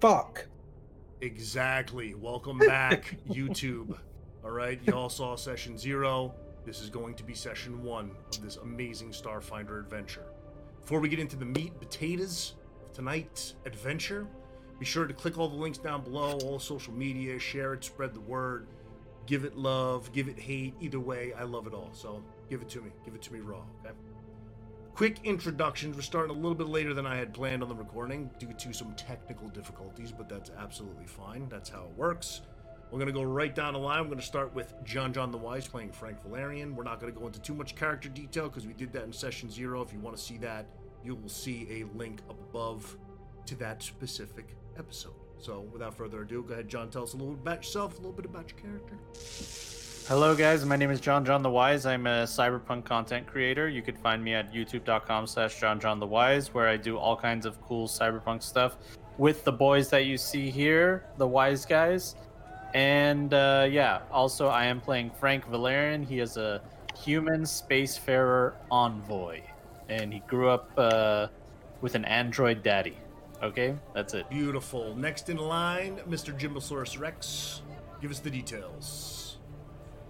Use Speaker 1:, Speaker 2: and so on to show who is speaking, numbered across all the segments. Speaker 1: fuck.
Speaker 2: Exactly. Welcome back, YouTube. All right, y'all saw session zero. This is going to be session one of this amazing Starfinder adventure. Before we get into the meat and potatoes of tonight's adventure, be sure to click all the links down below, all social media, share it, spread the word, give it love, give it hate. Either way, I love it all. So give it to me. Give it to me raw, okay? Quick introductions. We're starting a little bit later than I had planned on the recording due to some technical difficulties, but that's absolutely fine. That's how it works. We're going to go right down the line. We're going to start with John John the Wise playing Frank Valerian. We're not going to go into too much character detail because we did that in session zero. If you want to see that, you will see a link up above to that specific episode. So, without further ado, go ahead, John. Tell us a little bit about yourself, a little bit about your character.
Speaker 3: Hello, guys. My name is John John the Wise. I'm a cyberpunk content creator. You could find me at youtube.com slash John John the Wise, where I do all kinds of cool cyberpunk stuff with the boys that you see here, the Wise guys. And uh, yeah, also, I am playing Frank Valerian. He is a human spacefarer envoy, and he grew up uh, with an android daddy. Okay, that's it.
Speaker 2: Beautiful. Next in line, Mr. Jimbosaurus Rex. Give us the details.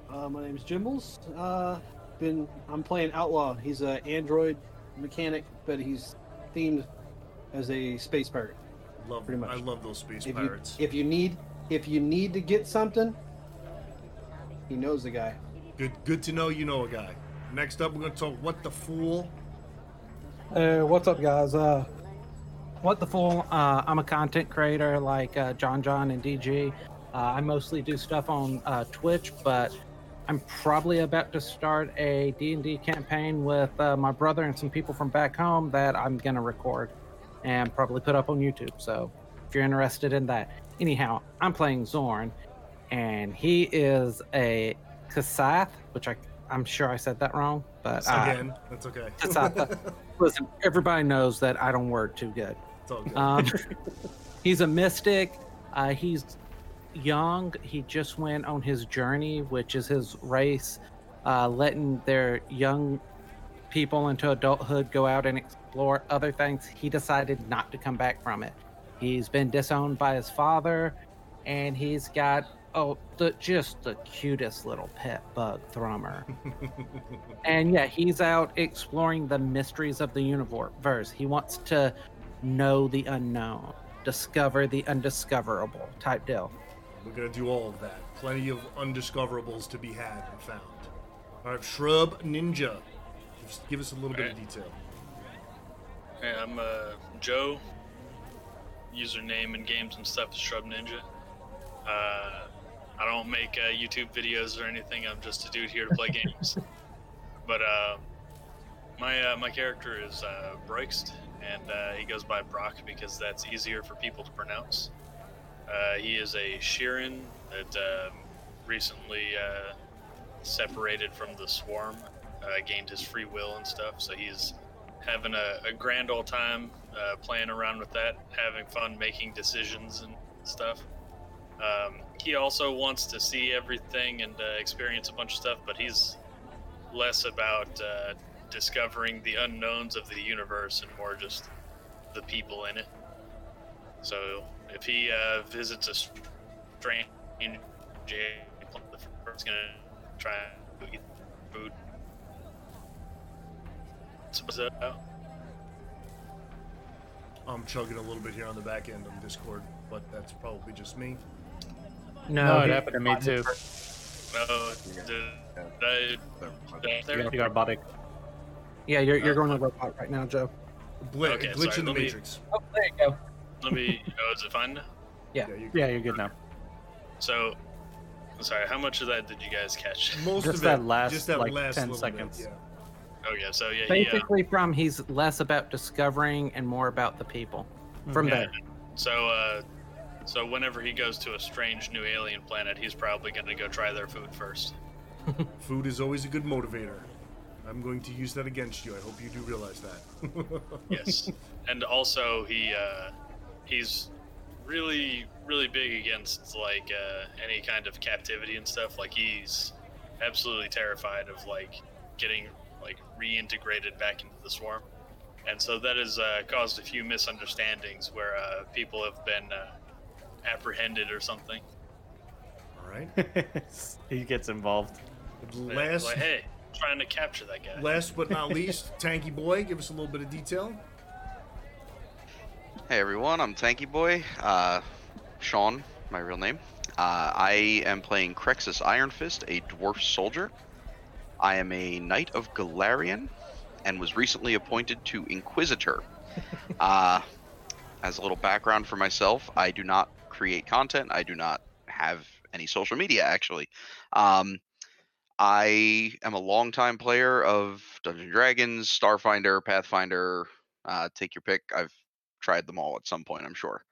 Speaker 4: Uh, my name's Jimbles. Uh, been I'm playing Outlaw. He's a android mechanic, but he's themed as a space pirate.
Speaker 2: Love,
Speaker 4: Pretty much.
Speaker 2: I love those space
Speaker 4: If you,
Speaker 2: pirates.
Speaker 4: if you need if you need to get something, he knows the guy.
Speaker 2: Good, good to know you know a guy. Next up, we're gonna talk what the fool.
Speaker 1: Uh, what's up, guys? Uh,
Speaker 5: What the fool? Uh, I'm a content creator like uh, John John and DG. Uh, I mostly do stuff on uh, Twitch, but I'm probably about to start a D&D campaign with uh, my brother and some people from back home that I'm gonna record and probably put up on YouTube. So if you're interested in that, anyhow, I'm playing Zorn, and he is a Kasath, which I I'm sure I said that wrong, but
Speaker 3: Ah.
Speaker 5: uh,
Speaker 2: Again, that's okay.
Speaker 5: Kasatha. listen, everybody knows that I don't word too good.
Speaker 2: It's all good.
Speaker 3: Uh.
Speaker 5: Um, he's a mystic. Uh, he's young. He just went on his journey, which is his race, uh, letting their young people into adulthood go out and explore other things. He decided not to come back from it. He's been disowned by his father, and he's got oh, the, just the cutest little pet bug, Thrummer. and yeah, he's out exploring the mysteries of the universe. He wants to know the unknown, discover the undiscoverable type deal.
Speaker 2: we're gonna do all of that. Plenty of undiscoverables to be had and found. All right, Shrub Ninja. Just give us a little bit of detail.
Speaker 6: Hey, I'm uh, Joe. Username and games and stuff is Shrub Ninja. Uh, I don't make uh, YouTube videos or anything. I'm just a dude here to play games. But uh, my uh, my character is uh, Broixt, and uh, he goes by Brock because that's easier for people to pronounce. Uh, he is a Sheeran that um recently uh, separated from the swarm, uh, gained his free will and stuff. So he's having a, a grand old time uh, playing around with that, having fun making decisions and stuff. Um, he also wants to see everything and uh, experience a bunch of stuff, but he's less about uh, discovering the unknowns of the universe and more just the people in it. So if he uh, visits a strange he's gonna try to eat food. So what's that about?
Speaker 2: I'm chugging a little bit here on the back end on Discord, but that's probably just me.
Speaker 3: No, it happened to me too.
Speaker 6: No, did I- did I- there?
Speaker 3: You got body.
Speaker 5: Yeah, you're, you're going to robot right now, Joe.
Speaker 2: Blit,
Speaker 6: Okay,
Speaker 2: glitch
Speaker 6: sorry,
Speaker 2: in the
Speaker 6: let me-
Speaker 2: matrix.
Speaker 5: Oh, there you go.
Speaker 6: Let me. Oh, is it fun?
Speaker 5: Yeah.
Speaker 2: you-
Speaker 3: Yeah, you're good now.
Speaker 6: So, I'm sorry. How much of that did you guys catch?
Speaker 2: Most
Speaker 3: Just
Speaker 2: of
Speaker 3: that
Speaker 2: it,
Speaker 3: last,
Speaker 2: just that
Speaker 3: like,
Speaker 2: last
Speaker 3: 10
Speaker 2: little bit,
Speaker 3: seconds.
Speaker 2: yeah.
Speaker 6: Oh yeah. So yeah, he, uh,
Speaker 5: Basically, from he's less about discovering and more about the people. From
Speaker 6: Yeah.
Speaker 5: there,
Speaker 6: So, uh, so whenever he goes to a strange new alien planet, he's probably going to go try their food first.
Speaker 2: Food is always a good motivator. I'm going to use that against you. I hope you do realize that.
Speaker 6: Yes, and also he uh, he's really really big against like uh, any kind of captivity and stuff. Like he's absolutely terrified of like getting like reintegrated back into the swarm, and so that has uh, caused a few misunderstandings where uh, people have been uh, apprehended or something.
Speaker 2: All right.
Speaker 3: he gets involved.
Speaker 6: Yeah,
Speaker 2: Last,
Speaker 6: Like, hey, trying to capture that guy.
Speaker 2: last but not least, Tanky Boy, give us a little bit of detail.
Speaker 7: Hey everyone, I'm Tanky Boy. Uh, Sean, my real name. Uh, I am playing Crexus Ironfist, a dwarf soldier. I am a knight of Galarian, and was recently appointed to Inquisitor. uh, as a little background for myself, I do not create content. I do not have any social media actually. Um, I am a longtime player of Dungeons and Dragons, Starfinder, Pathfinder. Uh, take your pick. I've tried them all at some point, I'm sure.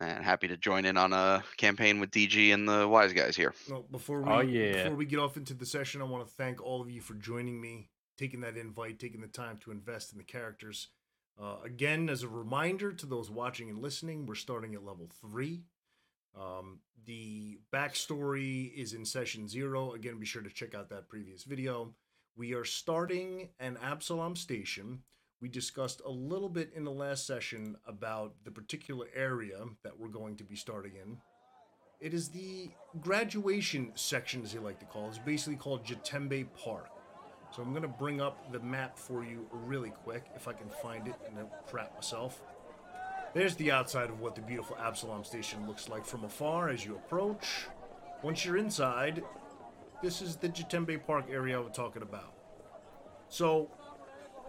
Speaker 7: And happy to join in on a campaign with DG and the wise guys here.
Speaker 2: No, before we
Speaker 3: Oh, yeah.
Speaker 2: before we get off into the session, I want to thank all of you for joining me, taking that invite, taking the time to invest in the characters. Uh, again, as a reminder to those watching and listening, we're starting at level three. Um, the backstory is in session zero. Again, be sure to check out that previous video. We are starting an Absalom station. We discussed a little bit in the last session about the particular area that we're going to be starting in. It is the graduation section, as they like to call it. It's basically called Jatembe Park. So I'm going to bring up the map for you really quick if I can find it and don't crap myself. There's the outside of what the beautiful Absalom Station looks like from afar as you approach. Once you're inside, this is the Jatembe Park area we're talking about. So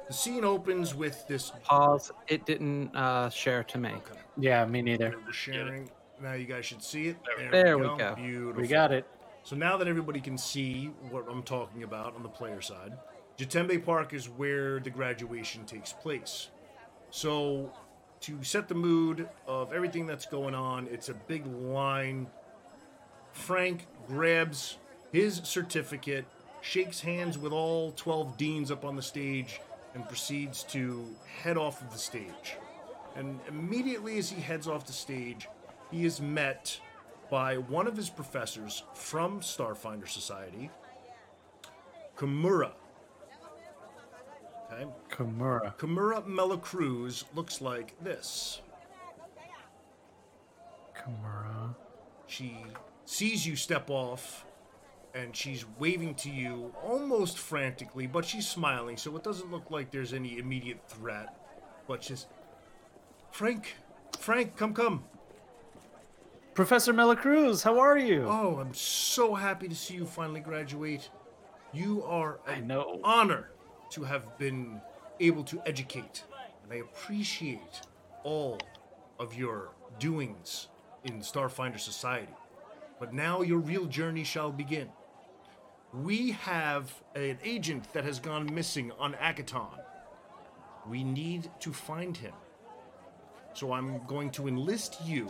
Speaker 2: the scene opens with this
Speaker 5: Pause. It didn't uh, share to me.
Speaker 3: Yeah, me neither.
Speaker 2: we're sharing. Now you guys should see it.
Speaker 5: There we go.
Speaker 2: Beautiful.
Speaker 3: We got it.
Speaker 2: So now that everybody can see what I'm talking about on the player side, Jatembe Park is where the graduation takes place. So to set the mood of everything that's going on, it's a big line. Frank grabs his certificate, shakes hands with all 12 deans up on the stage, and proceeds to head off of the stage. And immediately as he heads off the stage, he is met by one of his professors from Starfinder Society, Kimura. Okay.
Speaker 3: Kimura.
Speaker 2: Kimura Melacruz looks like this.
Speaker 3: Kimura.
Speaker 2: She sees you step off and she's waving to you almost frantically, but she's smiling, so it doesn't look like there's any immediate threat. But she's Frank, Frank, come, come.
Speaker 3: Professor Melacruz, how are you?
Speaker 2: Oh, I'm so happy to see you finally graduate. You are
Speaker 3: I
Speaker 2: an
Speaker 3: know.
Speaker 2: honor to have been able to educate, and I appreciate all of your doings in Starfinder Society. But now your real journey shall begin. We have an agent that has gone missing on Akaton. We need to find him. So I'm going to enlist you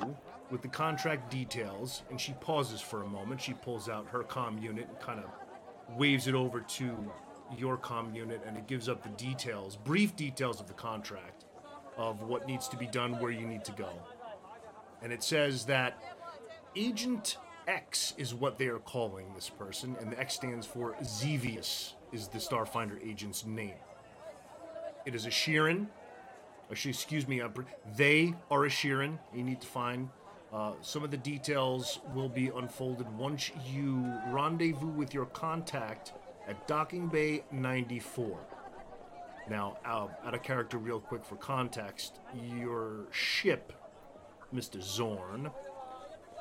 Speaker 2: with the contract details. And she pauses for a moment. She pulls out her comm unit and kind of waves it over to your comm unit, and it gives up the details, brief details of the contract, of what needs to be done, where you need to go. And it says that Agent X is what they are calling this person, and the X stands for Xevious, is the Starfinder agent's name. It is a Sheeran, Actually, excuse me, uh, br- they are a Sheeran. You need to find. Uh, some of the details will be unfolded once you rendezvous with your contact at Docking Bay 94. Now, out, out of character, real quick for context, your ship, Mr. Zorn,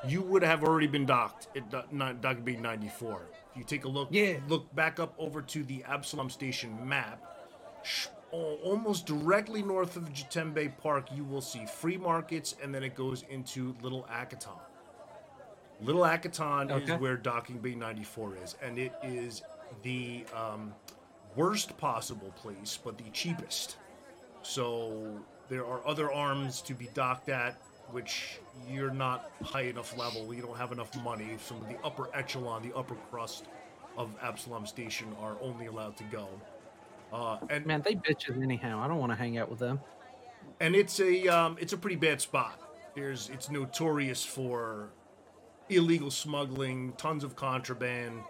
Speaker 2: you would have already been docked at Do- ni- Docking Bay 94. If you take a look,
Speaker 1: Yeah.
Speaker 2: look back up over to the Absalom Station map, sh- al- almost directly north of Jatembe Park, you will see free markets, and then it goes into Little Akaton. Little Akaton
Speaker 5: Okay.
Speaker 2: is where Docking Bay 94 is, and it is the um, worst possible place, but the cheapest. So there are other arms to be docked at, which you're not high enough level. You don't have enough money. Some of the upper echelon, the upper crust of Absalom Station are only allowed to go. Uh, and
Speaker 5: Man, they bitches anyhow. I don't want to hang out with them.
Speaker 2: and it's a um, it's a pretty bad spot. There's it's notorious for illegal smuggling, tons of contraband,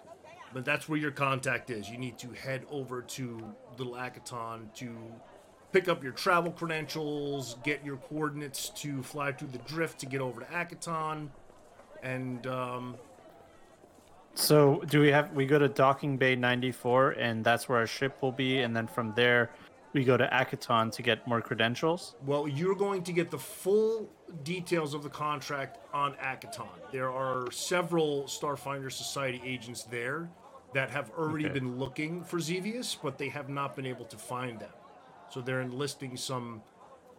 Speaker 2: but that's where your contact is. You need to head over to Little Akaton to pick up your travel credentials, get your coordinates to fly through the drift to get over to Akaton, and um,
Speaker 3: So do we have we go to docking bay 94 and that's where our ship will be and then from there we go to Akaton to get more credentials.
Speaker 2: Well, you're going to get the full details of the contract on Akaton. There are several Starfinder Society agents there that have already
Speaker 3: Okay.
Speaker 2: been looking for Xevious, but they have not been able to find them. So they're enlisting some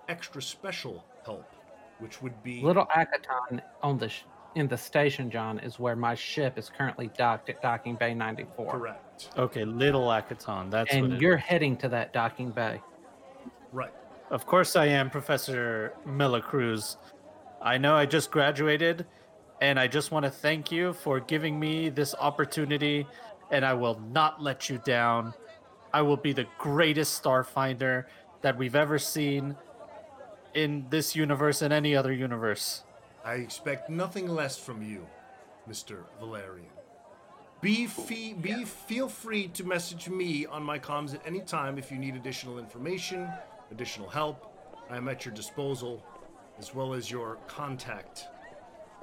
Speaker 2: extra special help, which would be
Speaker 5: Little Akaton on the sh- in the station, John, is where my ship is currently docked at docking bay 94.
Speaker 2: correct.
Speaker 3: Okay, Little Akaton. That's what
Speaker 5: And
Speaker 3: it-
Speaker 5: you're heading to that docking bay.
Speaker 2: Right.
Speaker 3: Of course I am, Professor Miller Cruz. I know I just graduated and I just want to thank you for giving me this opportunity and I will not let you down. I will be the greatest starfinder that we've ever seen in this universe and any other universe.
Speaker 2: I expect nothing less from you, Mr. Valerian. Be, fee- be feel free to message me on my comms at any time if you need additional information, additional help. I am at your disposal, as well as your contact.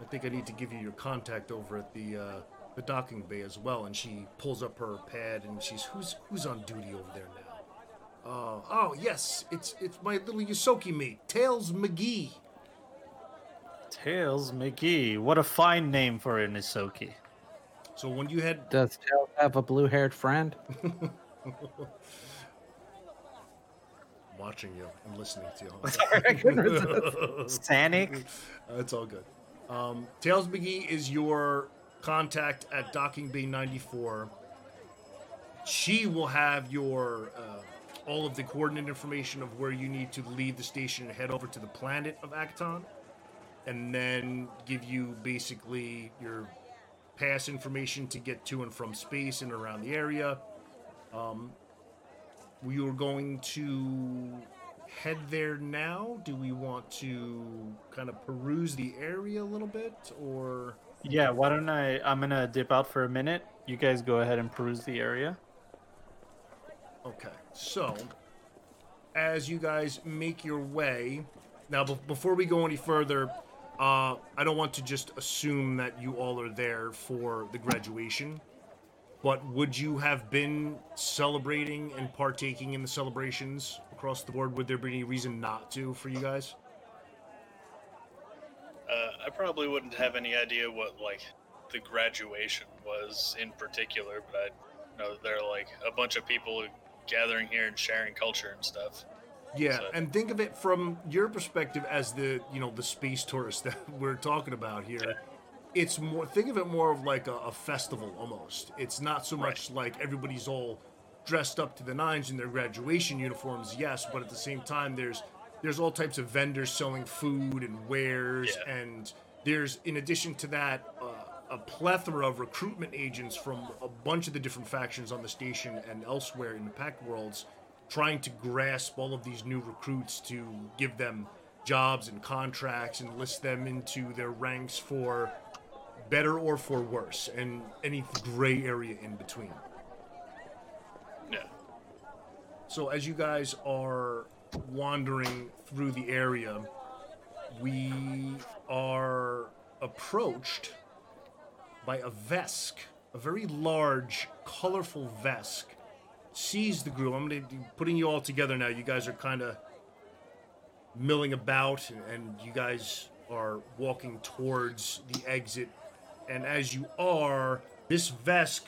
Speaker 2: I think I need to give you your contact over at the uh, the docking bay as well. And she pulls up her pad and she's who's who's on duty over there now. Uh, oh yes, it's it's my little Yosoki mate, Tails McGee.
Speaker 3: Tails McGee, what a fine name for an Isoki.
Speaker 2: So when you head
Speaker 5: Does Tails have a blue haired friend?
Speaker 2: watching you and listening to you.
Speaker 3: Sanic?
Speaker 2: Uh, it's all good. Um, Tails McGee is your contact at Docking Bay 94. She will have your uh, all of the coordinate information of where you need to leave the station and head over to the planet of Acton, and then give you basically your pass information to get to and from space and around the area. Um, we are going to head there now? Do we want to kind of peruse the area a little bit, or
Speaker 3: Yeah, why don't I? I'm gonna dip out for a minute. You guys go ahead and peruse the area.
Speaker 2: okay? So, as you guys make your way, now be- before we go any further, uh, I don't want to just assume that you all are there for the graduation, but would you have been celebrating and partaking in the celebrations across the board? Would there be any reason not to for you guys?
Speaker 6: Uh, I probably wouldn't have any idea what like the graduation was in particular, but I know there are like a bunch of people gathering here and sharing culture and stuff.
Speaker 2: Yeah,
Speaker 6: So-
Speaker 2: and think of it from your perspective as the you know the space tourist that we're talking about here. It's more think of it more of like a, a festival almost. It's not so much like everybody's all dressed up to the nines in their graduation uniforms, yes, but at the same time there's there's all types of vendors selling food and wares
Speaker 6: Yeah.
Speaker 2: and there's in addition to that uh, a plethora of recruitment agents from a bunch of the different factions on the station and elsewhere in the pack worlds trying to grasp all of these new recruits to give them jobs and contracts and list them into their ranks for better or for worse and any gray area in between.
Speaker 6: Yeah.
Speaker 2: So as you guys are wandering through the area, we are approached by a vesk, a very large, colorful vesk. Sees the group. I'm gonna be putting you all together now. You guys are kind of milling about, and, and you guys are walking towards the exit. And as you are, this vesk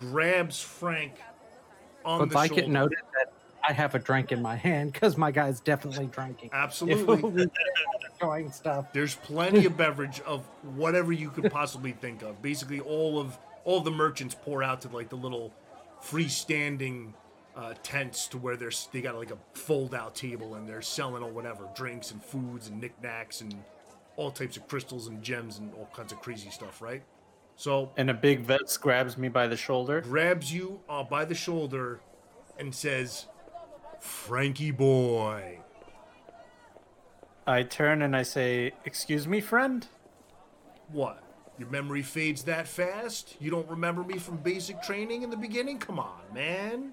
Speaker 2: grabs Frank on
Speaker 5: Would
Speaker 2: the
Speaker 5: like
Speaker 2: shoulder.
Speaker 5: it noted that I have a drink in my hand because my guy's definitely drinking. If
Speaker 2: Absolutely.
Speaker 5: we enjoying stuff.
Speaker 2: There's plenty of beverage of whatever you could possibly think of. Basically, all of all the merchants pour out to like the little freestanding uh, tents to where there's they got like a fold out table and they're selling or whatever drinks and foods and knickknacks and all types of crystals and gems and all kinds of crazy stuff, right? So
Speaker 3: And a big vet grabs me by the shoulder.
Speaker 2: grabs you uh, by the shoulder and says, "Frankie boy."
Speaker 3: I turn and I say, "Excuse me, friend."
Speaker 2: What? Your memory fades that fast? You don't remember me from basic training in the beginning? Come on, man.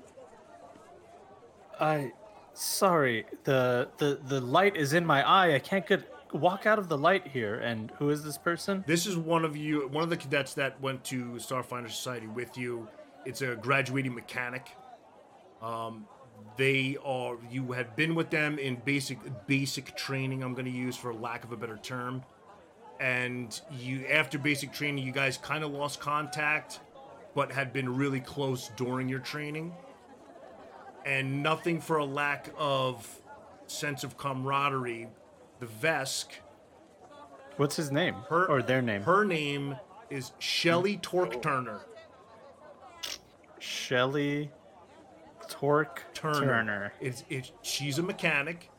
Speaker 3: I Sorry, the the the light is in my eye. I can't get walk out of the light here. And who is this person?
Speaker 2: This is one of you, one of the cadets that went to Starfinder Society with you. It's a graduating mechanic. Um, they are you had been with them in basic basic training. I'm going to use for lack of a better term. And you after basic training, you guys kind of lost contact, but had been really close during your training. And nothing for a lack of sense of camaraderie. The Vesk,
Speaker 3: What's his name
Speaker 2: her
Speaker 3: or their name?
Speaker 2: Her name is Shelly Torque Turner.
Speaker 3: Shelly Torque
Speaker 2: Turner. It's it's she's a mechanic,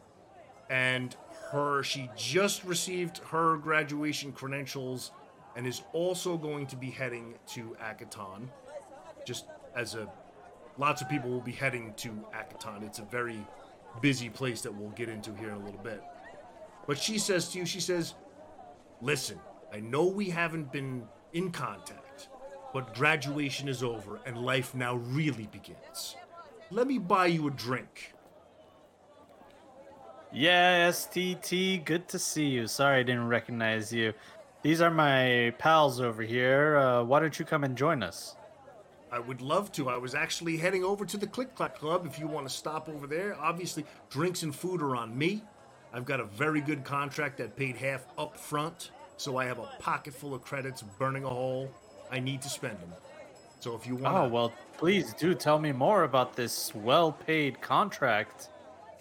Speaker 2: and her she just received her graduation credentials, and is also going to be heading to Akaton. Just as a, lots of people will be heading to Akaton. It's a very busy place that we'll get into here in a little bit. But she says to you, she says, "Listen, I know we haven't been in contact." But graduation is over and life now really begins. Let me buy you a drink.
Speaker 3: Yeah, STT, good to see you. Sorry I didn't recognize you. These are my pals over here. Uh, why don't you come and join us?
Speaker 2: I would love to. I was actually heading over to the Click Clack Club if you want to stop over there. Obviously, drinks and food are on me. I've got a very good contract that paid half up front, so I have a pocket full of credits burning a hole. I need to spend them. So if you want
Speaker 3: Oh, well, please do tell me more about this well paid contract.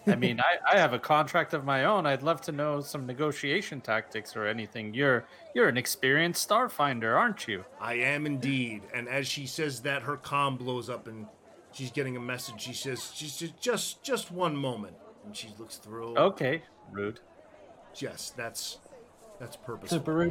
Speaker 3: I mean, I, I have a contract of my own. I'd love to know some negotiation tactics or anything. You're you're an experienced starfinder, aren't you?
Speaker 2: I am indeed. And as she says that, her comm blows up and she's getting a message. She says, she says just, just one moment. And she looks through.
Speaker 3: Okay. Rude.
Speaker 2: Yes, that's, that's purposeful.
Speaker 5: Super rude.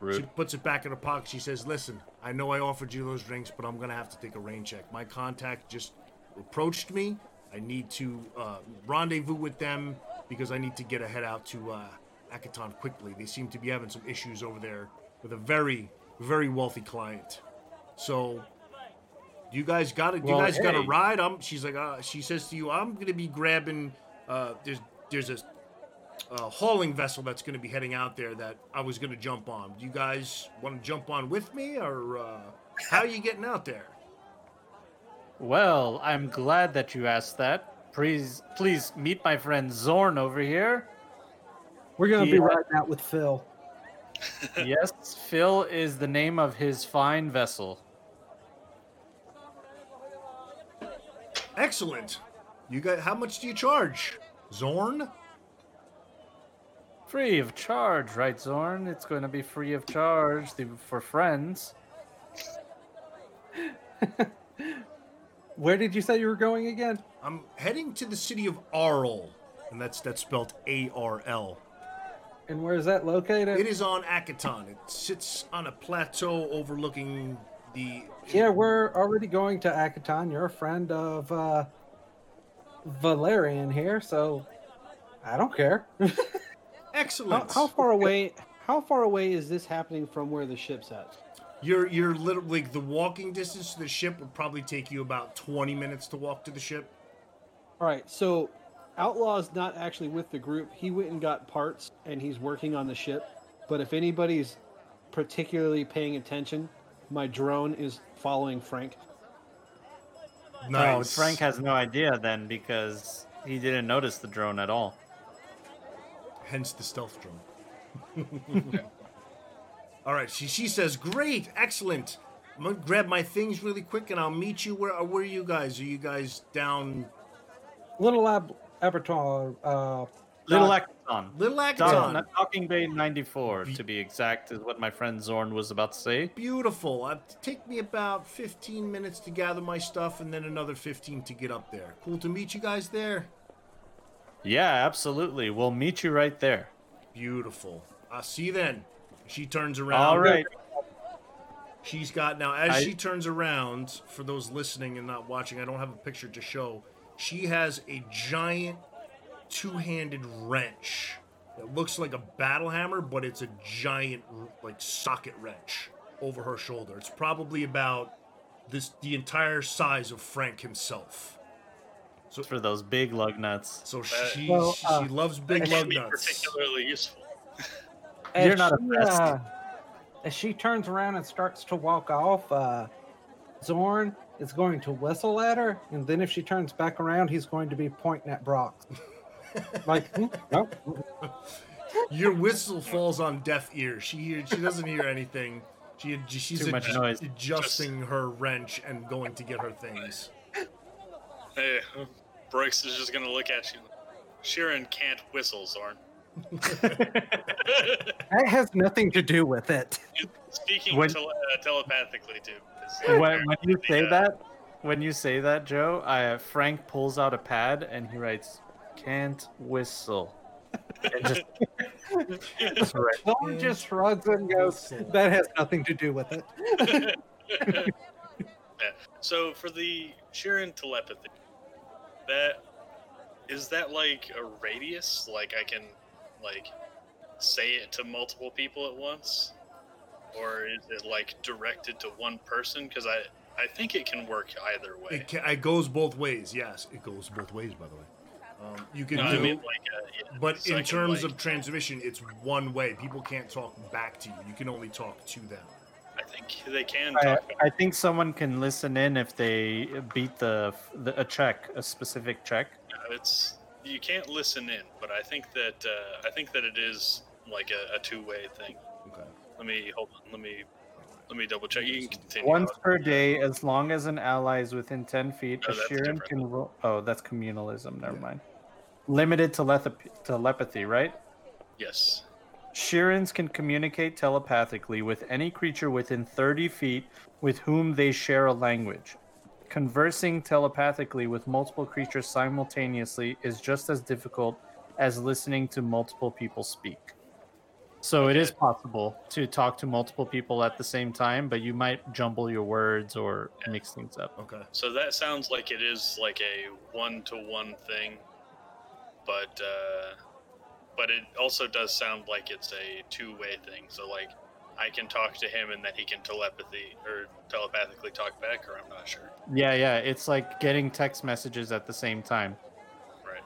Speaker 2: She
Speaker 3: Rude.
Speaker 2: puts it back in her pocket. She says, "Listen, I know I offered you those drinks, but I'm gonna have to take a rain check. My contact just approached me. I need to uh, rendezvous with them because I need to get a head out to uh, Akaton quickly. They seem to be having some issues over there with a very, very wealthy client. So, you guys got it.
Speaker 3: Well,
Speaker 2: you guys got a
Speaker 3: hey.
Speaker 2: ride. I'm. She's like, uh, she says to you, I'm gonna be grabbing. Uh, there's, there's a uh, hauling vessel that's going to be heading out there that I was going to jump on. You guys want to jump on with me, or uh, how are you getting out there?
Speaker 3: Well, I'm glad that you asked that. Please please meet my friend Zorn over here.
Speaker 1: We're gonna be
Speaker 3: Yeah.
Speaker 1: riding out with Phil.
Speaker 3: yes, Phil is the name of his fine vessel.
Speaker 2: Excellent. You got how much do you charge, Zorn?
Speaker 3: Free of charge, right, Zorn? It's going to be free of charge th- for friends.
Speaker 1: Where did you say you were going again?
Speaker 2: I'm heading to the city of Arl, and that's that's spelled A R L.
Speaker 1: And where is that located?
Speaker 2: It is on Akaton. It sits on a plateau overlooking the.
Speaker 1: Yeah, we're already going to Akaton. You're a friend of uh, Valerian here, so I don't care.
Speaker 2: Excellent.
Speaker 4: How, how far away? How far away is this happening from where the ship's at?
Speaker 2: You're you're literally like the walking distance to the ship would probably take you about 20 minutes to walk to the ship.
Speaker 4: All right, so Outlaw's not actually with the group. He went and got parts, and he's working on the ship. But if anybody's particularly paying attention, my drone is following Frank.
Speaker 3: Oh, Frank has no idea then because he didn't notice the drone at all.
Speaker 2: hence the stealth drone. All right, she she says, "Great, excellent. I'm gonna grab my things really quick, and I'll meet you. Where where are you guys? Are you guys down
Speaker 1: Little Ab- Abattoir. Uh,
Speaker 3: Little Acton.
Speaker 2: Little
Speaker 3: Dock-
Speaker 2: Acton?
Speaker 3: Docking Bay 94, to be exact, is what my friend Zorn was about to say.
Speaker 2: Beautiful. Uh, take me about 15 minutes to gather my stuff, and then another 15 to get up there. Cool to meet you guys there.
Speaker 3: Yeah, absolutely. We'll meet you right there.
Speaker 2: Beautiful. I see you then." She turns around.
Speaker 3: All right.
Speaker 2: She's got now as
Speaker 3: I-
Speaker 2: she turns around for those listening and not watching. I don't have a picture to show. She has a giant two-handed wrench. It looks like a battle hammer, but it's a giant like socket wrench over her shoulder. It's probably about this the entire size of Frank himself. So-
Speaker 3: for those big lug nuts.
Speaker 2: So she
Speaker 1: Well,
Speaker 2: she
Speaker 1: uh,
Speaker 2: loves
Speaker 6: That
Speaker 2: big
Speaker 6: can't
Speaker 2: lug
Speaker 6: be
Speaker 2: nuts.
Speaker 6: particularly useful.
Speaker 3: You're
Speaker 5: As
Speaker 3: not
Speaker 5: she,
Speaker 3: impressed.
Speaker 5: uh, as she turns around and starts to walk off, uh, Zorn is going to whistle at her, and then if she turns back around, he's going to be pointing at Brock. like, "Hmm, no,
Speaker 2: Your whistle falls on deaf ears. She hears, she doesn't hear anything. She she's
Speaker 3: Too much
Speaker 2: adj-
Speaker 3: noise.
Speaker 2: adjusting her wrench and going to get her things.
Speaker 6: Hey, Brooks is just gonna look at you. Sheeran can't whistle, Zorn.
Speaker 5: that has nothing to do with it.
Speaker 6: Speaking
Speaker 3: When-
Speaker 6: tele- uh, telepathically too. 'cause, uh,
Speaker 3: when, when you say
Speaker 6: Yeah.
Speaker 3: that, when you say that, Joe, uh, Frank pulls out a pad and he writes, "Can't whistle." And just, just right.
Speaker 5: Zorn just shrugs and goes, that has nothing to do with it.
Speaker 6: So for the Sheeran telepathy, that is that like a radius? Like I can like say it to multiple people at once, or is it like directed to one person? Because I I think it can work either way.
Speaker 2: It, ca it goes both ways. Yes, it goes both ways. By the way, um, you can
Speaker 6: No,
Speaker 2: do,
Speaker 6: I mean, like, uh, yeah,
Speaker 2: but
Speaker 6: so I
Speaker 2: in
Speaker 6: can,
Speaker 2: terms
Speaker 6: like-
Speaker 2: of transmission, it's one way. People can't talk back to you. You can only talk to them.
Speaker 6: I think they can
Speaker 3: I,
Speaker 6: talk.
Speaker 3: I think someone can listen in if they beat the, the a check, a specific check.
Speaker 6: about it. It's you can't listen in, but I think that uh, I think that it is like a, a two-way thing.
Speaker 2: Okay.
Speaker 6: Let me hold on. Let me let me double check. You can continue.
Speaker 3: Once per day, as long as an ally is within 10 feet, a
Speaker 6: No, Oh, that's
Speaker 3: Sheeran
Speaker 6: different.
Speaker 3: can roll. Oh, that's communalism. Never mind. Limited telep- telepathy, right?
Speaker 6: Yes.
Speaker 3: Sheerans can communicate telepathically with any creature within 30 feet with whom they share a language. Conversing telepathically with multiple creatures simultaneously is just as difficult as listening to multiple people speak. So it is possible to talk to multiple people at the same time, but you might jumble your words or mix things up.
Speaker 2: Okay.
Speaker 6: So that sounds like it is like a one-to-one thing, but uh, but it also does sound like it's a two-way thing. So like, I can talk to him, and then he can telepathy or telepathically talk back, or I'm not sure.
Speaker 3: Yeah, yeah, it's like getting text messages at the same time.
Speaker 6: Right.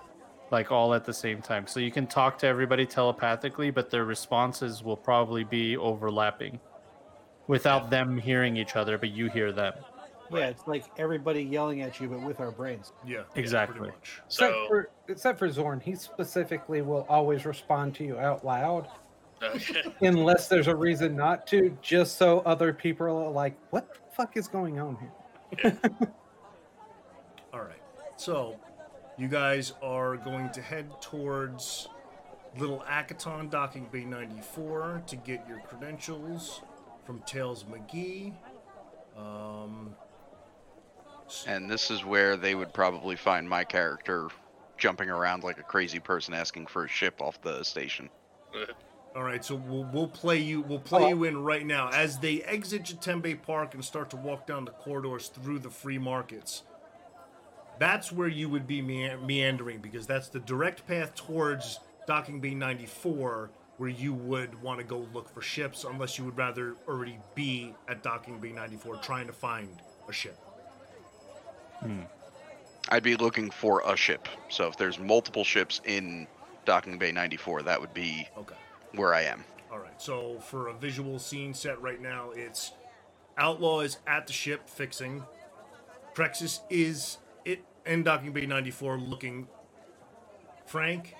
Speaker 3: like all at the same time. So you can talk to everybody telepathically, but their responses will probably be overlapping without them hearing each other, but you hear them.
Speaker 4: Yeah, it's like everybody yelling at you, but with our brains.
Speaker 2: Yeah.
Speaker 3: Exactly.
Speaker 2: Pretty much.
Speaker 6: So.
Speaker 5: Except, for, except for Zorn, he specifically will always respond to you out loud,
Speaker 6: Okay.
Speaker 5: unless there's a reason not to, just so other people are like, what the fuck is going on here?
Speaker 2: All right. So, you guys are going to head towards Little Akaton docking bay 94 to get your credentials from Tails McGee. Um,
Speaker 7: And this is where they would probably find my character jumping around like a crazy person asking for a ship off the station.
Speaker 2: all right, so we'll, we'll play you we'll play you in right now as they exit Jatembe Park and start to walk down the corridors through the free markets. That's where you would be mea- meandering because that's the direct path towards docking bay 94 where you would want to go look for ships unless you would rather already be at docking bay 94 trying to find a ship.
Speaker 7: I'd be looking for a ship. So if there's multiple ships in Docking Bay 94, that would be
Speaker 2: Okay.
Speaker 7: where I am.
Speaker 2: All right. So for a visual scene set right now, it's Outlaw is at the ship fixing. Prexis is it in Docking Bay 94 looking. Frank,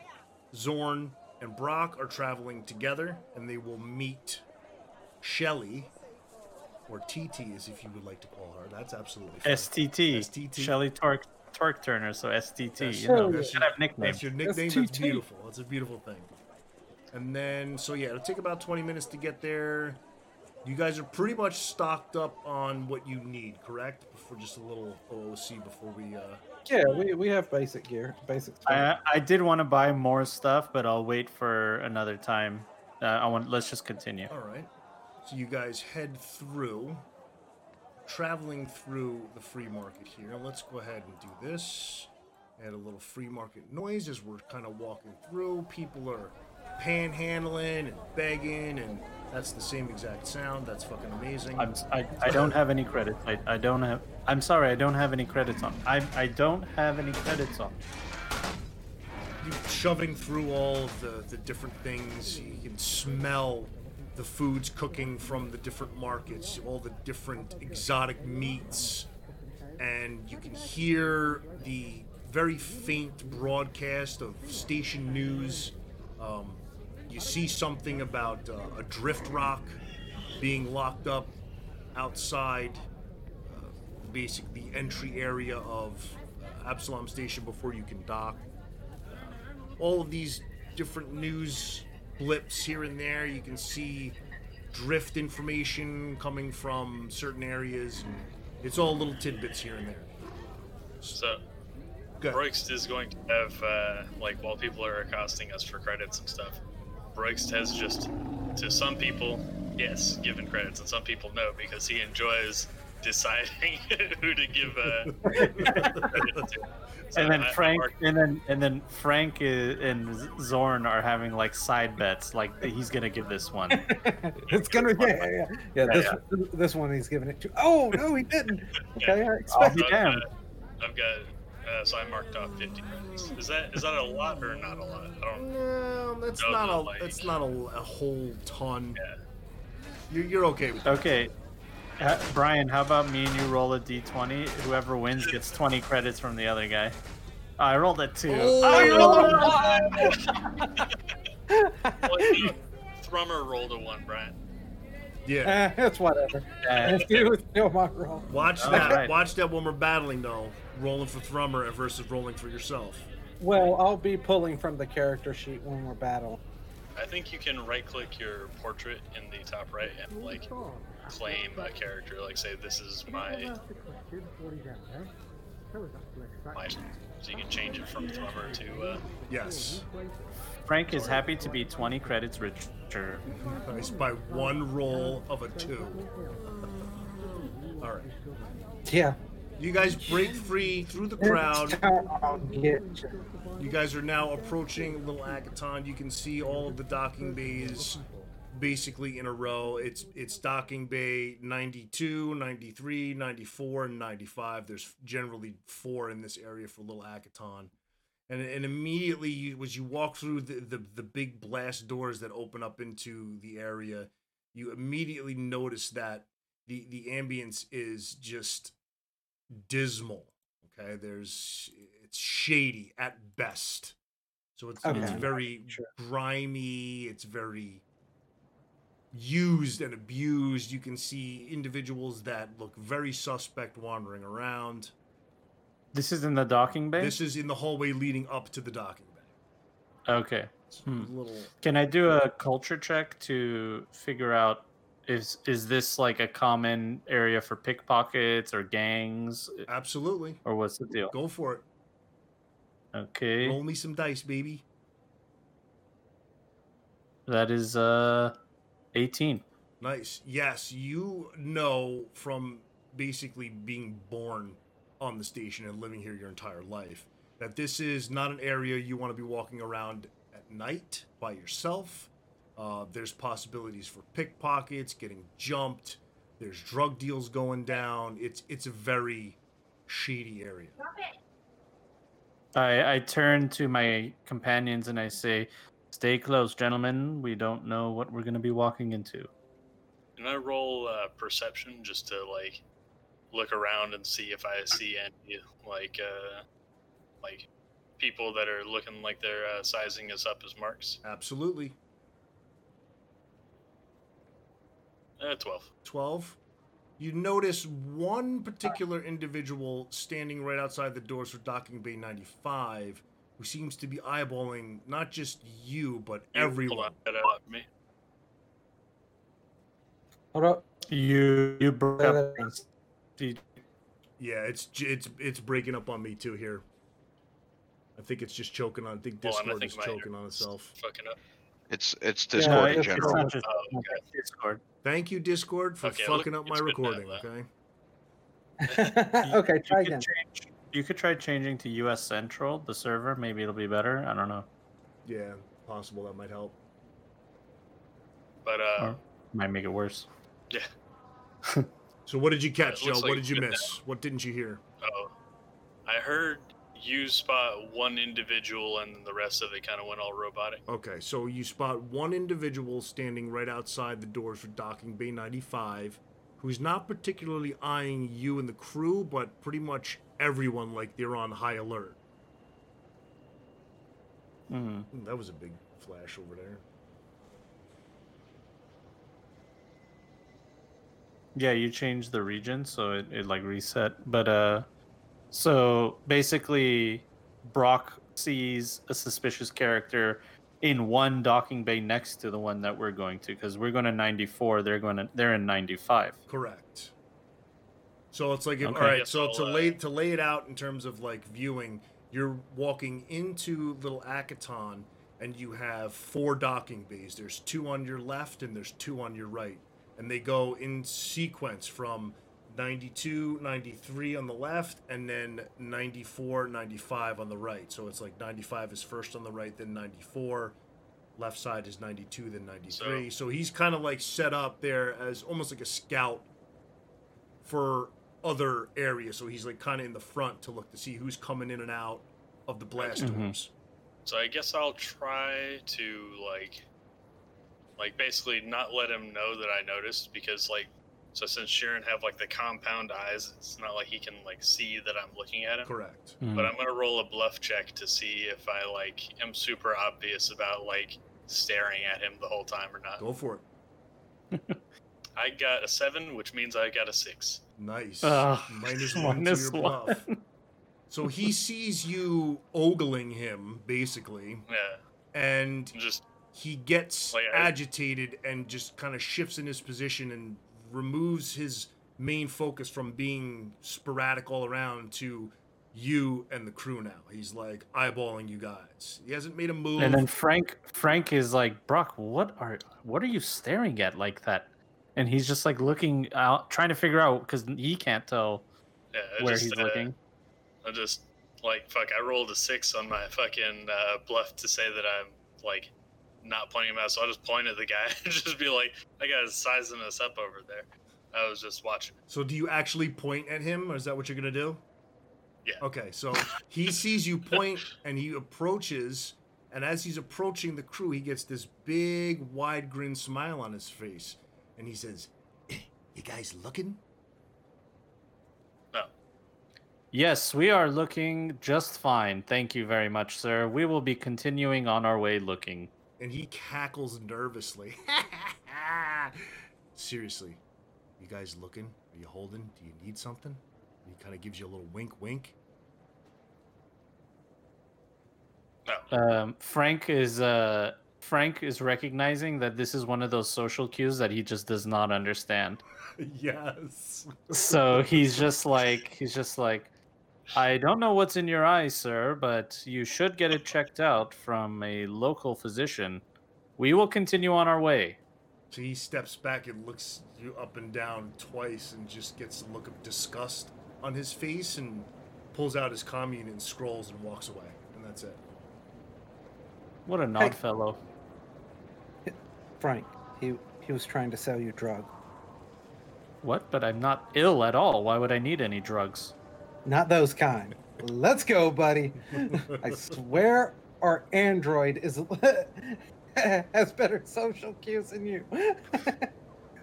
Speaker 2: Zorn, and Brock are traveling together, and they will meet Shelly, or TT, as if you would like to call her. That's absolutely fine.
Speaker 3: STT.
Speaker 2: STT.
Speaker 3: Shelly Torque, Torque Turner, so STT.
Speaker 2: That's-
Speaker 3: you know,
Speaker 2: that's
Speaker 3: should
Speaker 2: your-
Speaker 3: have nickname.
Speaker 2: That's your nickname.
Speaker 5: That's
Speaker 2: That's
Speaker 5: TT.
Speaker 2: beautiful. That's a beautiful thing. And then, so yeah, it'll take about 20 minutes to get there. You guys are pretty much stocked up on what you need, correct? For just a little OOC before we. Uh...
Speaker 5: Yeah, we, we have basic gear, basic stuff.
Speaker 3: I, I did want to buy more stuff, but I'll wait for another time. Uh, I want. Let's just continue.
Speaker 2: All right. So you guys head through, traveling through the free market here. Let's go ahead and do this. Add a little free market noise as we're kind of walking through. People are panhandling and begging and That's the same exact sound. That's fucking amazing.
Speaker 3: I'm, I, I don't have any credits. I, I don't have. I'm sorry, I don't have any credits on. I I don't have any credits on.
Speaker 2: you shoving through all of the, the different things. You can smell the foods cooking from the different markets, all the different exotic meats, and you can hear the very faint broadcast of station news. Um, you see something about uh, a drift rock being locked up outside basic the entry area of uh, Absalom Station before you can dock. All of these different news blips here and there, you can see drift information coming from certain areas, and it's all little tidbits here and there.
Speaker 6: So,
Speaker 2: Good.
Speaker 6: Broixt is going to have, uh, like, while people are accosting us for credits and stuff, Broixt has just, to some people, yes, given credits, and some people no, because he enjoys deciding who to give uh, credit to. So
Speaker 3: and then
Speaker 6: I- I
Speaker 3: Frank,
Speaker 6: marked-
Speaker 3: and then and then Frank i- and Zorn are having like side bets. Like he's gonna give this one.
Speaker 1: It's gonna yeah yeah yeah, yeah, this, this one he's giving it to. Oh no, he didn't.
Speaker 6: Yeah.
Speaker 1: Okay, I
Speaker 3: I'll
Speaker 1: expect.
Speaker 3: be
Speaker 6: I've got,
Speaker 3: damned.
Speaker 6: I've got, uh, so I marked off 50 credits. Is that is that a lot or not a lot? I don't
Speaker 2: No, that's
Speaker 6: No,
Speaker 2: not a
Speaker 6: no, like-
Speaker 2: that's not a, a whole ton. You're, you're okay with that.
Speaker 3: Okay, uh, Brian, how about me and you roll a d20? Whoever wins gets 20 credits from the other guy. I rolled a two. Oh, I rolled a one.
Speaker 6: Well, you know, Thrummer rolled a one, Brian.
Speaker 2: Yeah.
Speaker 1: Eh, it's whatever.
Speaker 3: Yeah.
Speaker 1: If you still my role.
Speaker 2: Watch
Speaker 3: All
Speaker 2: that.
Speaker 3: right.
Speaker 2: Watch that when we're battling though. Rolling for Thrummer versus rolling for yourself.
Speaker 1: Well, I'll be pulling from the character sheet when we're battling.
Speaker 6: I think you can right click your portrait in the top right and like claim a character, like say this is my my so you can change it from Thrummer to uh
Speaker 2: Yes.
Speaker 3: Frank is happy to be 20 credits richer.
Speaker 2: Nice by one roll of a two. All right.
Speaker 1: Yeah.
Speaker 2: You guys break free through the
Speaker 1: Proud.
Speaker 2: crowd. You guys are now approaching Little Agaton. You can see all of the docking bays basically in a row. It's it's docking bay 92, 93, 94, and 95. There's generally four in this area for Little Agaton. And, and immediately, you, as you walk through the, the, the big blast doors that open up into the area, you immediately notice that the, the ambience is just dismal. Okay, there's it's shady at best. So it's it's
Speaker 1: Okay.
Speaker 2: very
Speaker 1: Sure.
Speaker 2: grimy. It's very used and abused. You can see individuals that look very suspect wandering around.
Speaker 3: This is in the docking bay?
Speaker 2: This is in the hallway leading up to the docking bay.
Speaker 3: okay.
Speaker 2: It's
Speaker 3: Hmm.
Speaker 2: Little
Speaker 3: Can I do a culture check to figure out is is this like a common area for pickpockets or gangs
Speaker 2: absolutely.
Speaker 3: or what's the deal?
Speaker 2: Go for it.
Speaker 3: Okay. Eh?
Speaker 2: Roll me some dice, baby.
Speaker 3: That is uh 18.
Speaker 2: Nice. Yes, you know from basically being born on the station and living here your entire life that this is not an area you want to be walking around at night by yourself. Uh, there's possibilities for pickpockets, getting jumped. There's drug deals going down. It's it's a very shady area.
Speaker 3: I I turn to my companions and I say, "Stay close, gentlemen. We don't know what we're going to be walking into."
Speaker 6: can I roll uh, perception just to like look around and see if I see any like uh like people that are looking like they're uh, sizing us up as marks?
Speaker 2: Absolutely.
Speaker 6: Uh, twelve.
Speaker 2: 12 you notice one particular individual standing right outside the doors for docking bay 95 who seems to be eyeballing not just you but
Speaker 6: You pull
Speaker 2: everyone
Speaker 6: that up for me.
Speaker 1: Hold up.
Speaker 3: You you broke up.
Speaker 2: yeah it's j- it's it's breaking up on me too here i think it's just choking on i think
Speaker 6: Hold on, I
Speaker 2: discord
Speaker 6: think
Speaker 2: is
Speaker 6: my
Speaker 2: choking
Speaker 6: internet-
Speaker 2: on itself
Speaker 6: Fucking up.
Speaker 7: It's it's
Speaker 1: Yeah,
Speaker 3: No,
Speaker 7: Discord in
Speaker 3: it's, it's
Speaker 7: general.
Speaker 3: not just
Speaker 6: Oh, okay.
Speaker 3: Discord.
Speaker 2: thank you discord for
Speaker 6: Okay, look,
Speaker 2: fucking up my
Speaker 6: it's good now,
Speaker 2: recording okay
Speaker 6: though.
Speaker 1: okay, try
Speaker 3: you could
Speaker 1: again.
Speaker 3: Change, you could try changing to U.S. Central, the server. Maybe it'll be better. I don't know.
Speaker 2: yeah possible that might help
Speaker 6: But uh,
Speaker 3: Oh. Might make it worse.
Speaker 2: So what did you catch, Joe?
Speaker 6: It looks
Speaker 2: what
Speaker 6: like
Speaker 2: did you
Speaker 6: you did
Speaker 2: miss? What didn't you hear?
Speaker 6: Oh, I heard you spot one individual, and then the rest of it kind of went all robotic.
Speaker 2: Okay, so you spot one individual standing right outside the doors for docking bay 95 who's not particularly eyeing you and the crew, but pretty much everyone like they're on high alert.
Speaker 3: Mm.
Speaker 2: Hmm, That was a big flash over there.
Speaker 3: Yeah, you changed the region, so it, it like reset. But uh, so basically, Brock sees a suspicious character in one docking bay next to the one that we're going to, because we're going to 94. They're going to they're in 95.
Speaker 2: Correct. So it's like if,
Speaker 3: Okay.
Speaker 2: all right.
Speaker 6: Yes,
Speaker 2: So
Speaker 6: I'll,
Speaker 2: to
Speaker 6: uh,
Speaker 2: lay to lay it out in terms of like viewing, you're walking into Little Akaton, and you have four docking bays. There's two on your left, and there's two on your right, and they go in sequence from 92, 93 on the left, and then 94, 95 on the right. So it's like 95 is first on the right, then 94. Left side is 92, then 93. so he's kind of like set up there as almost like a scout for other areas. So he's like kind of in the front to look to see who's coming in and out of the blast
Speaker 3: Mhm.
Speaker 2: doors.
Speaker 6: So I guess I'll try to like, like basically not let him know that I noticed because like, so since Sharon have like the compound eyes, it's not like he can like see that I'm looking at him.
Speaker 2: Correct.
Speaker 6: But I'm gonna roll a bluff check to see if I like am super obvious about like staring at him the whole time or not.
Speaker 2: Go for it.
Speaker 6: I got a seven, which means I got a six.
Speaker 2: Nice.
Speaker 3: Ah,
Speaker 2: Minus one to
Speaker 3: minus
Speaker 2: your
Speaker 3: one.
Speaker 2: bluff. So he sees you ogling him, basically,
Speaker 6: Yeah,
Speaker 2: and
Speaker 6: I'm just
Speaker 2: he gets
Speaker 6: Like, I-
Speaker 2: agitated and just kind of shifts in his position and removes his main focus from being sporadic all around to you and the crew now. He's like eyeballing you guys. He hasn't made a move.
Speaker 3: And then Frank Frank is like, Brock, what are what are you staring at like that? And he's just like looking out, trying to figure out because he can't tell
Speaker 6: yeah, I
Speaker 3: where
Speaker 6: just,
Speaker 3: he's
Speaker 6: uh,
Speaker 3: looking.
Speaker 6: I just like fuck. I rolled a six on my fucking uh, bluff to say that I'm like not pointing him out, so I just point at the guy and just be like, "That guy's sizing us up over there." I was just watching.
Speaker 2: So do you actually point at him, or is that what you're gonna do?
Speaker 6: Yeah.
Speaker 2: Okay, so he sees you point and he approaches, and as he's approaching the crew, he gets this big, wide grin smile on his face, and he says, "Eh, "You guys looking?"
Speaker 3: Yes, we are looking just fine. Thank you very much, sir. We will be continuing on our way looking.
Speaker 2: And he cackles nervously. Seriously, you guys looking? Are you holding? Do you need something? And he kind of gives you a little wink, wink.
Speaker 3: Um, Frank is uh, Frank is recognizing that this is one of those social cues that he just does not understand.
Speaker 2: yes.
Speaker 3: So he's just like he's just like, I don't know what's in your eye, sir, but you should get it checked out from a local physician. We will continue on our way.
Speaker 2: So he steps back and looks you up and down twice and just gets a look of disgust on his face and pulls out his commune and scrolls and walks away. And that's it.
Speaker 3: What an odd fellow.
Speaker 5: Frank, he he was trying to sell you drug.
Speaker 3: What? But I'm not ill at all. Why would I need any drugs?
Speaker 5: Not those kind. Let's go, buddy. I swear our android is has better social cues than you.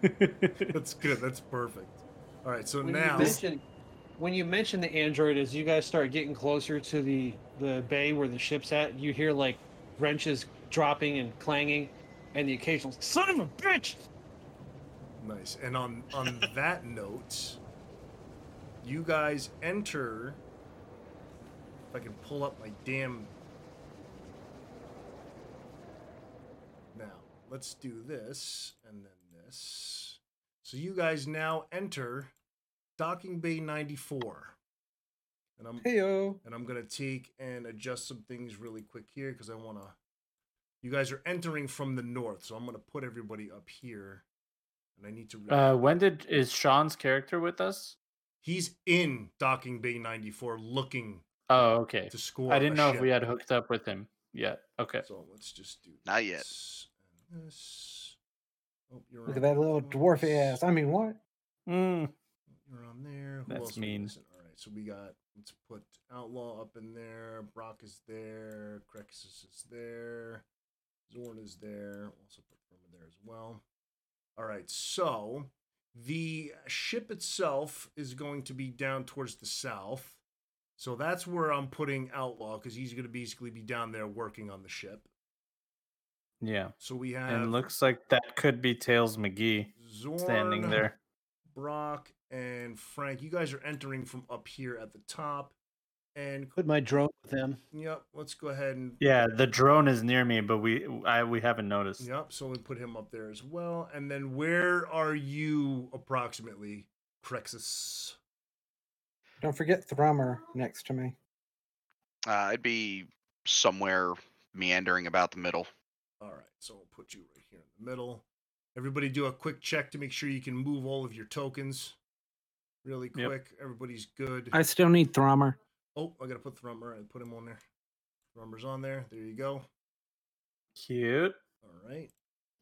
Speaker 2: That's good. That's perfect. All right. So
Speaker 4: When
Speaker 2: now,
Speaker 4: you mention, when you mention the android, as you guys start getting closer to the the bay where the ship's at, you hear like wrenches dropping and clanging, and the occasional "son of a bitch."
Speaker 2: nice. And on on that note, you guys enter. If I can pull up my damn. Now let's do this and then this. So you guys now enter docking bay 94. And I'm
Speaker 5: Heyo.
Speaker 2: and I'm gonna take and adjust some things really quick here because I wanna. You guys are entering from the north, so I'm gonna put everybody up here, and I need to.
Speaker 3: Uh, when did is Sean's character with us?
Speaker 2: He's in docking bay 94, looking
Speaker 3: Oh, okay.
Speaker 2: to score.
Speaker 3: I didn't
Speaker 2: a
Speaker 3: know if we
Speaker 2: ship.
Speaker 3: had hooked up with him yet. Okay.
Speaker 2: So let's just do.
Speaker 7: Not yet.
Speaker 2: this and this. Oh, you're
Speaker 1: Look
Speaker 2: on
Speaker 1: at that little dwarf ass. I mean, what?
Speaker 3: Mm.
Speaker 2: You're on there. Who
Speaker 3: That's
Speaker 2: else are we
Speaker 3: mean.
Speaker 2: missing? All right, so we got let's put Outlaw up in there. Brock is there. Crexus is there. Zorn is there. Also put Firma there as well. All right, so the ship itself is going to be down towards the south. So that's where I'm putting Outlaw because he's going to basically be down there working on the ship.
Speaker 3: Yeah.
Speaker 2: So we have
Speaker 3: And looks like that could be Tails McGee
Speaker 2: Zorn
Speaker 3: standing there.
Speaker 2: Brock and Frank, you guys are entering from up here at the top. And
Speaker 4: Put my drone with them.
Speaker 2: yep, let's go ahead and
Speaker 3: Yeah, the drone is near me, but we I we haven't noticed.
Speaker 2: yep. So we put him up there as well. And then where are you approximately, Crexus?
Speaker 1: Don't forget Thrummer next to me.
Speaker 7: Uh, I'd be somewhere meandering about the middle.
Speaker 2: All right, so we'll put you right here in the middle. Everybody, do a quick check to make sure you can move all of your tokens. Really
Speaker 3: Yep.
Speaker 2: quick, everybody's good.
Speaker 5: I still need Thrummer.
Speaker 2: Oh, I gotta put Thrummer. I put him on there. Thrummer's on there. There you go.
Speaker 3: Cute.
Speaker 2: All right,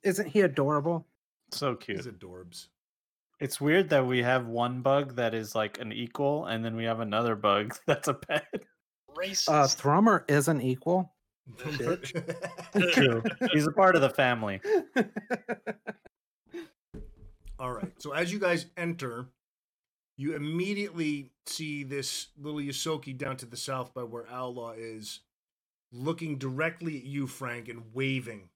Speaker 5: Isn't he adorable?
Speaker 3: So
Speaker 2: he's
Speaker 3: cute.
Speaker 2: adorbs.
Speaker 3: It's weird that we have one bug that is like an equal, and then we have another bug that's a pet.
Speaker 6: Racist.
Speaker 5: Uh, Thrummer isn't equal.
Speaker 3: True. He's a part of the family.
Speaker 5: Uh,
Speaker 2: All right. So as you guys enter, you immediately see this little Yosoki down to the south by where Outlaw is, looking directly at you, Frank, and waving,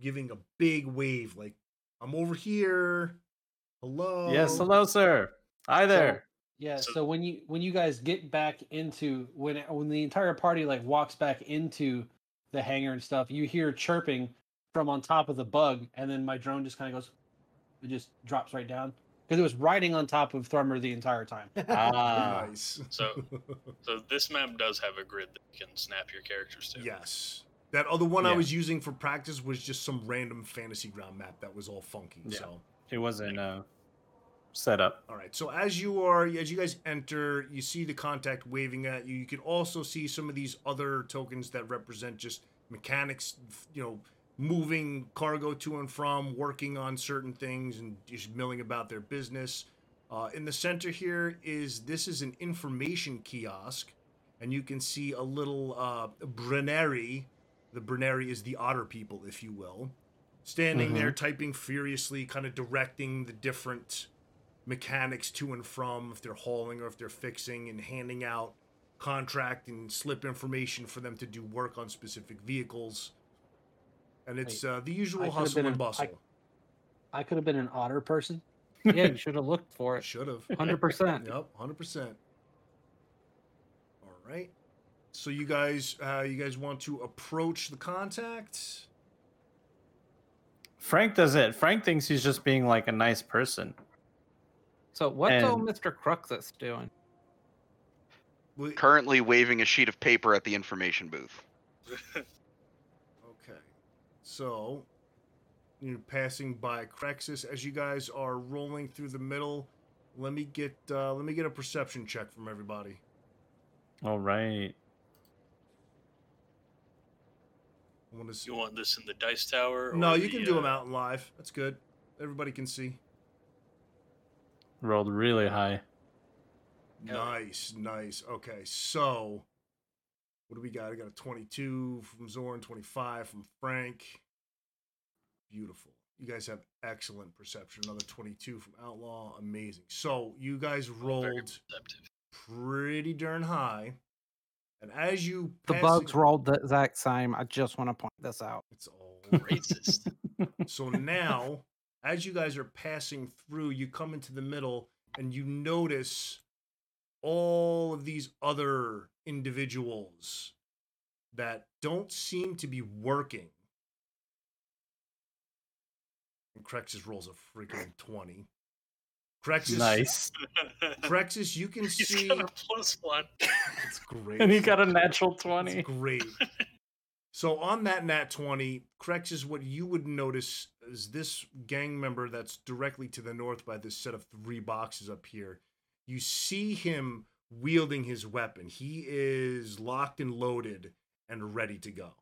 Speaker 2: giving a big wave, like "I'm over here." Hello.
Speaker 3: Yes, hello, sir. Hi there.
Speaker 4: Yeah.
Speaker 6: So-
Speaker 4: So, when you when you guys get back into when when the entire party like walks back into the hangar and stuff, you hear chirping from on top of the bug, and then my drone just kind of goes, it just drops right down because it was riding on top of Thrummer the entire time.
Speaker 3: Ah,
Speaker 2: Nice.
Speaker 6: So- So this map does have a grid that you can snap your characters to.
Speaker 2: yes. That other one I
Speaker 3: Yeah.
Speaker 2: was using for practice was just some random fantasy ground map that was all funky.
Speaker 3: Yeah.
Speaker 2: So.
Speaker 3: it wasn't uh, set up.
Speaker 2: All right. So as you are, as you guys enter, you see the contact waving at you. You can also see some of these other tokens that represent just mechanics, you know, moving cargo to and from, working on certain things, and just milling about their business. Uh, in the center here is this is an information kiosk, and you can see a little uh, Brenneri. The Brenneri is the otter people, if you will, standing there typing furiously, kind of directing the different mechanics to and from if they're hauling or if they're fixing and handing out contract and slip information for them to do work on specific vehicles and it's uh, the
Speaker 4: I
Speaker 2: usual
Speaker 4: could've
Speaker 2: hustle
Speaker 4: been
Speaker 2: and
Speaker 4: an- I-
Speaker 2: bustle
Speaker 4: I could have been an otter person.
Speaker 5: Yeah, you should have looked for it.
Speaker 2: should have
Speaker 5: 100%.
Speaker 2: yep 100% all right so you guys uh, you guys want to approach the contact
Speaker 3: Frank does it. Frank thinks he's just being like a nice person.
Speaker 5: So what's
Speaker 3: And-
Speaker 5: old Mr. Cruxus doing?
Speaker 2: Well,
Speaker 7: Currently waving a sheet of paper at the information booth.
Speaker 2: Okay. So you're passing by Crexus as you guys are rolling through the middle. Let me get uh, let me get a perception check from everybody.
Speaker 3: All right.
Speaker 2: I want to see.
Speaker 6: You want this in the dice tower? or
Speaker 2: No, you
Speaker 6: the,
Speaker 2: can do
Speaker 6: uh,
Speaker 2: them out in live. That's good. Everybody can see.
Speaker 3: Rolled really high.
Speaker 2: Nice, nice. Okay, so what do we got? I got a 22 from Zorn, 25 from Frank. Beautiful. You guys have excellent perception. Another 22 from Outlaw. Amazing. So you guys
Speaker 6: very
Speaker 2: rolled
Speaker 6: perceptive.
Speaker 2: pretty darn high. And as you
Speaker 5: The
Speaker 2: pass
Speaker 5: bugs
Speaker 2: it-
Speaker 5: rolled the exact same. I just want to point this out.
Speaker 2: it's all
Speaker 6: Racist.
Speaker 2: so now, as you guys are passing through, you come into the middle and you notice all of these other individuals that don't seem to be working. And Crexus rolls a freaking twenty. Crexus,
Speaker 3: Nice.
Speaker 2: Crexus, you can
Speaker 6: He's
Speaker 2: see
Speaker 6: got a plus one.
Speaker 2: it's great.
Speaker 3: And he got a natural
Speaker 2: It's
Speaker 3: 20.
Speaker 2: great. so on that nat 20, Krex is what you would notice is this gang member that's directly to the north by this set of three boxes up here. You see him wielding his weapon. He is locked and loaded and ready to go.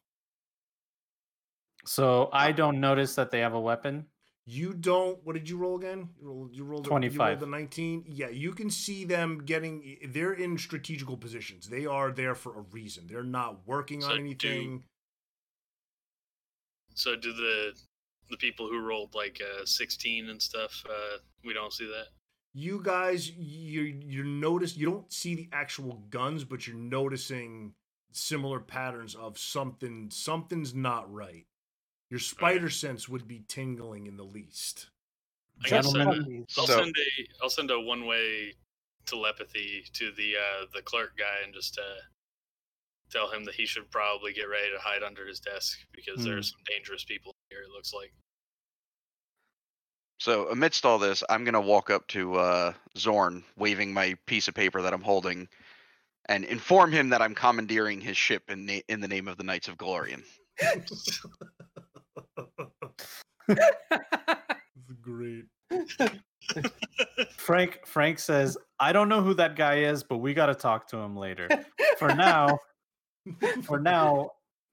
Speaker 3: So I don't notice that they have a weapon.
Speaker 2: You don't. What did you roll again? You rolled. You rolled. a- you rolled
Speaker 3: 25.
Speaker 2: The nineteen. Yeah, you can see them getting. They're in strategical positions. They are there for a reason. They're not working
Speaker 6: So
Speaker 2: on
Speaker 6: do-
Speaker 2: anything.
Speaker 6: So do the the people who rolled like uh, 16 and stuff? Uh, we don't see that.
Speaker 2: you guys you you notice you don't see the actual guns but you're noticing similar patterns of something something's not right your spider sense would be tingling in the least
Speaker 6: I guess uh,
Speaker 5: Gentlemen.
Speaker 6: I'll
Speaker 7: So-
Speaker 6: send a I'll send a one way telepathy to the uh, the clerk guy and just uh, tell him that he should probably get ready to hide under his desk because there are some dangerous people here. It looks like.
Speaker 7: So amidst all this, I'm gonna walk up to uh, Zorn, waving my piece of paper that I'm holding, and inform him that I'm commandeering his ship in, na- in the name of the Knights of Glorian.
Speaker 2: great
Speaker 3: Frank Frank says, "I don't know who that guy is, but we got to talk to him later." For now, for now,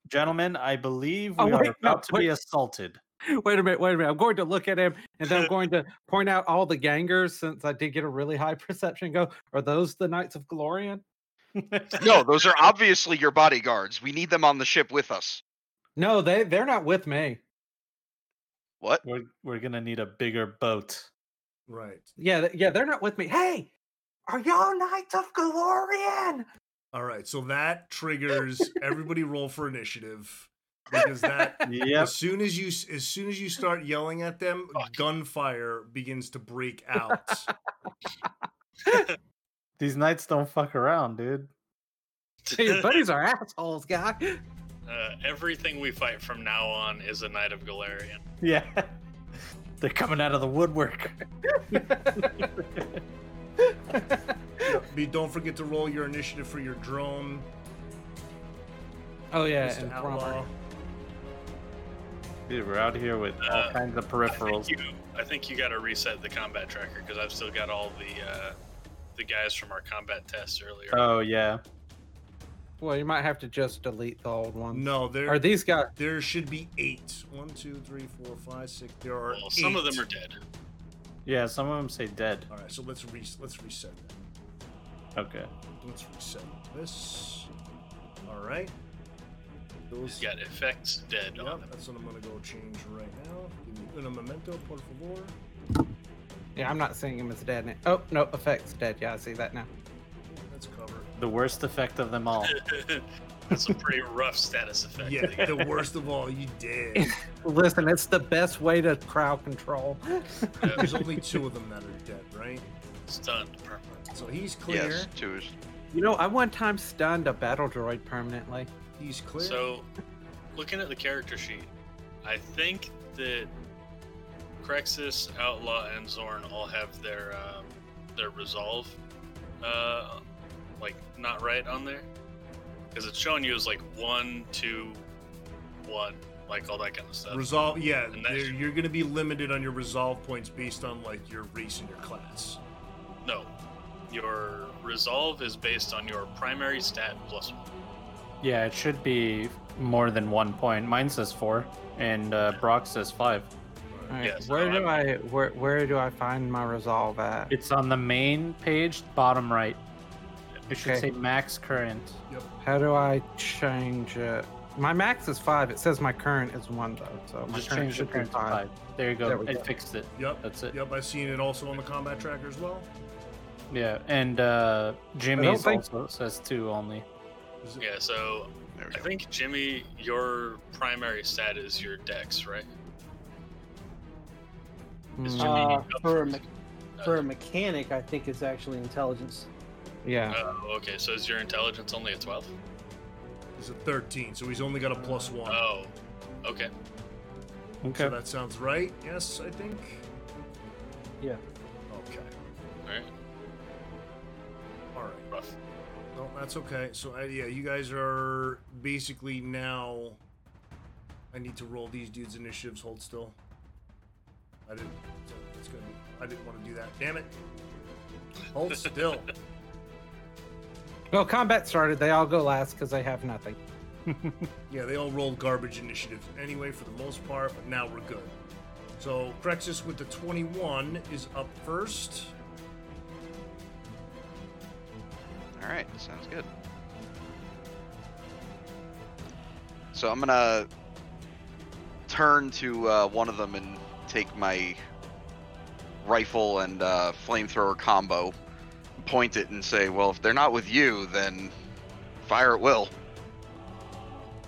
Speaker 3: gentlemen, I believe
Speaker 5: Oh,
Speaker 3: we
Speaker 5: wait,
Speaker 3: are
Speaker 5: no,
Speaker 3: about to be
Speaker 5: wait.
Speaker 3: assaulted.
Speaker 5: Wait a minute, wait a minute. I'm going to look at him and then I'm going to point out all the gangers since I did get a really high perception go. Are those the Knights of Glorian?
Speaker 7: No, those are obviously your bodyguards. We need them on the ship with us.
Speaker 5: No, they they're not with me.
Speaker 7: What?
Speaker 3: We're we're gonna need a bigger boat.
Speaker 2: right
Speaker 5: Yeah, th- yeah, they're not with me. Hey, are y'all Knights of Glorian?
Speaker 2: all right so that triggers everybody roll for initiative because that
Speaker 3: Yep.
Speaker 2: As soon as you s- as soon as you start yelling at them, gunfire begins to break out.
Speaker 3: These knights don't fuck around, dude.
Speaker 5: Your buddies are assholes, guy.
Speaker 6: Uh, everything we fight from now on is a Knight of Galarian.
Speaker 3: Yeah. They're coming out of the woodwork.
Speaker 2: Be- Don't forget to roll your initiative for your drone,
Speaker 5: Oh yeah,
Speaker 2: Mr.
Speaker 5: and
Speaker 2: Outlaw.
Speaker 5: Thromper.
Speaker 3: Dude, we're out here with all
Speaker 6: Uh,
Speaker 3: kinds of
Speaker 6: I
Speaker 3: peripherals.
Speaker 6: think you, I think you got to reset the combat tracker because I've still got all the uh, the guys from our combat test earlier.
Speaker 3: Oh yeah.
Speaker 5: Well, you might have to just delete the old one.
Speaker 2: No,
Speaker 5: Are
Speaker 2: there
Speaker 5: these guys?
Speaker 2: there should be eight. One, two, three, four, five, six. There are
Speaker 6: well, some of
Speaker 2: eight.
Speaker 6: them are dead.
Speaker 3: Yeah, some of them say dead.
Speaker 2: All right, so let's re- let's reset that.
Speaker 3: Okay.
Speaker 2: Let's reset this. All right. Those.
Speaker 6: He's got effects dead on
Speaker 2: Yep,
Speaker 6: them.
Speaker 2: that's what I'm gonna go change right now. Give me un momento, por favor.
Speaker 5: Yeah, I'm not seeing him as dead. Now. Oh no, effects dead. Yeah, I see that now.
Speaker 2: That's covered.
Speaker 3: The worst effect of them all.
Speaker 6: That's a pretty rough status effect.
Speaker 2: Yeah, the worst of all, you did.
Speaker 5: Listen, it's the best way to crowd control.
Speaker 2: There's only two of them that are dead, right?
Speaker 6: Stunned permanently.
Speaker 2: So he's clear.
Speaker 7: Yes, two. is-
Speaker 5: You know, I one time stunned a battle droid permanently.
Speaker 2: He's clear.
Speaker 6: So, looking at the character sheet, I think that Crexus, Outlaw, and Zorn all have their um, their resolve, uh, like not right on there, because it's showing you as like one, two, one, like all that kind of stuff.
Speaker 2: resolve. Yeah,
Speaker 6: uh, And that's-
Speaker 2: there- you're going to be limited on your resolve points based on like your race and your class.
Speaker 6: no, your resolve is based on your primary stat plus one.
Speaker 3: Yeah, it should be more than one point. Mine says four, and uh, Brock says five.
Speaker 5: All right,
Speaker 6: Yes,
Speaker 5: where
Speaker 6: I
Speaker 5: do I where where do I find my resolve at?
Speaker 3: It's on the main page, bottom right. It should
Speaker 5: Okay.
Speaker 3: say max current.
Speaker 5: How do I change it? My max is five. It says my current is one though, so my
Speaker 3: Just
Speaker 5: current
Speaker 3: change the
Speaker 5: should be
Speaker 3: current to
Speaker 5: five.
Speaker 3: five. There you go.
Speaker 5: There we
Speaker 3: it
Speaker 5: go.
Speaker 3: fixed it.
Speaker 2: Yep.
Speaker 3: That's it.
Speaker 2: Yep. I've seen it also on the combat tracker as well.
Speaker 3: Yeah, and uh, Jimmy's
Speaker 5: think-
Speaker 3: also says two only.
Speaker 2: Is it-
Speaker 6: Yeah, so
Speaker 7: There we
Speaker 6: I
Speaker 7: go.
Speaker 6: think Jimmy, your primary stat is your dex, right? Is
Speaker 5: Mm,
Speaker 6: Jimmy
Speaker 4: Uh,
Speaker 6: up
Speaker 4: for a
Speaker 6: first?
Speaker 4: me- For
Speaker 6: Uh,
Speaker 4: a mechanic, I think it's actually intelligence.
Speaker 5: yeah.
Speaker 6: Oh, okay. So is your intelligence only a 12?
Speaker 2: Is it 13? So he's only got a plus one.
Speaker 6: Oh, okay.
Speaker 3: Okay.
Speaker 2: So that sounds right. Yes, I think.
Speaker 4: Yeah.
Speaker 2: Okay.
Speaker 6: All right.
Speaker 2: All right.
Speaker 6: Rough.
Speaker 2: No, that's okay. So I, yeah, you guys are basically now. I need to roll these dudes' initiatives. Hold still. I didn't. It's gonna be. I didn't want to do that. Damn it. Hold still.
Speaker 5: Well, combat started. They all go last because they have nothing.
Speaker 2: yeah, they all rolled garbage initiative anyway for the most part, but now we're good. So Crexus with the 21 is up first.
Speaker 7: All right, sounds good. So I'm gonna turn to uh, one of them and take my rifle and uh, flamethrower combo, point it and say, "Well, if they're not with you, then fire at will."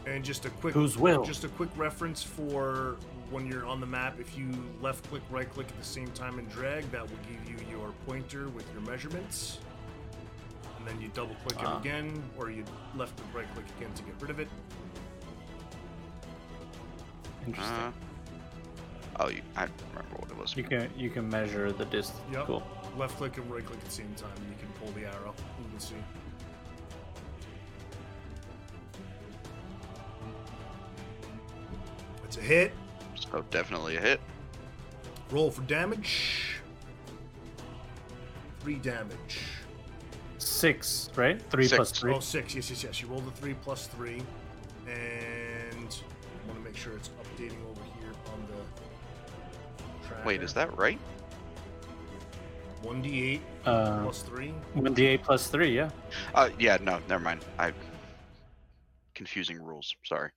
Speaker 2: And just a quick
Speaker 3: Who's Will?
Speaker 2: Just a quick reference for when you're on the map. If you left click, right click at the same time and drag, that will give you your pointer with your measurements. And then you double click
Speaker 3: Ah.
Speaker 2: it again, or you left click, right click again to get rid of it.
Speaker 3: Interesting.
Speaker 7: Uh, oh, you, I remember what it was.
Speaker 3: you can you can measure the distance.
Speaker 2: Yep.
Speaker 3: Cool.
Speaker 2: Left click and right click at the same time, and you can pull the arrow. You can see. It's a hit.
Speaker 7: So definitely a hit.
Speaker 2: Roll for damage. Three damage.
Speaker 3: Six, right? Three
Speaker 7: Six.
Speaker 3: plus three.
Speaker 2: Oh, six. Yes, yes, yes. You rolled a three plus three, and I want to make sure it's updating over here on the. Tracker.
Speaker 7: Wait, is that right?
Speaker 2: one d eight
Speaker 3: Uh,
Speaker 2: plus three?
Speaker 3: one d eight plus three. Yeah.
Speaker 7: Uh, yeah, no, never mind. I confusing rules. Sorry.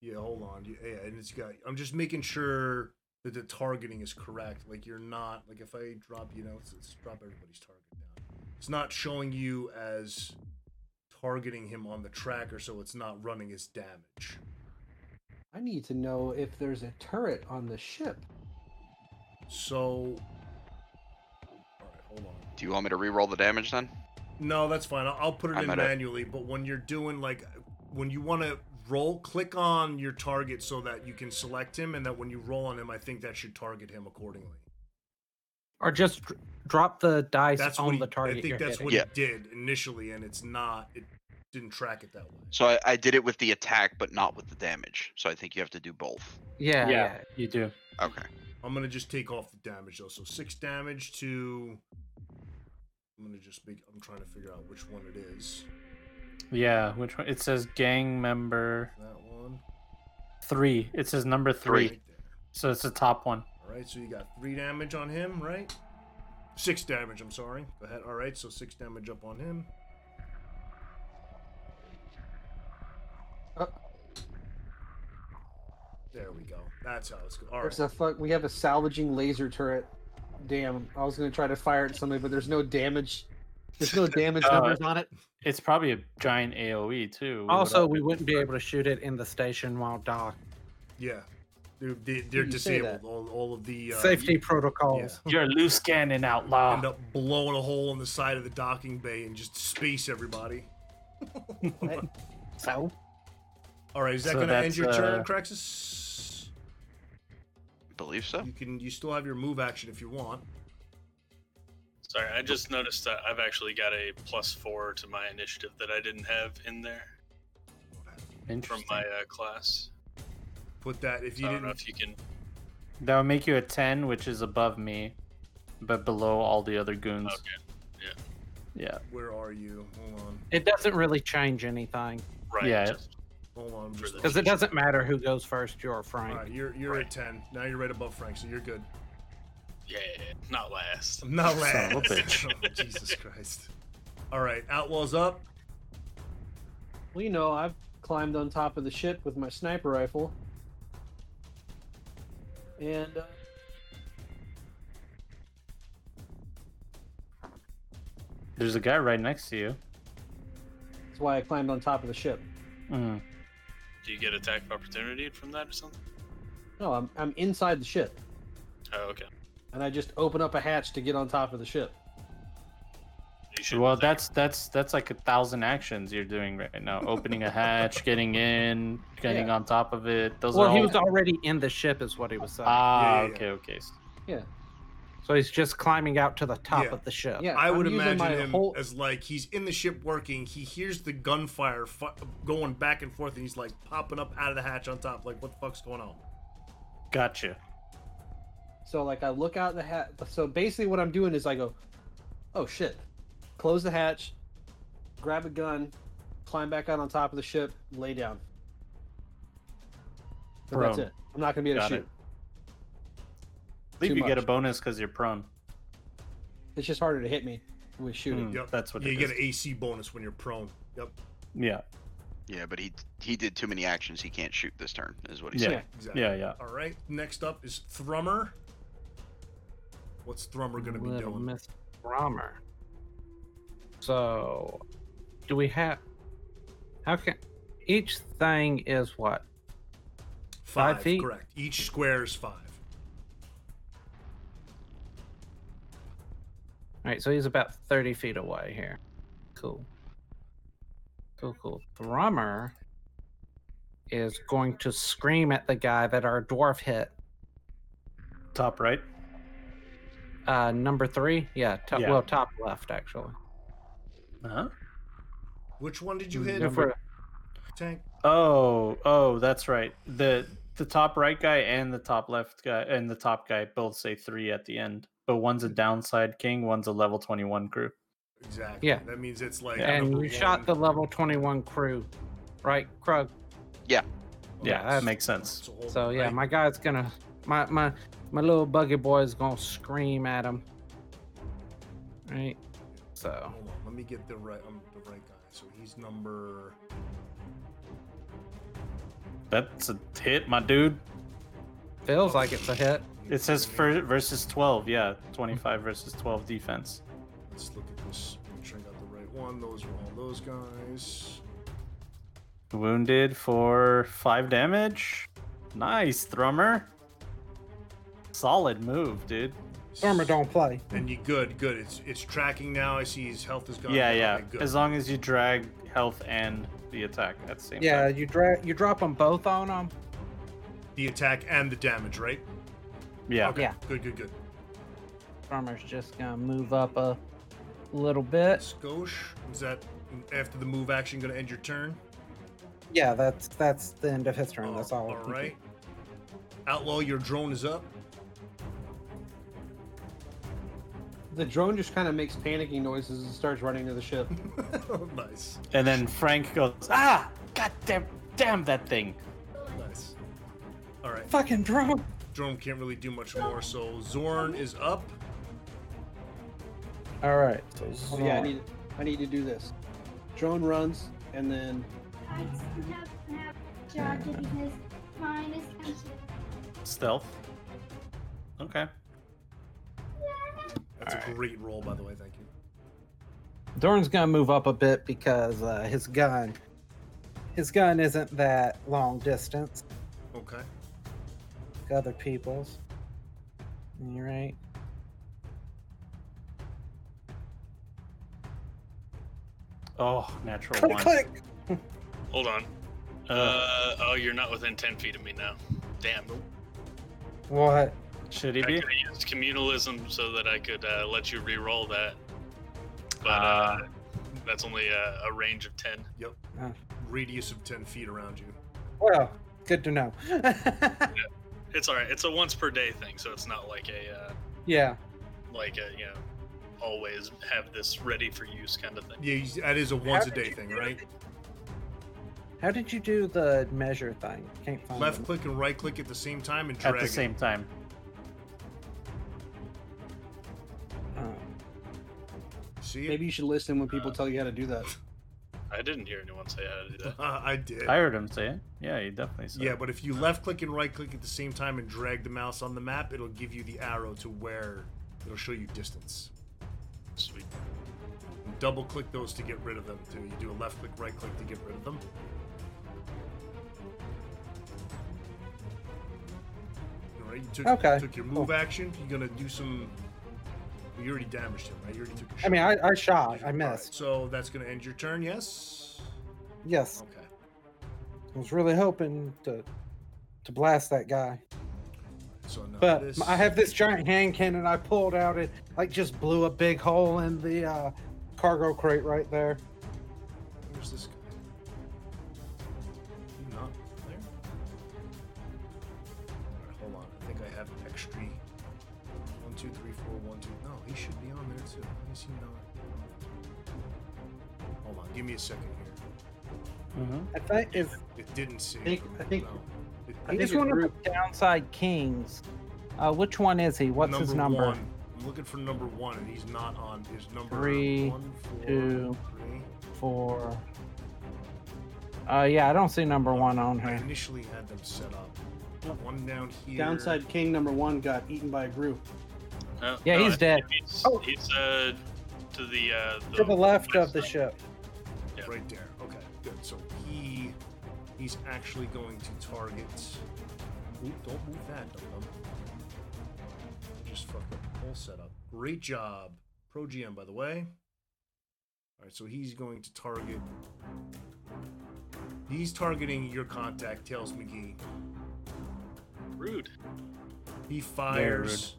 Speaker 2: Yeah, hold on. Yeah, yeah, and it's got. I'm just making sure that the targeting is correct. Like you're not like if I drop, you know, let's, let's drop everybody's target down. It's not showing you as targeting him on the tracker, so it's not running his damage.
Speaker 4: I need to know if there's a turret on the ship.
Speaker 2: So, all right, hold on.
Speaker 7: Do you want me to re-roll the damage then?
Speaker 2: No, that's fine. I'll, I'll put it
Speaker 7: I
Speaker 2: in
Speaker 7: might have-
Speaker 2: manually. But when you're doing like, when you want to roll, click on your target so that you can select him, and that when you roll on him, I think that should target him accordingly.
Speaker 5: Or just dr- drop the dice
Speaker 2: That's what
Speaker 5: on
Speaker 2: he,
Speaker 5: the target.
Speaker 2: I think
Speaker 5: you're
Speaker 2: that's
Speaker 5: hitting.
Speaker 2: what
Speaker 7: Yeah.
Speaker 2: he did initially, and it's not. It didn't track it that way.
Speaker 7: So I, I did it with the attack, but not with the damage. So I think you have to do both.
Speaker 5: yeah, yeah.
Speaker 3: You do.
Speaker 7: Okay.
Speaker 2: I'm gonna just take off the damage though. So six damage to. I'm gonna just make. I'm trying to figure out which one it is.
Speaker 3: Yeah. Which one? It says gang member
Speaker 2: That one.
Speaker 3: three. It says number three.
Speaker 2: Right there.
Speaker 3: So it's the top one.
Speaker 2: All right, so you got three damage on him, right? Six damage. I'm sorry. Go ahead. All right, so six damage up on him.
Speaker 4: Uh,
Speaker 2: There we go. That's how it's going. All right.
Speaker 4: there's a fuck. We have a salvaging laser turret. Damn, I was gonna try to fire at somebody, but there's no damage. There's no damage
Speaker 3: Uh,
Speaker 4: numbers on it.
Speaker 3: It's probably a giant AOE too.
Speaker 5: Also,
Speaker 3: without-
Speaker 5: we wouldn't be able to shoot it in the station while docked.
Speaker 2: Yeah, they're they, they're
Speaker 4: You say
Speaker 2: disabled. All, all of the uh,
Speaker 5: Safety
Speaker 2: you
Speaker 5: protocols.
Speaker 3: you're loose cannon outlaw.
Speaker 2: end up blowing a hole in the side of the docking bay and just space everybody.
Speaker 5: So
Speaker 2: All right, is that
Speaker 3: So
Speaker 2: going to end
Speaker 3: that's,
Speaker 2: your
Speaker 3: uh,
Speaker 2: turn, Craxus?
Speaker 7: Believe so.
Speaker 2: You can. You still have your move action if you want.
Speaker 6: Sorry, I just noticed that I've actually got a plus four to my initiative that I didn't have in there from
Speaker 3: Interesting.
Speaker 6: my uh, class.
Speaker 2: Put that if you
Speaker 6: I don't know
Speaker 2: didn't.
Speaker 6: if you can.
Speaker 3: That would make you a ten, which is above me, but below all the other goons.
Speaker 6: Okay,
Speaker 3: Yeah.
Speaker 2: Where are you? Hold on.
Speaker 5: it doesn't really change anything
Speaker 6: right.
Speaker 3: Yeah.
Speaker 6: just-
Speaker 2: Hold on. I'm
Speaker 6: For
Speaker 2: just
Speaker 6: the-
Speaker 5: because it doesn't matter who goes first, you or
Speaker 2: All
Speaker 5: Frank.
Speaker 2: right, you're you're
Speaker 6: Right.
Speaker 2: at ten. Now you're right above Frank, so you're good.
Speaker 6: yeah, not last.
Speaker 2: I'm not
Speaker 3: Son
Speaker 2: laughing. Oh,
Speaker 3: of a
Speaker 2: Jesus Christ. All right, outlaws up.
Speaker 4: Well, you know, I've climbed on top of the ship with my sniper rifle, and uh,
Speaker 3: There's a guy right next to you.
Speaker 4: that's why I climbed on top of the ship.
Speaker 3: Mm.
Speaker 6: Do you get attack of opportunity from that or something?
Speaker 4: No, I'm I'm inside the ship,
Speaker 6: Oh, okay.
Speaker 4: and I just open up a hatch to get on top of the ship.
Speaker 6: You should
Speaker 3: Well,
Speaker 6: attack-
Speaker 3: that's that's that's like a thousand actions you're doing right now. Opening a hatch, getting in, getting
Speaker 4: Yeah.
Speaker 3: on top of it. Those are
Speaker 5: Well,
Speaker 3: all.
Speaker 5: he was already in the ship, is what he was saying.
Speaker 2: Yeah,
Speaker 3: ah,
Speaker 2: yeah, yeah.
Speaker 3: okay, okay. S-
Speaker 5: so he's just climbing out to the top
Speaker 2: Yeah.
Speaker 5: of the ship.
Speaker 4: Yeah,
Speaker 2: I
Speaker 4: I'm
Speaker 2: would
Speaker 4: using my
Speaker 2: imagine him
Speaker 4: whole-
Speaker 2: as like he's in the ship working. He hears the gunfire fu- going back and forth, and he's like popping up out of the hatch on top. Like, what the fuck's going on?
Speaker 3: Gotcha.
Speaker 4: So like I look out the hat. So basically, what I'm doing is I go, "Oh shit!" Close the hatch, grab a gun, climb back out on top of the ship, lay down. But that's
Speaker 3: Prone.
Speaker 4: it. I'm not gonna be able
Speaker 3: Got
Speaker 4: to
Speaker 3: it.
Speaker 4: shoot.
Speaker 3: believe
Speaker 4: too
Speaker 3: you get a
Speaker 4: much.
Speaker 3: bonus because you're prone.
Speaker 4: It's just harder to hit me with shooting.
Speaker 3: Mm,
Speaker 2: Yep.
Speaker 3: That's what
Speaker 2: Yeah,
Speaker 3: it
Speaker 2: you get
Speaker 3: is.
Speaker 2: an AC bonus when you're prone. Yep,
Speaker 3: Yeah,
Speaker 7: Yeah, but he he did too many actions. He can't shoot this turn, is what he
Speaker 3: yeah,
Speaker 7: said.
Speaker 2: exactly.
Speaker 3: yeah, yeah.
Speaker 2: All right. Next up is Thrummer. What's Thrummer gonna be
Speaker 5: Little
Speaker 2: doing?
Speaker 5: Miss Brommer. So, do we have? How can each thing is what?
Speaker 2: Five,
Speaker 5: feet?
Speaker 2: correct. Each square is five.
Speaker 5: All right, so he's about thirty feet away here. Cool. Cool, cool. Thrummer is going to scream at the guy that our dwarf hit.
Speaker 3: Top right.
Speaker 5: Uh, number three, yeah, top,
Speaker 3: Yeah.
Speaker 5: well, top left actually.
Speaker 3: Huh?
Speaker 2: Which one did you hit?
Speaker 5: If we're-
Speaker 2: Tank.
Speaker 3: Oh, oh, that's right. the The top right guy and the top left guy and the top guy both say three at the end, but one's a downside king, one's a level twenty one crew.
Speaker 2: Exactly.
Speaker 5: Yeah.
Speaker 2: That means it's like.
Speaker 5: and you
Speaker 2: number
Speaker 5: shot
Speaker 2: one.
Speaker 5: the level twenty-one crew, right, Krug?
Speaker 2: Oh,
Speaker 3: Yeah,
Speaker 5: that's-
Speaker 3: that makes sense.
Speaker 2: So, hold
Speaker 5: So
Speaker 2: on,
Speaker 5: yeah,
Speaker 2: right?
Speaker 5: my guy's gonna, my my my little buggy boy is gonna scream at him. Right. So
Speaker 2: Hold on, let me get the right. I'm the right guy. So he's number.
Speaker 3: That's a hit, my dude.
Speaker 5: feels like it's a hit.
Speaker 3: It says fir- versus twelve. Yeah, twenty five versus twelve defense.
Speaker 2: Let's look at this. Make sure I got the right one. Those are all those guys.
Speaker 3: Wounded for five damage. Nice, Thrummer. Solid move, dude.
Speaker 1: Farmer don't play.
Speaker 2: And you good, good. It's it's tracking now. I see his health is gone.
Speaker 3: yeah,
Speaker 2: Okay,
Speaker 3: yeah.
Speaker 2: good.
Speaker 3: As long as you drag health and the attack at the same
Speaker 5: Yeah,
Speaker 3: time.
Speaker 5: you dra- you drop them both on him.
Speaker 2: the attack and the damage, right?
Speaker 3: Yeah.
Speaker 2: Okay.
Speaker 5: Yeah.
Speaker 2: Good, good, good.
Speaker 5: Farmer's just gonna move up a little bit.
Speaker 2: Skosh, is that after the move action going to end your turn?
Speaker 5: Yeah, that's that's the end of his turn. That's all.
Speaker 2: All right. Outlaw, your drone is up.
Speaker 4: The drone just kind of makes panicking noises and starts running to the ship.
Speaker 2: nice,
Speaker 3: And then Frank goes, ah, god damn, damn that thing.
Speaker 2: nice. All right.
Speaker 5: Fucking drone.
Speaker 2: Drone can't really do much more. So Zorn is up.
Speaker 5: All right.
Speaker 4: So
Speaker 5: Oh.
Speaker 4: yeah, I need I need to do this. Drone runs and then
Speaker 3: Stealth. Okay.
Speaker 2: That's a great roll, by the way. Thank you.
Speaker 5: Dorn's gonna move up a bit because uh, his gun, his gun isn't that long distance.
Speaker 2: Okay.
Speaker 5: like other people's. All right.
Speaker 3: Oh, natural
Speaker 5: Click,
Speaker 3: one.
Speaker 5: click.
Speaker 6: Hold on.
Speaker 3: Uh,
Speaker 6: Uh, oh, you're not within 10 feet of me now. Damn.
Speaker 5: What?
Speaker 3: should he
Speaker 6: I
Speaker 3: be?
Speaker 6: could have used communalism so that I could uh, let you re-roll that. But uh,
Speaker 3: Ah.
Speaker 6: that's only a, a range of 10.
Speaker 2: Radius of ten feet around you.
Speaker 5: Well, good to know.
Speaker 6: It's all right. It's a once per day thing, so it's not like a uh,
Speaker 5: yeah.
Speaker 6: like a you know always have this ready for use kind of thing.
Speaker 2: Yeah, you- that is a once a
Speaker 5: did
Speaker 2: day
Speaker 5: you
Speaker 2: thing,
Speaker 5: do
Speaker 2: right?
Speaker 5: How did you do the measure thing? Can't find
Speaker 2: Left
Speaker 5: it.
Speaker 2: click and right click at the same time and drag.
Speaker 3: At the
Speaker 2: it.
Speaker 3: same time.
Speaker 5: Oh.
Speaker 2: See it?
Speaker 4: maybe you should listen when
Speaker 2: Uh,
Speaker 4: people tell you how to do that.
Speaker 6: I didn't hear anyone say how to do that.
Speaker 2: I did.
Speaker 3: I heard him say it. Yeah, he definitely said
Speaker 2: Yeah,
Speaker 3: it.
Speaker 2: but if you left click and right click at the same time and drag the mouse on the map, it'll give you the arrow to where it'll show you distance.
Speaker 6: Sweet.
Speaker 2: Double click those to get rid of them too. You do a left click, right click to get rid of them. All right, you took,
Speaker 5: Okay,
Speaker 2: took your move action. You're gonna do some. You already damaged him, right? You already took a shot.
Speaker 5: I mean, I, I shot. I
Speaker 2: All right,
Speaker 5: missed.
Speaker 2: so that's gonna end your turn. Yes.
Speaker 5: Yes.
Speaker 2: Okay.
Speaker 5: I was really hoping to to blast that guy,
Speaker 2: So now
Speaker 5: but
Speaker 2: this...
Speaker 5: I have this giant hand cannon I pulled out. It like just blew a big hole in the uh, cargo crate right there.
Speaker 2: Where's this guy? Is he Not there. Alright, hold on. I think I have extra. One, two, three, four, one, two. No, he should be on there too. Why is he not? Hold on. Give me a second here.
Speaker 3: Mhm.
Speaker 5: I think is
Speaker 2: It didn't save.
Speaker 4: think-
Speaker 2: him.
Speaker 4: I think-
Speaker 2: No. It-
Speaker 4: I think
Speaker 5: he's
Speaker 4: it's
Speaker 5: one of
Speaker 4: Groot.
Speaker 5: the downside kings Uh, which one is he? What's his number?
Speaker 2: One. I'm looking for number one, and he's not on. His number
Speaker 5: Three,
Speaker 2: one, four,
Speaker 5: two,
Speaker 2: three.
Speaker 5: For. Uh, yeah, I don't see number one on
Speaker 2: I
Speaker 5: here.
Speaker 2: initially had them set up. One down here.
Speaker 4: Downside King number one got eaten by a group.
Speaker 6: No,
Speaker 5: Yeah,
Speaker 6: no,
Speaker 5: he's
Speaker 6: I think
Speaker 5: dead.
Speaker 6: He's,
Speaker 1: Oh.
Speaker 6: he's uh, to the uh,
Speaker 1: To the left of the ship.
Speaker 6: Yeah.
Speaker 2: Right there. Okay, good. So he he's actually going to target. Ooh, don't move that, dum dum. Just fucked up the whole setup. Great job, Pro GM, by the way. All right, so he's going to target. He's targeting your contact, Tails McGee.
Speaker 6: Rude.
Speaker 2: He fires,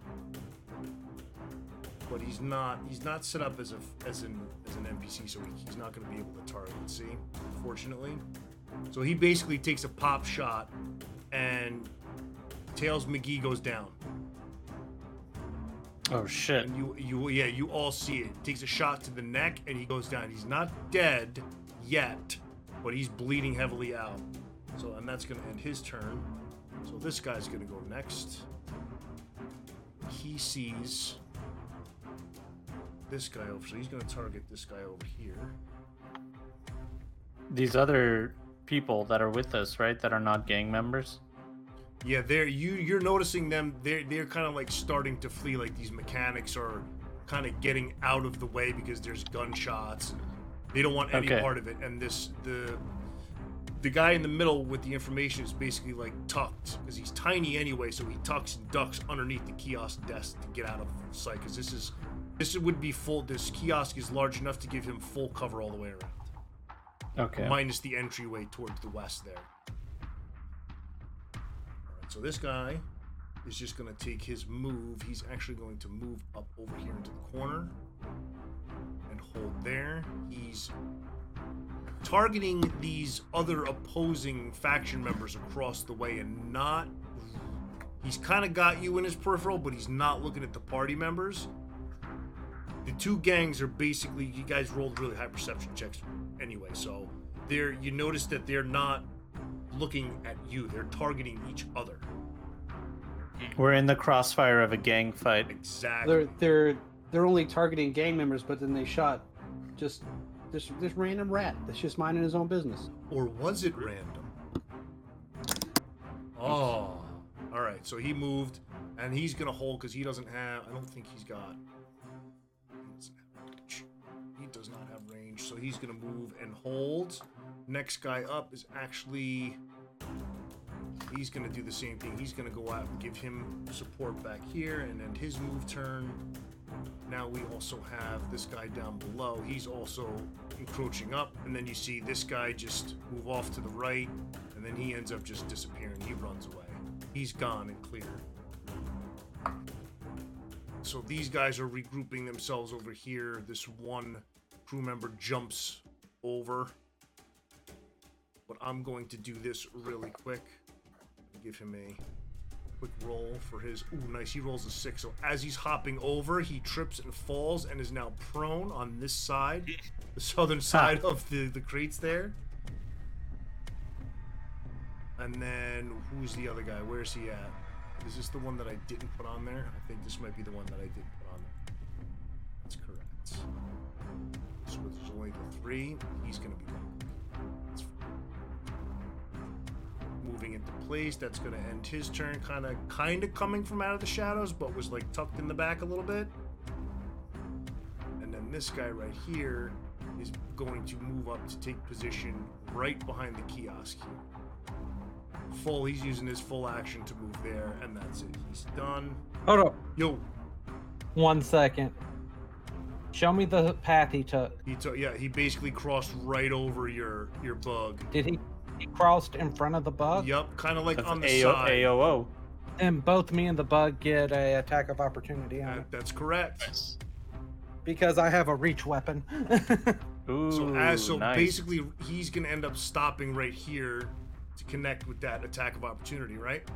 Speaker 2: but he's not. He's not set up as a as an as an NPC, so he, he's not going to be able to target. See, fortunately, so he basically takes a pop shot, and Tails McGee goes down.
Speaker 3: Oh shit.
Speaker 2: And you you yeah you all see it. Takes a shot to the neck, and he goes down. He's not dead yet, but he's bleeding heavily out. So and that's going to end his turn. So this guy's going to go next. He sees this guy over, so he's going to target this guy over here.
Speaker 3: These other people that are with us, right? That are not gang members.
Speaker 2: Yeah, they're you you're noticing them they're they're kinda like starting to flee, like these mechanics are kinda getting out of the way because there's gunshots and they don't want any
Speaker 3: Okay.
Speaker 2: part of it. And this the the guy in the middle with the information is basically like tucked because he's tiny anyway, so he tucks and ducks underneath the kiosk desk to get out of sight. Because this is this would be full. This kiosk is large enough to give him full cover all the way around,
Speaker 3: Okay.
Speaker 2: minus the entryway towards the west there. Alright, so this guy is just going to take his move. He's actually going to move up over here into the corner and hold there. He's targeting these other opposing faction members across the way and not. He's kind of got you in his peripheral, but he's not looking at the party members. The two gangs are basically. You guys rolled really high perception checks anyway, so they're, you notice that they're not looking at you, they're targeting each other.
Speaker 3: We're in the crossfire of a gang fight.
Speaker 2: Exactly.
Speaker 4: They're they're they're only targeting gang members, but then they shot just this this random rat that's just minding his own business.
Speaker 2: Or was it random? Oh. All right. So he moved, and he's gonna hold because he doesn't have. I don't think he's got. He doesn't have range. He does not have range, so he's gonna move and hold. Next guy up is actually. He's gonna do the same thing. He's gonna go out and give him support back here, and then his move turn. Now we also have this guy down below. He's also encroaching up, and then you see this guy just move off to the right, and then he ends up just disappearing. He runs away. He's gone and clear. So these guys are regrouping themselves over here. This one crew member jumps over. But I'm going to do this really quick. Give him a quick roll for his. Ooh, nice. He rolls a six. So as he's hopping over, he trips and falls and is now prone on this side, the southern side of the, the crates there. And then who's the other guy? Where's he at? Is this the one that I didn't put on there? I think this might be the one that I didn't put on there. That's correct. So there's only the three. He's gonna be back. That's fine. moving into place. That's gonna end his turn. Kind of, kind of coming from out of the shadows, but was like tucked in the back a little bit. And then this guy right here is going to move up to take position right behind the kiosk here full. He's using his full action to move there, and that's it. He's done.
Speaker 5: Hold up.
Speaker 2: Yo,
Speaker 5: One second. Show me the path he took.
Speaker 2: he took. Yeah, he basically crossed right over your your bug.
Speaker 5: Did he? He crossed in front of the bug,
Speaker 2: Yup, kind of like
Speaker 3: That's
Speaker 2: on the
Speaker 3: AO-
Speaker 2: side.
Speaker 3: AOO.
Speaker 5: and both me and the bug get a attack of opportunity on it
Speaker 2: That- that's correct.
Speaker 6: Nice.
Speaker 5: because I have a reach weapon.
Speaker 3: Ooh,
Speaker 2: So as so
Speaker 3: nice.
Speaker 2: basically, he's gonna end up stopping right here to connect with that attack of opportunity, right?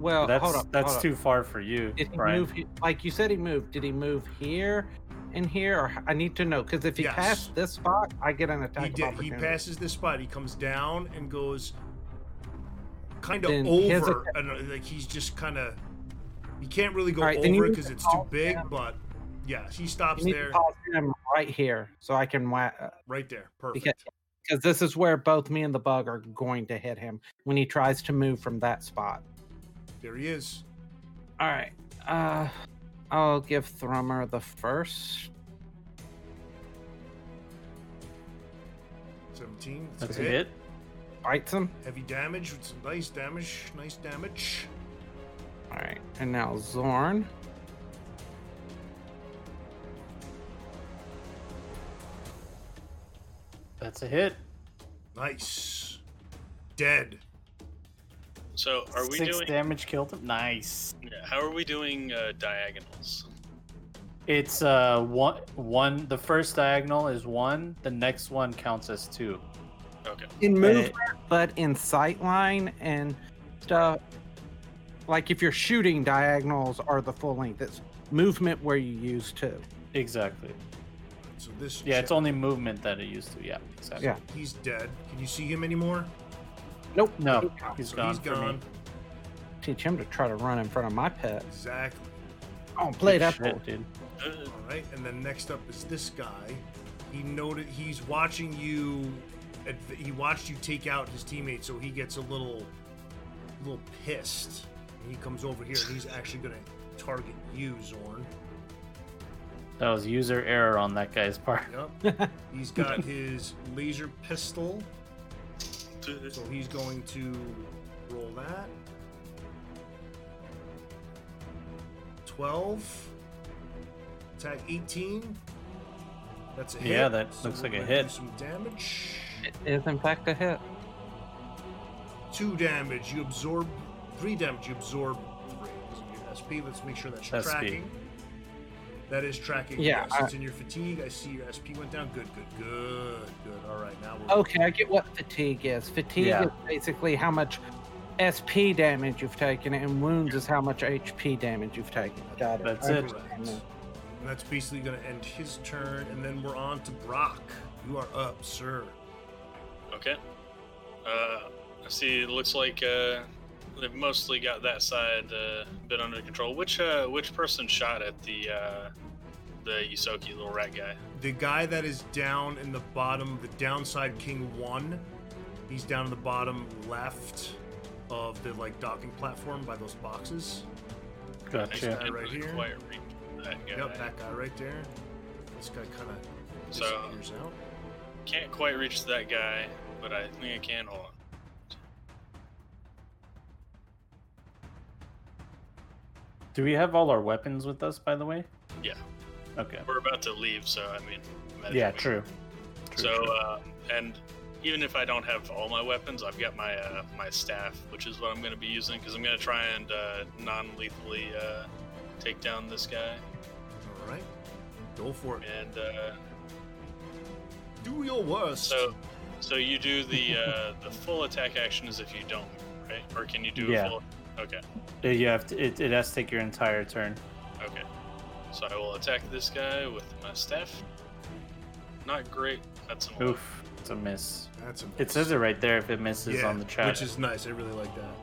Speaker 5: well,
Speaker 3: that's
Speaker 5: Oh, hold up.
Speaker 3: that's
Speaker 5: hold up.
Speaker 3: too far for you,
Speaker 5: Did he
Speaker 3: Brian.
Speaker 5: move? he- Like you said, he moved. Did he move here and here? Or I need to know because if he
Speaker 2: Yes.
Speaker 5: passed this spot, I get an attack
Speaker 2: He
Speaker 5: of
Speaker 2: did. He
Speaker 5: opportunity.
Speaker 2: passes this spot. He comes down and goes kind of
Speaker 5: Then his
Speaker 2: over, and uh, like he's just kind of You can't really go
Speaker 5: All right, then
Speaker 2: over
Speaker 5: you
Speaker 2: it
Speaker 5: need
Speaker 2: because
Speaker 5: to
Speaker 2: it's too
Speaker 5: pause
Speaker 2: big,
Speaker 5: them.
Speaker 2: but yeah, she stops
Speaker 5: You need to
Speaker 2: there,
Speaker 5: pause him right here so I can wha-
Speaker 2: right there. Perfect.
Speaker 5: because because this is where both me and the bug are going to hit him when he tries to move from that spot.
Speaker 2: There he is.
Speaker 5: All right. Uh, I'll give Thrummer the first.
Speaker 2: 17. It's
Speaker 3: That's a hit.
Speaker 5: Bites him.
Speaker 2: Heavy damage. It's nice damage. Nice damage.
Speaker 5: All right, and now Zorn.
Speaker 3: That's a hit.
Speaker 2: Nice. Dead.
Speaker 6: So are we
Speaker 3: Six
Speaker 6: doing?
Speaker 3: damage killed him. Nice.
Speaker 6: yeah, How are we doing uh, diagonals?
Speaker 3: It's uh one one. The first diagonal is one. The next one counts as two.
Speaker 6: Okay.
Speaker 5: In
Speaker 3: And
Speaker 5: movement,
Speaker 3: it-
Speaker 5: but in sight line and stuff. Like if you're shooting, diagonals are the full length. It's movement where you use two.
Speaker 3: exactly.
Speaker 2: So this.
Speaker 3: Yeah, it's
Speaker 2: chap-
Speaker 3: only movement that it used to. Yeah, exactly.
Speaker 5: Yeah.
Speaker 2: He's dead. Can you see him anymore?
Speaker 5: Nope.
Speaker 3: No, he's
Speaker 2: So
Speaker 3: gone.
Speaker 2: he's
Speaker 3: for me.
Speaker 2: gone.
Speaker 5: Teach him to try to run in front of my pet.
Speaker 2: Exactly.
Speaker 5: Oh, play
Speaker 3: Good
Speaker 5: that
Speaker 3: shit,
Speaker 5: boy.
Speaker 3: dude.
Speaker 6: Uh,
Speaker 2: All right, and then next up is this guy. He noted he's watching you. adv- He watched you take out his teammate, so he gets a little, little pissed. And he comes over here, and he's actually gonna target you, Zorn.
Speaker 3: That was user error on that guy's part.
Speaker 2: Yep. he's got his laser pistol, so
Speaker 6: dude,
Speaker 2: he's going to roll that. Twelve. Attack eighteen. That's a hit.
Speaker 3: Yeah, that
Speaker 2: so
Speaker 3: looks
Speaker 2: we're
Speaker 3: like a
Speaker 2: gonna do
Speaker 3: hit.
Speaker 2: Some damage.
Speaker 5: It is in fact a hit.
Speaker 2: two damage. You absorb three damage. You absorb three. That's your SP. Let's make sure that's,
Speaker 3: That's speed.
Speaker 2: tracking. That is tracking.
Speaker 5: Yeah,
Speaker 2: Yes,
Speaker 5: I-
Speaker 2: it's in your fatigue. I see your SP went down. Good, good, good, good. All right, now we're
Speaker 5: Okay, I get what fatigue is. Fatigue
Speaker 3: Yeah.
Speaker 5: is basically how much SP damage you've taken, and wounds is how much HP damage you've taken. Got it.
Speaker 3: That's
Speaker 5: I
Speaker 3: it.
Speaker 5: understand now.
Speaker 2: And that's basically going to end his turn, and then we're on to Brock. You are up, sir.
Speaker 6: okay. Uh, I see. It looks like uh, they've mostly got that side uh, a bit under control. Which uh, which person shot at the uh, the Yusoki little rat guy?
Speaker 2: The guy that is down in the bottom, the downside king one, he's down in the bottom left of the like docking platform by those boxes.
Speaker 3: Gotcha.
Speaker 2: Guy
Speaker 6: Didn't
Speaker 2: right
Speaker 6: really
Speaker 2: here.
Speaker 6: quite reach that guy.
Speaker 2: Yep, that guy right there. This guy kind of
Speaker 6: So-
Speaker 2: disappears out.
Speaker 6: Can't quite reach that guy, but I think I can. Hold on.
Speaker 3: Do we have all our weapons with us, by the way?
Speaker 6: Yeah.
Speaker 3: Okay.
Speaker 6: We're about to leave, so I mean. might as
Speaker 3: Yeah,
Speaker 6: well-
Speaker 3: true. True,
Speaker 6: So,
Speaker 3: true.
Speaker 6: uh, and even if I don't have all my weapons, I've got my uh, my staff, which is what I'm going to be using because I'm going to try and uh, non-lethally uh, take down this guy.
Speaker 2: All right, go for it.
Speaker 6: And uh,
Speaker 2: Do your worst.
Speaker 6: so, so you do the uh, the full attack action as if you don't, right? Or can you do
Speaker 3: Yeah.
Speaker 6: a full? Okay,
Speaker 3: Uh, you have to, it, it has to take your entire turn.
Speaker 6: okay. So I will attack this guy with my staff. Not great. That's an eleven.
Speaker 3: Oof, it's a miss.
Speaker 2: That's a
Speaker 3: It says it right there if it misses
Speaker 2: yeah,
Speaker 3: on the chat.
Speaker 2: which is nice. I really like that.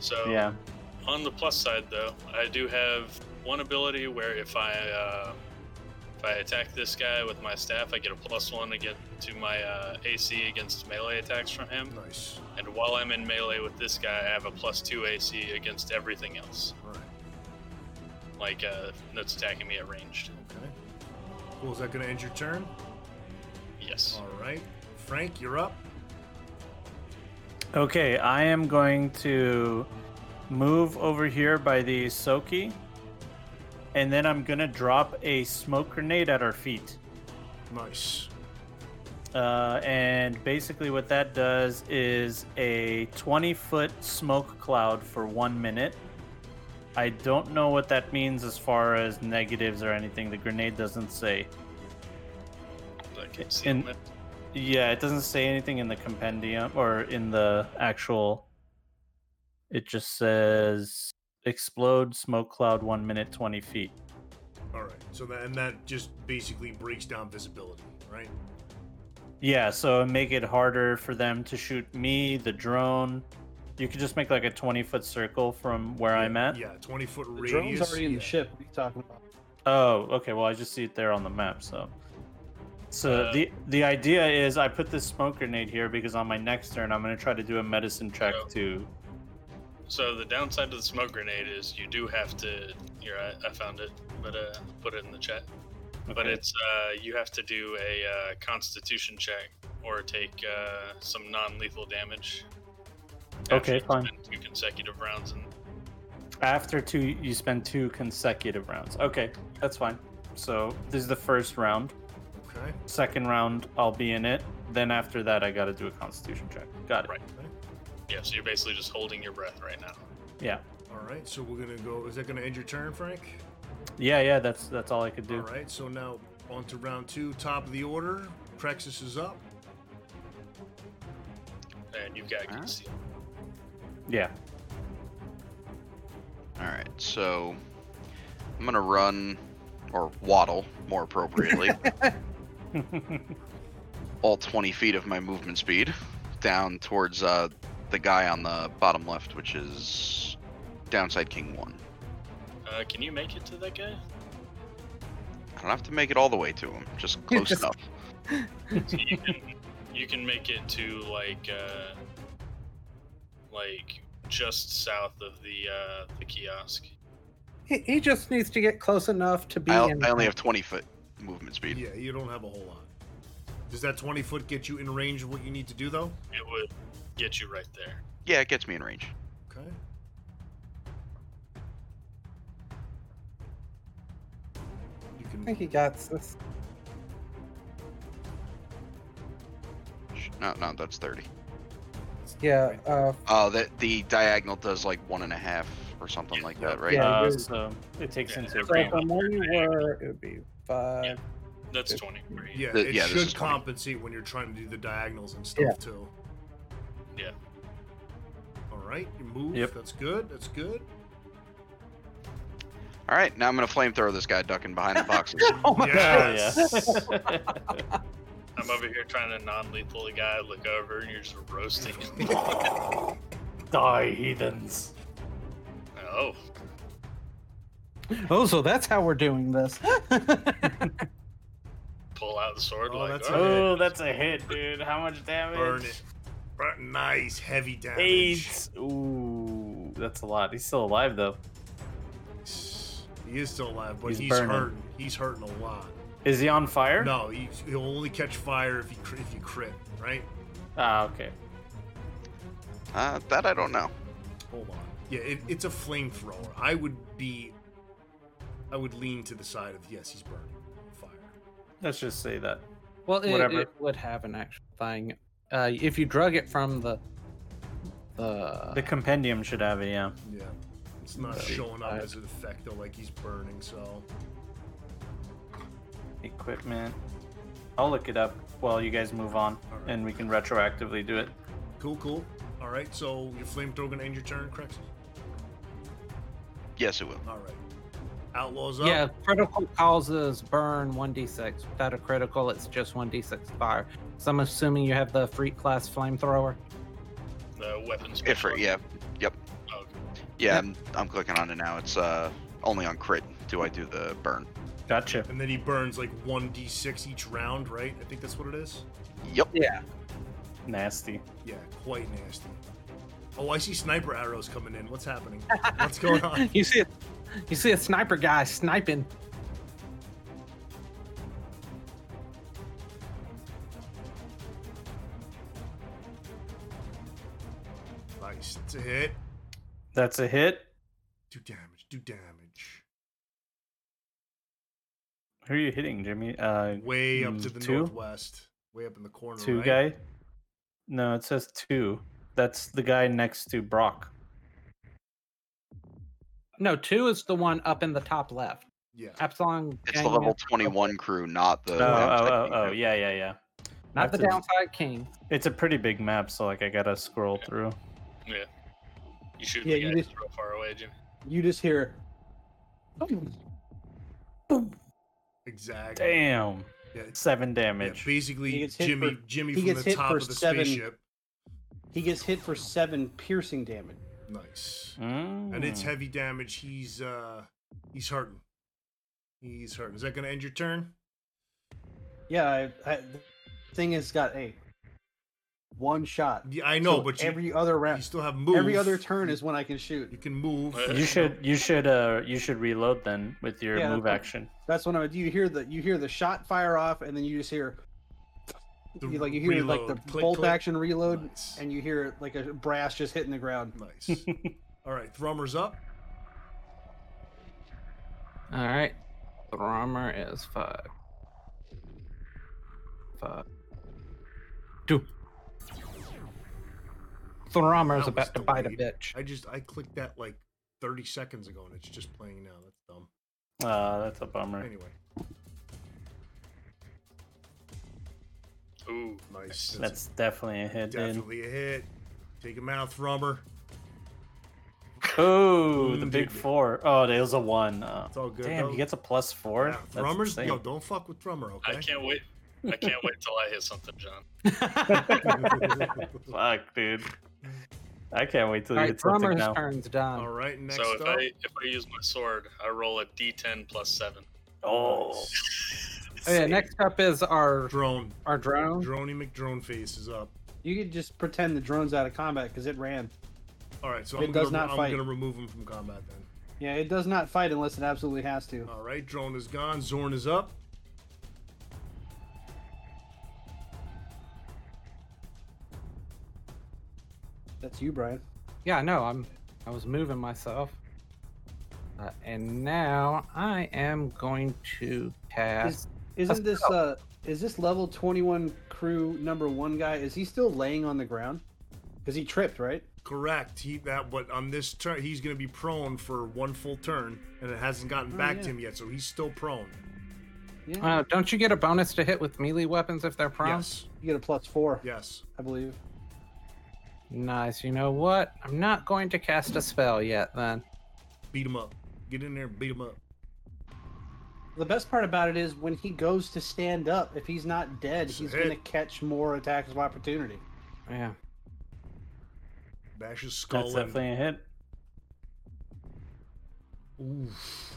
Speaker 6: So
Speaker 3: yeah.
Speaker 6: On the plus side, though, I do have one ability where if I uh, if I attack this guy with my staff, I get a plus one again to my uh, AC against melee attacks from him.
Speaker 2: Nice.
Speaker 6: And while I'm in melee with this guy, I have a plus two AC against everything else,
Speaker 2: All right.
Speaker 6: like uh, that's attacking me at ranged.
Speaker 2: Okay. Cool. Is that going to end your turn?
Speaker 6: Yes.
Speaker 2: All right, Frank, you're up.
Speaker 3: Okay, I am going to move over here by the Soki, and then I'm gonna drop a smoke grenade at our feet.
Speaker 2: Nice.
Speaker 3: Uh, and basically, what that does is a 20 foot smoke cloud for one minute. I don't know what that means as far as negatives or anything. The grenade doesn't say.
Speaker 6: Like, concealment.
Speaker 3: Yeah, it doesn't say anything in the compendium or in the actual. It just says explode smoke cloud one minute twenty feet.
Speaker 2: All right. So that and that just basically breaks down visibility, right?
Speaker 3: Yeah, so make it harder for them to shoot me, the drone, You could just make like a 20 foot circle from where I'm at.
Speaker 2: Yeah, 20 foot
Speaker 4: The drone's
Speaker 2: radius.
Speaker 4: already in the ship. What are you talking about?
Speaker 3: Oh, okay. Well, I just see it there on the map. So, so
Speaker 6: Uh,
Speaker 3: the the idea is I put this smoke grenade here because on my next turn I'm gonna try to do a medicine check
Speaker 6: Oh.
Speaker 3: to.
Speaker 6: So the downside to the smoke grenade is you do have to. Here, I, I found it, but uh, put it in the chat. But
Speaker 3: Okay.
Speaker 6: it's uh, you have to do a uh, Constitution check or take uh, some non-lethal damage. after
Speaker 3: Okay,
Speaker 6: it's
Speaker 3: fine.
Speaker 6: been Two consecutive rounds, and
Speaker 3: After two, you spend two consecutive rounds. Okay, that's fine. So this is the first round.
Speaker 2: Okay.
Speaker 3: Second round, I'll be in it. Then after that, I gotta do a Constitution check. Got it.
Speaker 6: Right. yeah, so you're basically just holding your breath right now.
Speaker 3: Yeah.
Speaker 2: All right. So we're gonna go. Is that gonna end your turn, Frank?
Speaker 3: Yeah, yeah. That's that's all I could do.
Speaker 2: All right. So now on to round two. Top of the order. Crexus is up.
Speaker 6: And you've got
Speaker 7: Alright.
Speaker 6: conceal.
Speaker 3: Yeah.
Speaker 7: All right, so I'm gonna run or waddle more appropriately, all 20 feet of my movement speed down towards uh, the guy on the bottom left, which is downside king one.
Speaker 6: Uh, can you make it to that guy?
Speaker 7: I don't have to make it all the way to him, just close
Speaker 5: Just-
Speaker 7: enough.
Speaker 6: you can you can make it to like uh like just south of the uh the kiosk
Speaker 5: He, he just needs to get close enough to be.
Speaker 7: I,
Speaker 5: in
Speaker 7: I only have
Speaker 5: range.
Speaker 7: 20 foot movement speed.
Speaker 2: Yeah, you don't have a whole lot. Does that 20 foot get you in range of what you need to do, though?
Speaker 6: it would get you right there
Speaker 7: Yeah, it gets me in range.
Speaker 2: Okay. You
Speaker 5: I
Speaker 2: can.
Speaker 5: think he got this.
Speaker 7: Sh- No, no, that's 30.
Speaker 5: Yeah. Uh,
Speaker 7: Oh, that the diagonal does like one and a half or something
Speaker 6: Yeah,
Speaker 7: like
Speaker 6: yeah.
Speaker 7: that, right?
Speaker 5: Yeah, it
Speaker 3: Uh,
Speaker 5: is.
Speaker 3: so it takes
Speaker 6: Yeah,
Speaker 3: into
Speaker 6: so
Speaker 5: so
Speaker 3: account.
Speaker 5: from where you were, it would be
Speaker 6: Yeah.
Speaker 5: five.
Speaker 6: that's 20 right?
Speaker 2: Yeah,
Speaker 7: Th-
Speaker 2: it
Speaker 7: yeah, this is
Speaker 2: should
Speaker 7: 20.
Speaker 2: compensate when you're trying to do the diagonals and stuff
Speaker 5: Yeah.
Speaker 2: too.
Speaker 6: Yeah.
Speaker 2: All right, you move.
Speaker 3: Yep.
Speaker 2: That's good. That's good.
Speaker 7: All right, now I'm gonna flamethrow this guy ducking behind the boxes.
Speaker 5: Oh my
Speaker 3: Hell
Speaker 2: Yes.
Speaker 3: yeah.
Speaker 6: i'm over here trying to non-lethal the guy look over and you're just roasting him
Speaker 3: Die, heathens.
Speaker 6: oh
Speaker 5: god. Oh, so that's how we're doing this.
Speaker 6: pull out the sword
Speaker 2: Oh,
Speaker 6: like
Speaker 2: that's
Speaker 6: "Oh,
Speaker 3: Oh, that's a hit, dude. How much damage?
Speaker 2: Burn it. Burn- Nice heavy damage.
Speaker 3: Eight. Ooh, that's a lot. He's still alive though.
Speaker 2: He is still alive, but
Speaker 3: He's
Speaker 2: he's,
Speaker 3: burning.
Speaker 2: hurting. He's hurting a lot.
Speaker 3: Is he on fire?
Speaker 2: No, he, he'll only catch fire if you cr- if you crit, right?
Speaker 3: Ah, okay.
Speaker 7: Uh, that I don't know.
Speaker 2: Hold on. Yeah, it, it's a flamethrower. I would be. I would lean to the side of yes, he's burning fire.
Speaker 3: Let's just say that.
Speaker 5: Well, it,
Speaker 3: Whatever.
Speaker 5: it would have an actual thing. Uh, if you drug it from the the,
Speaker 3: The compendium should have it. Yeah.
Speaker 2: Yeah, it's not
Speaker 5: That'd be
Speaker 2: showing up
Speaker 5: bad.
Speaker 2: as an effect though, like he's burning. So
Speaker 3: Equipment. I'll look it up while you guys move on,
Speaker 2: Alright.
Speaker 3: and we can retroactively do it.
Speaker 2: cool, cool. All right, so your flamethrower gonna end your turn, Crexus?
Speaker 7: Yes, it will.
Speaker 2: All right. Outlaws up.
Speaker 5: yeah critical causes burn one d six. Without a critical, it's just one d six fire. So I'm assuming you have the free class flamethrower.
Speaker 6: the weapons
Speaker 7: Ifrit, yeah,
Speaker 6: Oh, okay.
Speaker 7: yeah. I'm, I'm clicking on it now. It's uh only on crit do I do the burn.
Speaker 3: Gotcha.
Speaker 2: And then he burns like one d6 each round, right? I think that's what it is.
Speaker 7: Yep.
Speaker 3: Nasty.
Speaker 2: Yeah, quite nasty. Oh, I see sniper arrows coming in. What's happening? What's going on?
Speaker 5: You see it. You see a sniper guy sniping.
Speaker 2: Nice. It's a hit.
Speaker 3: That's a hit.
Speaker 2: Do damage. Do damage.
Speaker 3: Who are you hitting, Jimmy? Uh,
Speaker 2: Way up
Speaker 3: Mm,
Speaker 2: to the
Speaker 3: two?
Speaker 2: northwest. Way up in the corner.
Speaker 3: two
Speaker 2: right?
Speaker 3: guy. No, it says two. That's the guy next to Brock.
Speaker 5: No, two is the one up in the top left.
Speaker 2: Yeah.
Speaker 5: Epsilon.
Speaker 7: It's
Speaker 5: gang,
Speaker 7: the level 21 crew, not the.
Speaker 3: Oh,
Speaker 7: downside
Speaker 3: oh, oh,
Speaker 7: king
Speaker 3: oh,
Speaker 7: crew.
Speaker 3: yeah, yeah, yeah. I
Speaker 5: not
Speaker 3: have
Speaker 5: the
Speaker 3: to-
Speaker 5: downside king.
Speaker 3: It's a pretty big map, so like I gotta scroll through.
Speaker 6: you shoot
Speaker 4: Yeah,
Speaker 6: the
Speaker 4: you
Speaker 6: guy
Speaker 4: just-
Speaker 6: real far away jim
Speaker 4: You just hear.
Speaker 2: Exactly.
Speaker 3: Damn,
Speaker 2: Yeah, it's-
Speaker 3: seven
Speaker 2: yeah,
Speaker 3: damage.
Speaker 2: basically,
Speaker 4: He gets hit
Speaker 2: Jimmy.
Speaker 4: for-
Speaker 2: Jimmy
Speaker 4: he
Speaker 2: from
Speaker 4: gets
Speaker 2: the
Speaker 4: hit
Speaker 2: top
Speaker 4: for
Speaker 2: of the
Speaker 4: seven.
Speaker 2: spaceship.
Speaker 4: He gets hit for seven piercing damage.
Speaker 2: Nice.
Speaker 3: And
Speaker 2: And it's
Speaker 3: Hmm.
Speaker 2: heavy damage. He's uh he's hurting. He's hurting. Is that gonna end your turn?
Speaker 4: Yeah, I, I, the thing has got a one shot.
Speaker 2: Yeah, I know,
Speaker 4: So
Speaker 2: but you,
Speaker 4: every other
Speaker 2: you
Speaker 4: round,
Speaker 2: still have move.
Speaker 4: every other turn is when I can shoot.
Speaker 2: you can move.
Speaker 3: you should you should uh you should reload then with your
Speaker 4: Yeah,
Speaker 3: move
Speaker 4: that's-
Speaker 3: action.
Speaker 4: That's when I would. You hear the you hear the shot fire off, and then you just hear
Speaker 2: The
Speaker 4: you, like you hear like
Speaker 2: reload.
Speaker 4: the
Speaker 2: Click,
Speaker 4: bolt
Speaker 2: click.
Speaker 4: action reload,
Speaker 2: Nice.
Speaker 4: and you hear like a brass just hitting the ground.
Speaker 2: nice. All right, Thrummer's up.
Speaker 5: All right. The armor is five. Five. Two. Thrommer's
Speaker 2: That was
Speaker 5: about to bite a
Speaker 2: delayed.
Speaker 5: bitch.
Speaker 2: I just I clicked that like 30 seconds ago and it's just playing now. That's dumb.
Speaker 3: Uh that's a bummer.
Speaker 2: Anyway,
Speaker 6: Ooh,
Speaker 2: nice.
Speaker 3: That's definitely a hit. dude.
Speaker 2: definitely a hit. Take him out, Thrummer.
Speaker 3: Oh, the
Speaker 2: Mm,
Speaker 3: big
Speaker 2: dude.
Speaker 3: four. Oh, it was a one. Oh.
Speaker 2: It's all good,
Speaker 3: Damn,
Speaker 2: though.
Speaker 3: he gets a plus four.
Speaker 2: Yeah,
Speaker 3: That's
Speaker 2: Thrummer's
Speaker 3: insane.
Speaker 2: yo, don't fuck with Thrummer,
Speaker 6: I
Speaker 2: okay?
Speaker 6: can't wait. I can't wait till I hit something, John.
Speaker 3: Fuck, dude. I can't wait till
Speaker 5: All right,
Speaker 3: you hit something
Speaker 5: Thrummer's
Speaker 3: now.
Speaker 5: turn's done.
Speaker 2: All right, next
Speaker 6: so if
Speaker 2: up.
Speaker 6: I if I use my sword, I roll a D10 plus seven.
Speaker 3: Oh,
Speaker 5: Oh, yeah, next up is our
Speaker 2: Drone.
Speaker 5: our drone.
Speaker 2: Droney McDrone face is up.
Speaker 4: You could just pretend the drone's out of combat because it ran.
Speaker 2: All right, so
Speaker 4: It
Speaker 2: I'm,
Speaker 4: does
Speaker 2: gonna,
Speaker 4: not
Speaker 2: I'm
Speaker 4: fight.
Speaker 2: gonna remove him from combat then.
Speaker 4: Yeah, it does not fight unless it absolutely has to.
Speaker 2: All right, drone is gone. Zorn is up.
Speaker 4: That's you, Brian.
Speaker 5: Yeah, no, I'm I was moving myself. Uh, and now I am going to cast.
Speaker 4: Isn't this uh is this level 21 crew number 1 guy is he still laying on the ground? Cuz he tripped, right?
Speaker 2: Correct. He that but on this turn he's gonna be prone for one full turn, and it hasn't
Speaker 3: Oh,
Speaker 2: gotten back to
Speaker 4: yeah.
Speaker 2: him yet, so he's still prone.
Speaker 4: Yeah.
Speaker 5: Uh, don't you get a bonus to hit with melee weapons if they're prone?
Speaker 2: Yes.
Speaker 4: you get a plus 4,
Speaker 2: Yes.
Speaker 4: I believe.
Speaker 5: Nice. You know what? I'm not going to cast a spell yet. Then
Speaker 2: Beat him up. Get in there and beat him up.
Speaker 4: The best part about it is when he goes to stand up, if he's not dead,
Speaker 2: It's a
Speaker 4: he's
Speaker 2: hit.
Speaker 4: going to catch more attacks of opportunity.
Speaker 5: yeah.
Speaker 2: Bash his
Speaker 3: that's
Speaker 2: skull in.
Speaker 3: definitely a hit.
Speaker 2: Oof.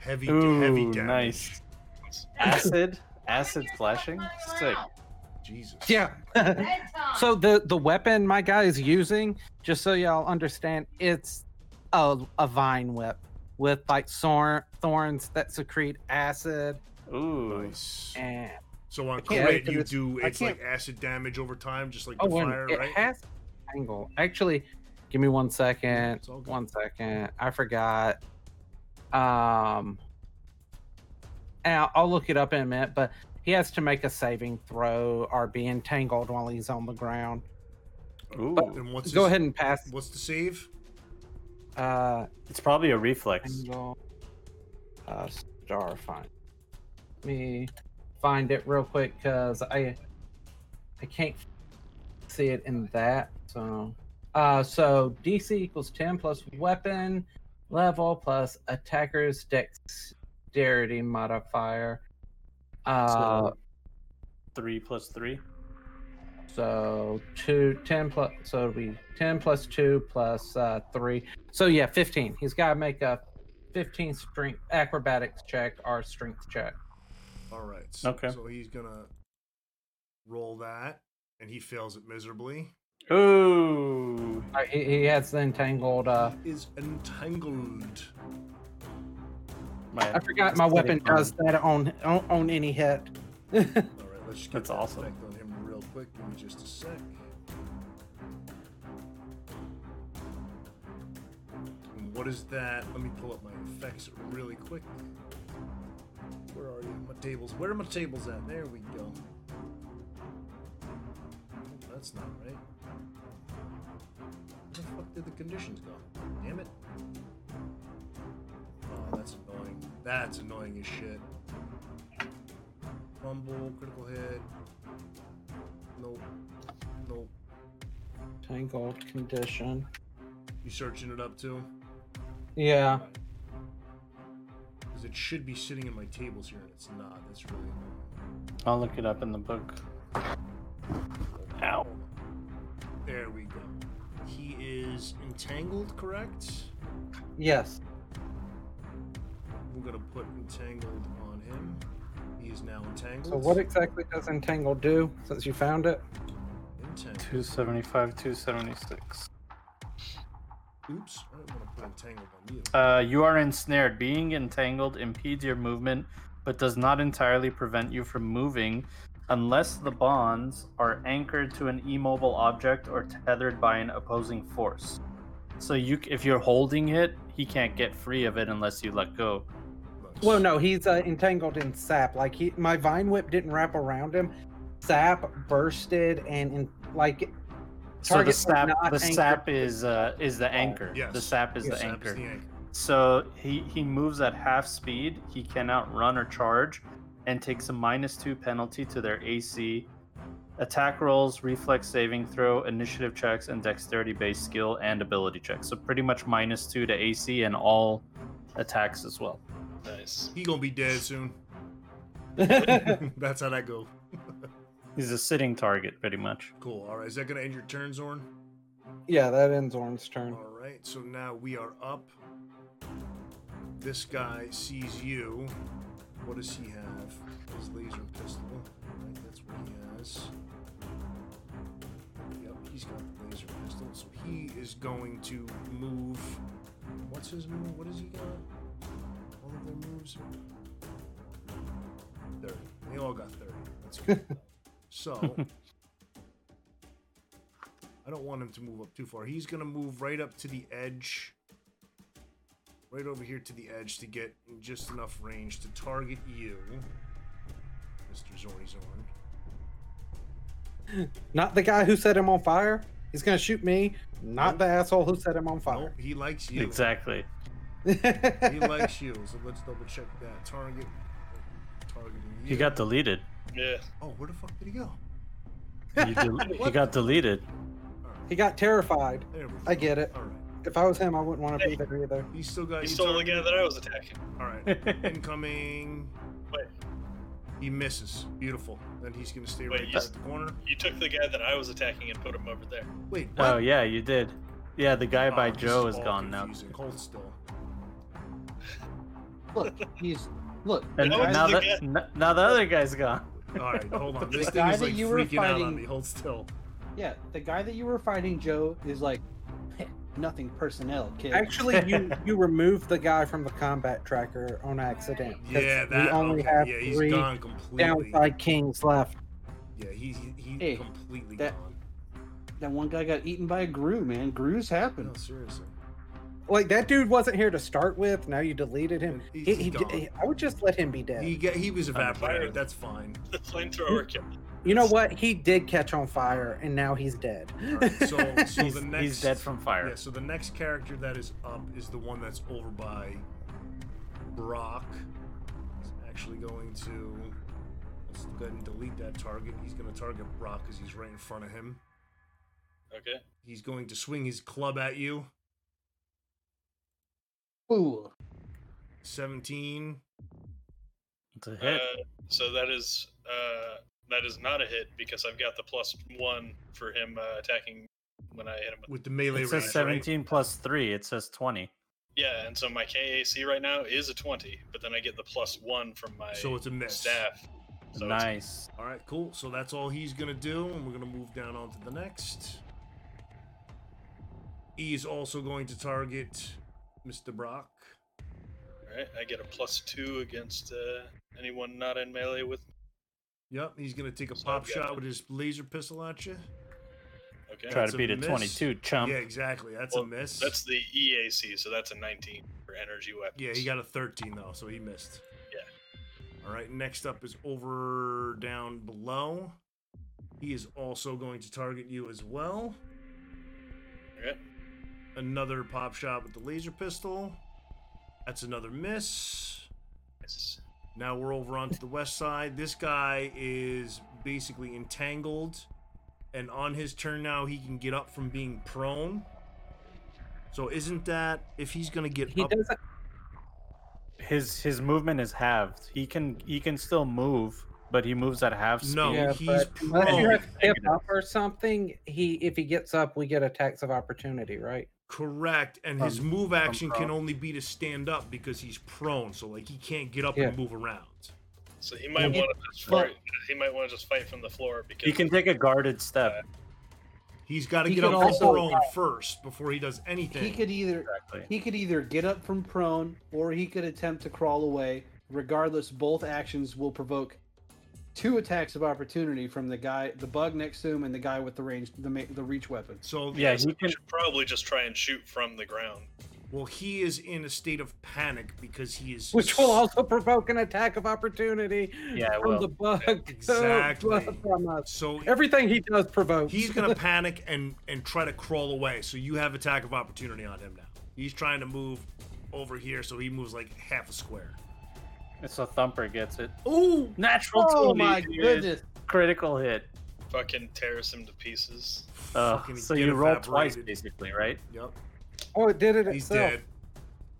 Speaker 2: Heavy
Speaker 3: Ooh,
Speaker 2: heavy damage.
Speaker 3: nice. Acid, acid flashing. Sick.
Speaker 2: Jesus.
Speaker 5: Yeah. so the the weapon my guy is using, just so y'all understand, it's a, a vine whip with like sor- thorns that secrete acid
Speaker 3: Ooh,
Speaker 2: Nice.
Speaker 5: and
Speaker 2: So on crit
Speaker 4: can't wait
Speaker 2: you
Speaker 4: for this-
Speaker 2: do
Speaker 4: I
Speaker 2: it's like
Speaker 4: can't-
Speaker 2: acid damage over time, just like the
Speaker 5: oh, and
Speaker 2: fire,
Speaker 5: it
Speaker 2: right?
Speaker 5: has angle. Actually, give me one second.
Speaker 2: It's all good.
Speaker 5: One second. I forgot. Um. and I'll- I'll look it up in a minute, but he has to make a saving throw or be entangled while he's on the ground.
Speaker 3: ooh.
Speaker 2: And what's
Speaker 5: Go
Speaker 2: his-
Speaker 5: ahead and pass.
Speaker 2: What's the save?
Speaker 5: Uh,
Speaker 3: It's probably a reflex.
Speaker 5: Angle. Uh, star find. Let me find it real quick because I I can't see it in that. So uh, so DC equals ten plus weapon level plus attacker's dexterity modifier. Uh,
Speaker 3: So, three plus three.
Speaker 5: so two ten plus so it'll be ten plus two plus uh three. So yeah, fifteen. He's gotta make a fifteen strength acrobatics check or strength check.
Speaker 2: All right. So,
Speaker 3: Okay.
Speaker 2: So he's gonna roll that, and he fails it miserably.
Speaker 3: Ooh.
Speaker 5: Uh, he, he has the entangled uh
Speaker 2: He is entangled.
Speaker 3: My,
Speaker 5: I forgot my weapon does that on on, on any hit.
Speaker 2: All right. Let's just get
Speaker 3: That's
Speaker 2: that
Speaker 3: awesome.
Speaker 2: effect on him real quick. Give me just a sec. And What is that? Let me pull up my effects really quick. Where are you? My tables. Where are my tables at? There we go. Oh, That's not right. Where the fuck did the conditions go? Damn it. Oh, that's annoying. That's annoying as shit. Fumble, critical hit. Nope. Nope.
Speaker 5: Entangled condition.
Speaker 2: You searching it up too?
Speaker 5: Yeah.
Speaker 2: Because it should be sitting in my tables here and it's not. That's really annoying.
Speaker 3: I'll look it up in the book. Ow.
Speaker 2: There we go. He is entangled, correct?
Speaker 1: Yes.
Speaker 2: We're gonna put entangled on him. He is now entangled.
Speaker 1: So what exactly does entangle do? Since you found it,
Speaker 2: Entangled.
Speaker 3: 275, 276.
Speaker 2: Oops, I didn't want to put entangled on you.
Speaker 3: Uh, you are ensnared. Being entangled impedes your movement, but does not entirely prevent you from moving unless the bonds are anchored to an immobile object or tethered by an opposing force. So you, c- if you're holding it, he can't get free of it unless you let go.
Speaker 2: Nice.
Speaker 1: well, no, he's uh, entangled in sap. Like he, my vine whip didn't wrap around him. Sap bursted and in, like
Speaker 3: So the
Speaker 1: Target was
Speaker 3: sap,
Speaker 1: not
Speaker 3: the
Speaker 1: anchored
Speaker 3: sap
Speaker 1: to
Speaker 3: is uh, is the anchor.
Speaker 2: Oh, Yes.
Speaker 3: The sap is
Speaker 2: Yes,
Speaker 3: the
Speaker 2: that
Speaker 3: anchor.
Speaker 2: was the anchor.
Speaker 3: So he, he moves at half speed. He cannot run or charge and takes a minus two penalty to their AC, attack rolls, reflex saving throw, initiative checks, and dexterity based skill and ability checks. So pretty much minus two to AC and all attacks as well.
Speaker 6: Nice.
Speaker 2: He gonna be dead soon. That's how that go.
Speaker 3: He's a sitting target, pretty much.
Speaker 2: Cool. All right, is that gonna end your turn, Zorn?
Speaker 1: yeah, that ends Orn's turn.
Speaker 2: All right, so now we are up. This guy sees you. What does he have? His laser pistol. All right, that's what he has. Yep, he's got the laser pistol. So he is going to move. What's his move? What has he got? All of their moves? 30. They all got 30. That's good. so. I don't want him to move up too far. He's gonna move right up to the edge, right over here to the edge to get in just enough range to target you, Mr. Zorny Zorn.
Speaker 1: Not the guy who set him on fire. He's gonna shoot me. Not the asshole who set him on fire.
Speaker 2: Nope, he likes you.
Speaker 3: Exactly.
Speaker 2: he likes you. So let's double check that target. Targeting you.
Speaker 3: He got deleted.
Speaker 6: Yeah.
Speaker 2: Oh, where the fuck did he go?
Speaker 3: You del- he got deleted.
Speaker 1: he got terrified.
Speaker 2: There we go.
Speaker 1: I get it.
Speaker 2: All right.
Speaker 1: If I was him, I wouldn't want to be there either.
Speaker 2: He's still got.
Speaker 6: He
Speaker 2: you
Speaker 6: stole the
Speaker 2: targeted.
Speaker 6: guy that I was attacking.
Speaker 2: All right. Incoming.
Speaker 6: Wait.
Speaker 2: He misses. Beautiful. Then he's gonna stay
Speaker 6: Wait,
Speaker 2: right
Speaker 6: you
Speaker 2: there
Speaker 6: s-
Speaker 2: at the corner.
Speaker 6: You took the guy that I was attacking and put him over there.
Speaker 2: Wait. What?
Speaker 3: Oh, yeah, you did. Yeah, the guy by
Speaker 2: Oh, this
Speaker 3: Joe
Speaker 2: is
Speaker 3: is
Speaker 2: all
Speaker 3: gone now.
Speaker 2: confusing. Hold still.
Speaker 4: Look, he's look.
Speaker 3: And
Speaker 6: That was
Speaker 3: now,
Speaker 6: the
Speaker 3: that,
Speaker 6: guy-
Speaker 3: n- now the other guy's gone.
Speaker 2: All right, hold on.
Speaker 4: The
Speaker 2: This thing
Speaker 4: guy
Speaker 2: is
Speaker 4: that
Speaker 2: like
Speaker 4: you were
Speaker 2: freaking out on
Speaker 4: fighting-
Speaker 2: me. Hold still.
Speaker 4: Yeah, the guy that you were fighting, Joe, is like nothing personnel, kid.
Speaker 1: Actually, you you removed the guy from the combat tracker on accident. 'cause
Speaker 2: Yeah, that.
Speaker 1: we only
Speaker 2: okay.
Speaker 1: have
Speaker 2: yeah, he's
Speaker 1: three
Speaker 2: gone completely.
Speaker 1: downside kings left.
Speaker 2: Yeah, he's he, he's
Speaker 4: Hey,
Speaker 2: completely
Speaker 4: that-
Speaker 2: gone.
Speaker 4: that one guy got eaten by a Gru, man. Gru's
Speaker 2: No,
Speaker 4: happen.
Speaker 2: seriously.
Speaker 1: Like that dude wasn't here to start with. Now you deleted him.
Speaker 2: He's
Speaker 1: He, he,
Speaker 2: gone.
Speaker 1: I would just let him be dead.
Speaker 2: He get, he was
Speaker 3: fire.
Speaker 2: evaporated. That's fine.
Speaker 6: The flamethrower killed.
Speaker 1: you know what? He did catch on fire, and now he's dead.
Speaker 2: All right, so so
Speaker 3: he's,
Speaker 2: the
Speaker 3: he's
Speaker 2: next
Speaker 3: dead from fire.
Speaker 2: Yeah, so the next character that is up is the one that's over by Brock. He's actually going to let's go ahead and delete that target. He's going to target Brock because he's right in front of him.
Speaker 6: Okay.
Speaker 2: He's going to swing his club at you.
Speaker 4: Ooh,
Speaker 2: 17.
Speaker 3: It's a
Speaker 6: Uh,
Speaker 3: hit.
Speaker 6: so that is uh, that is not a hit because I've got the plus one for him uh, attacking when I hit him. With...
Speaker 2: with the melee
Speaker 3: it
Speaker 2: range.
Speaker 3: says
Speaker 2: right?
Speaker 3: 17 plus 3. It says 20.
Speaker 6: Yeah, and so my KAC right now is a twenty, but then I get the plus one from my
Speaker 2: So it's a miss.
Speaker 6: staff. So it's-
Speaker 3: nice.
Speaker 2: All right, cool. So that's all he's gonna do, and we're gonna move down onto the next. He is also going to target Mr. Brock.
Speaker 6: Alright, I get a plus two against uh, anyone not in melee with.
Speaker 2: Yep, he's gonna take a
Speaker 6: So
Speaker 2: pop
Speaker 6: I've got-
Speaker 2: shot with his laser pistol at you.
Speaker 6: Okay.
Speaker 3: Try
Speaker 2: That's
Speaker 3: to
Speaker 2: a
Speaker 3: beat a
Speaker 2: miss.
Speaker 3: 22, chump.
Speaker 2: yeah, exactly. That's a
Speaker 6: Well,
Speaker 2: miss.
Speaker 6: That's the EAC, so that's a 19 for energy weapons.
Speaker 2: Yeah, he got a 13 though, so he missed. All right, next up is over down below. He is also going to target you as well.
Speaker 6: Okay.
Speaker 2: Another pop shot with the laser pistol. That's another miss.
Speaker 6: Nice.
Speaker 2: Now we're over onto the west side. This guy is basically entangled, and on his turn now, he can get up from being prone. So isn't that if he's gonna get
Speaker 1: He
Speaker 2: up?
Speaker 1: doesn't.
Speaker 3: His his movement is halved. He can he can still move, but he moves at half speed.
Speaker 2: No,
Speaker 1: Yeah,
Speaker 2: he's
Speaker 1: but unless you
Speaker 2: prone.
Speaker 1: have to skip up or something, he if he gets up, we get a tax of opportunity, right?
Speaker 2: Correct, and his
Speaker 5: From-
Speaker 2: move action can
Speaker 5: prone.
Speaker 2: only be to stand up because he's prone, so like he can't get up
Speaker 1: Yeah.
Speaker 2: and move around.
Speaker 6: So he might
Speaker 1: Yeah.
Speaker 6: want to just fight. He might want to just fight from the floor because
Speaker 3: He can take a guarded step.
Speaker 2: He's got to
Speaker 4: He
Speaker 2: get
Speaker 4: can
Speaker 2: up from
Speaker 4: also-
Speaker 2: prone first before he does anything.
Speaker 4: He could either
Speaker 3: Exactly.
Speaker 4: he could either get up from prone or he could attempt to crawl away. Regardless, both actions will provoke two attacks of opportunity from the guy, the bug next to him, and the guy with the range, the ma- the reach weapon.
Speaker 2: So
Speaker 3: Yeah,
Speaker 6: So
Speaker 3: he
Speaker 6: we
Speaker 3: can.
Speaker 6: should probably just try and shoot from the ground.
Speaker 2: well, he is in a state of panic because he is
Speaker 1: Which will also provoke an attack of opportunity
Speaker 3: Yeah, it
Speaker 1: from
Speaker 3: will.
Speaker 1: the bug.
Speaker 2: Exactly.
Speaker 1: from us.
Speaker 2: so
Speaker 1: Everything he does provokes.
Speaker 2: he's gonna panic and and try to crawl away. So you have attack of opportunity on him now. He's trying to move over here, so he moves like half a square.
Speaker 3: It's a thumper gets it.
Speaker 2: Ooh,
Speaker 3: Natural.
Speaker 4: Oh
Speaker 3: 20,
Speaker 4: my
Speaker 3: dude.
Speaker 4: goodness!
Speaker 3: Critical hit.
Speaker 6: Fucking tears him to pieces.
Speaker 3: Uh,
Speaker 2: Fucking
Speaker 3: so
Speaker 2: get
Speaker 3: you roll twice,
Speaker 2: evaporated.
Speaker 3: basically, right?
Speaker 2: Yep,
Speaker 1: oh, it did it
Speaker 2: he's
Speaker 1: itself.
Speaker 2: dead.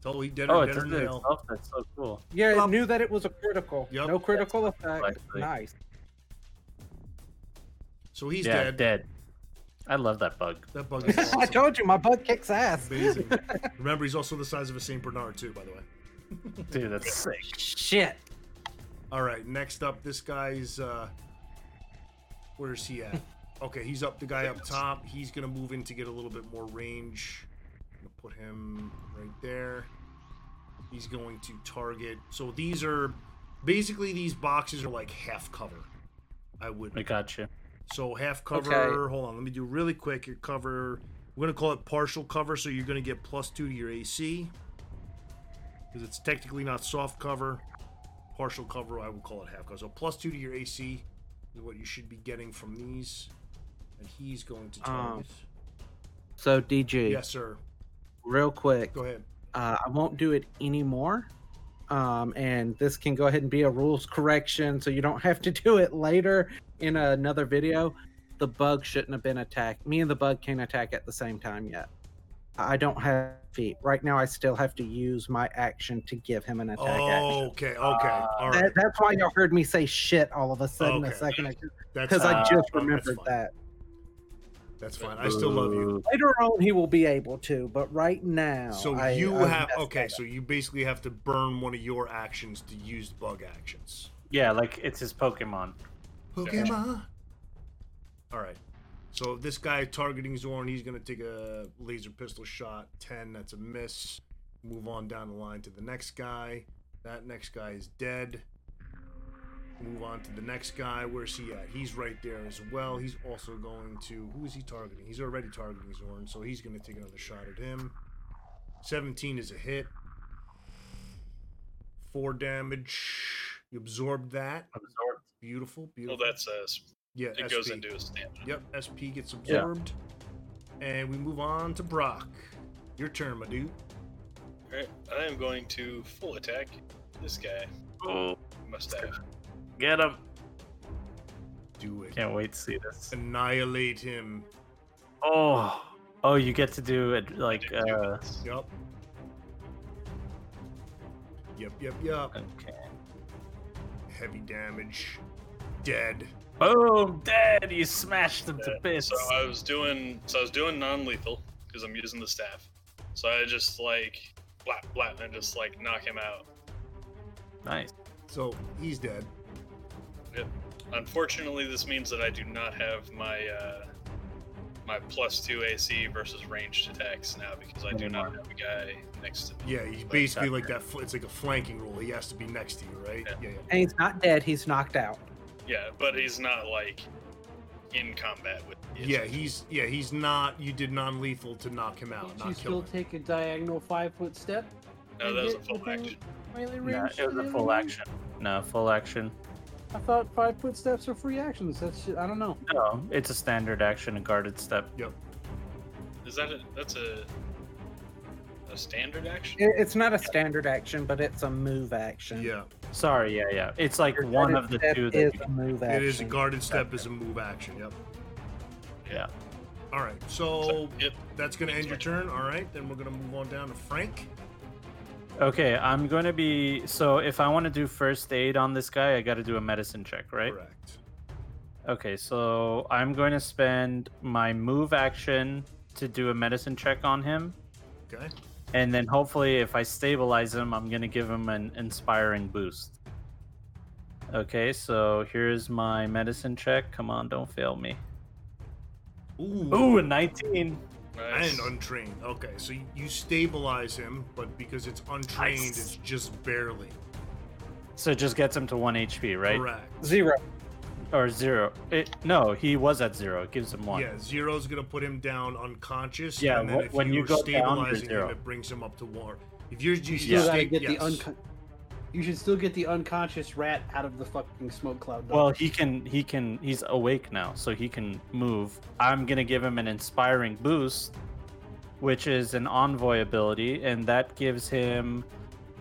Speaker 2: Totally dead.
Speaker 3: Oh,
Speaker 2: or
Speaker 3: it
Speaker 2: dead or
Speaker 3: doesn't
Speaker 2: in
Speaker 3: do
Speaker 2: hell.
Speaker 3: itself. That's so cool.
Speaker 1: Yeah, it
Speaker 2: Yup.
Speaker 1: knew that it was a critical.
Speaker 2: Yup.
Speaker 1: No critical effect.
Speaker 3: Exactly.
Speaker 1: Nice.
Speaker 2: So he's
Speaker 3: yeah,
Speaker 2: dead.
Speaker 3: I love that bug.
Speaker 2: That bug is awesome.
Speaker 1: I told you, my bug kicks ass.
Speaker 2: Amazing. Remember, he's also the size of a Saint Bernard too, by the way.
Speaker 3: Dude, that's sick.
Speaker 1: Shit.
Speaker 2: All right, next up, this guy's. uh Where's he at? Okay, he's up. The guy up top. He's gonna move in to get a little bit more range. I'm gonna put him right there. He's going to target. So these are basically these boxes are like half cover. I would
Speaker 3: I got you.
Speaker 2: so half cover. Hold on, let me do really quick. Your cover. We're gonna call it partial cover, so you're gonna get plus two to your AC because it's technically not soft cover. Partial cover, I would call it half cover. So plus two to your AC is what you should be getting from these. And he's going to
Speaker 5: Um,
Speaker 2: target.
Speaker 5: So DG,
Speaker 2: yes, sir.
Speaker 5: real quick,
Speaker 2: Go ahead.
Speaker 5: uh, I won't do it anymore. Um, and this can go ahead and be a rules correction, so you don't have to do it later in another video. The bug shouldn't have been attacked. Me and the bug can't attack at the same time yet. I don't have feet right now. I still have to use my action to give him an attack. action.
Speaker 2: okay, okay, all right.
Speaker 5: Uh, That, that's why y'all heard me say shit all of a sudden
Speaker 2: Oh, Okay.
Speaker 5: a second ago
Speaker 2: That's
Speaker 5: because I
Speaker 2: fine.
Speaker 5: just
Speaker 2: Oh, that's
Speaker 5: remembered
Speaker 2: fine.
Speaker 5: that.
Speaker 2: That's fine. I still love you.
Speaker 5: Later on, he will be able to, but right now,
Speaker 2: So
Speaker 5: I-
Speaker 2: you
Speaker 5: I
Speaker 2: have
Speaker 5: messed
Speaker 2: okay.
Speaker 5: that
Speaker 2: So you basically have to burn one of your actions to use bug actions.
Speaker 3: Yeah, like it's his Pokemon.
Speaker 2: Pokemon. All right. So this guy targeting Zorn, he's gonna take a laser pistol shot. Ten. That's a miss. Move on down the line to the next guy. That next guy is dead. Move on to the next guy. Where's he at? He's right there as well. He's also going to. Who is he targeting? He's already targeting Zorn, so he's gonna take another shot at him. 17 is a hit. Four damage. You absorbed that.
Speaker 3: Absorbed.
Speaker 2: Beautiful,
Speaker 6: Well,
Speaker 2: beautiful.
Speaker 6: that's a.
Speaker 2: yeah.
Speaker 6: It goes
Speaker 2: SP.
Speaker 6: into a stamina.
Speaker 2: Yep, SP gets
Speaker 3: Yeah.
Speaker 2: absorbed, and we move on to Brock. Your turn, my dude.
Speaker 6: Alright, I am going to full attack this guy.
Speaker 3: Oh,
Speaker 6: Must have.
Speaker 3: get him!
Speaker 2: Do it.
Speaker 3: Can't wait to see this.
Speaker 2: Annihilate him.
Speaker 3: Oh, oh, you get to do it like uh.
Speaker 2: Yep. Yep, yep, yep.
Speaker 3: Okay.
Speaker 2: Heavy damage. Dead.
Speaker 3: Boom! Dead. You smashed him to bits.
Speaker 6: Uh, So I was doing. So I was doing non-lethal because I'm using the staff. So I just like blap blap and just like knock him out.
Speaker 3: Nice.
Speaker 2: So he's dead.
Speaker 6: Unfortunately, this means that I do not have my uh, my plus two AC versus ranged attacks now because I do not have a guy next to me.
Speaker 2: Yeah, he's
Speaker 6: Like
Speaker 2: basically
Speaker 6: that.
Speaker 2: like that. fl- It's like a flanking rule. He has to be next to you, right?
Speaker 6: Yeah.
Speaker 2: yeah. yeah.
Speaker 5: And he's not dead. He's knocked out.
Speaker 6: Yeah, but he's not like in combat with. me.
Speaker 2: Yeah, he's yeah he's not. You did non-lethal to knock him out,
Speaker 4: Can't you
Speaker 2: not
Speaker 4: still
Speaker 2: kill him.
Speaker 4: take a diagonal five foot step?
Speaker 6: No,
Speaker 4: and
Speaker 6: that was a
Speaker 4: get
Speaker 6: full
Speaker 4: within
Speaker 6: action.
Speaker 4: melee
Speaker 3: Nah,
Speaker 4: range
Speaker 3: it was
Speaker 4: of
Speaker 3: a
Speaker 4: the
Speaker 3: full
Speaker 4: enemy?
Speaker 3: action. No, full action.
Speaker 4: I thought five foot steps are free actions. That's shit. I don't know.
Speaker 3: No, it's a standard action, a guarded step.
Speaker 6: Is that a, that's a a standard action?
Speaker 5: It- It's not a standard action, but it's a move action.
Speaker 2: Yeah,
Speaker 3: Sorry, yeah, yeah. It's like
Speaker 5: Your
Speaker 3: one
Speaker 5: guarded
Speaker 3: of the
Speaker 5: step
Speaker 3: two that
Speaker 5: is
Speaker 3: you
Speaker 5: a move action.
Speaker 2: it is a guarded step is a move action. Yep.
Speaker 3: Yeah.
Speaker 2: All right, so
Speaker 6: Yep.
Speaker 2: that's gonna end your turn. All right, then we're gonna move on down to Frank.
Speaker 3: Okay, I'm going to be. So if I want to do first aid on this guy, I got to do a medicine check, right?
Speaker 2: Correct.
Speaker 3: Okay, so I'm going to spend my move action to do a medicine check on him.
Speaker 2: Okay.
Speaker 3: And then hopefully, if I stabilize him, I'm going to give him an inspiring boost. Okay, so here's my medicine check. Come on, don't fail me.
Speaker 2: Ooh.
Speaker 3: Ooh, a 19.
Speaker 6: Nice.
Speaker 2: And untrained. Okay, so you- you stabilize him, but because it's untrained,
Speaker 3: Nice.
Speaker 2: it's just barely.
Speaker 3: So it just gets him to 1 HP, right?
Speaker 2: Correct.
Speaker 1: Zero.
Speaker 3: Or 0. It, no, he was at 0. It gives him 1.
Speaker 2: Yeah, zero's gonna put him down unconscious.
Speaker 3: Yeah,
Speaker 2: and then
Speaker 3: wh-
Speaker 2: if
Speaker 3: when
Speaker 2: you
Speaker 3: you
Speaker 2: were
Speaker 3: go down, you're
Speaker 2: stabilizing him,
Speaker 3: zero.
Speaker 2: it brings him up to one. If you're you
Speaker 4: You still
Speaker 2: yeah.
Speaker 4: gotta get the
Speaker 2: yes.
Speaker 4: uncon. You should still get the unconscious rat out of the fucking smoke cloud. though.
Speaker 3: Well, he can he can he's awake now, so he can move. I'm gonna give him an inspiring boost, which is an envoy ability, and that gives him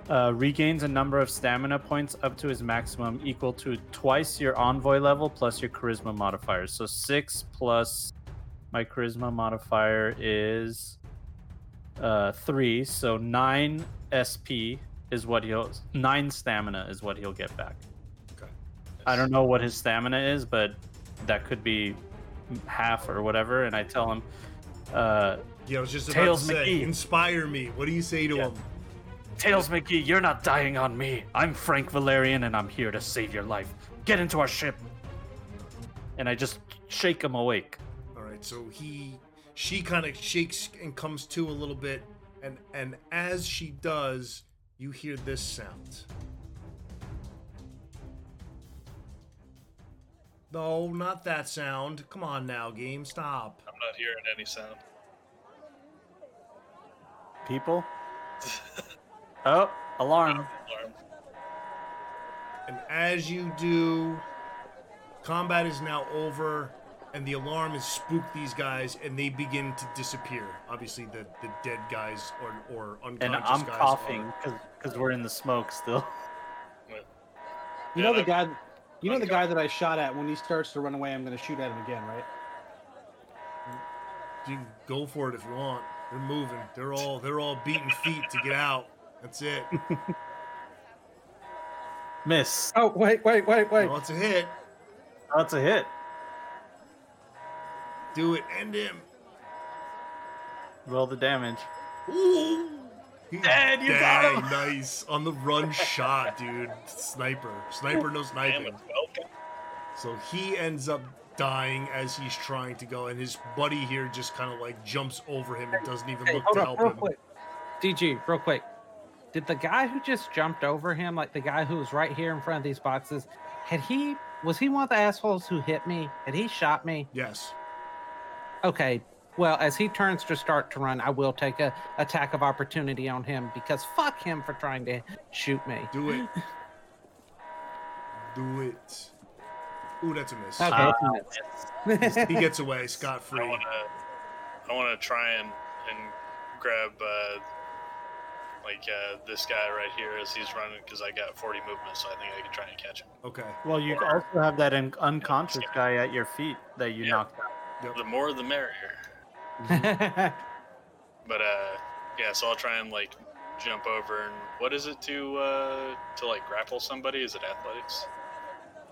Speaker 3: uh, regains a number of stamina points up to his maximum, equal to twice your envoy level plus your charisma modifier. So six plus my charisma modifier is uh, three, so nine SP is what he'll nine stamina is what he'll get back. I don't know what his stamina is, but that could be half or whatever. And I tell him, uh,
Speaker 2: Yeah, I was just about
Speaker 3: Tails
Speaker 2: to say,
Speaker 3: McGee.
Speaker 2: inspire me. What do you say to
Speaker 3: Yeah.
Speaker 2: him?
Speaker 3: Tails McGee, you're not dying on me. I'm Frank Valerian, and I'm here to save your life. Get into our ship. And I just shake him awake.
Speaker 2: All right, so he, she kind of shakes and comes to a little bit, and and as she does, you hear this sound. No, not that sound. Come on now, game, stop.
Speaker 6: I'm not hearing any sound.
Speaker 3: People? oh, alarm.
Speaker 6: Alarm.
Speaker 2: And as you do, combat is now over, and the alarm has spooked these guys, and they begin to disappear. Obviously, the, the dead guys or, or unconscious
Speaker 3: And I'm
Speaker 2: guys. are-
Speaker 3: coughing because we're in the smoke still.
Speaker 4: you
Speaker 6: Yeah,
Speaker 4: know the
Speaker 6: that-
Speaker 4: guy. You know the guy that I shot at when he starts to run away. I'm gonna shoot at him again, right?
Speaker 2: You can go for it if you want. They're moving. They're all they're all beating feet to get out. That's it.
Speaker 3: Miss.
Speaker 1: Oh wait, wait, wait, wait.
Speaker 2: Well, it's a hit.
Speaker 3: That's a hit.
Speaker 2: Do it. End him.
Speaker 3: Roll the damage.
Speaker 2: Ooh. He's
Speaker 3: Dead, you got
Speaker 2: dead.
Speaker 3: him.
Speaker 2: Nice on the run shot, dude. Sniper, sniper, no
Speaker 6: Damn it.
Speaker 2: sniping.
Speaker 6: Well,
Speaker 2: So he ends up dying as he's trying to go, and his buddy here just kind of like jumps over him and doesn't even
Speaker 5: Hey,
Speaker 2: look
Speaker 5: hold
Speaker 2: to
Speaker 5: up,
Speaker 2: help
Speaker 5: real
Speaker 2: him.
Speaker 5: quick. DG, real quick. Did the guy who just jumped over him, like the guy who was right here in front of these boxes, had he was he one of the assholes who hit me? Had he shot me?
Speaker 2: Yes.
Speaker 5: Okay. Well, as he turns to start to run, I will take a attack of opportunity on him because fuck him for trying to shoot me.
Speaker 2: Do it. Do it. Ooh, that's a miss.
Speaker 5: Okay.
Speaker 3: Uh,
Speaker 2: He gets away scot free.
Speaker 6: I want to. I want to try and and grab uh, like uh, this guy right here as he's running because I got 40 movement, so I think I can try and catch him.
Speaker 2: Okay.
Speaker 3: Well, you also have that un- unconscious guy at your feet that you
Speaker 6: Yeah.
Speaker 3: knocked out.
Speaker 6: The more, the merrier. But uh, yeah, so I'll try and like jump over and what is it to uh to like grapple somebody? Is it athletics?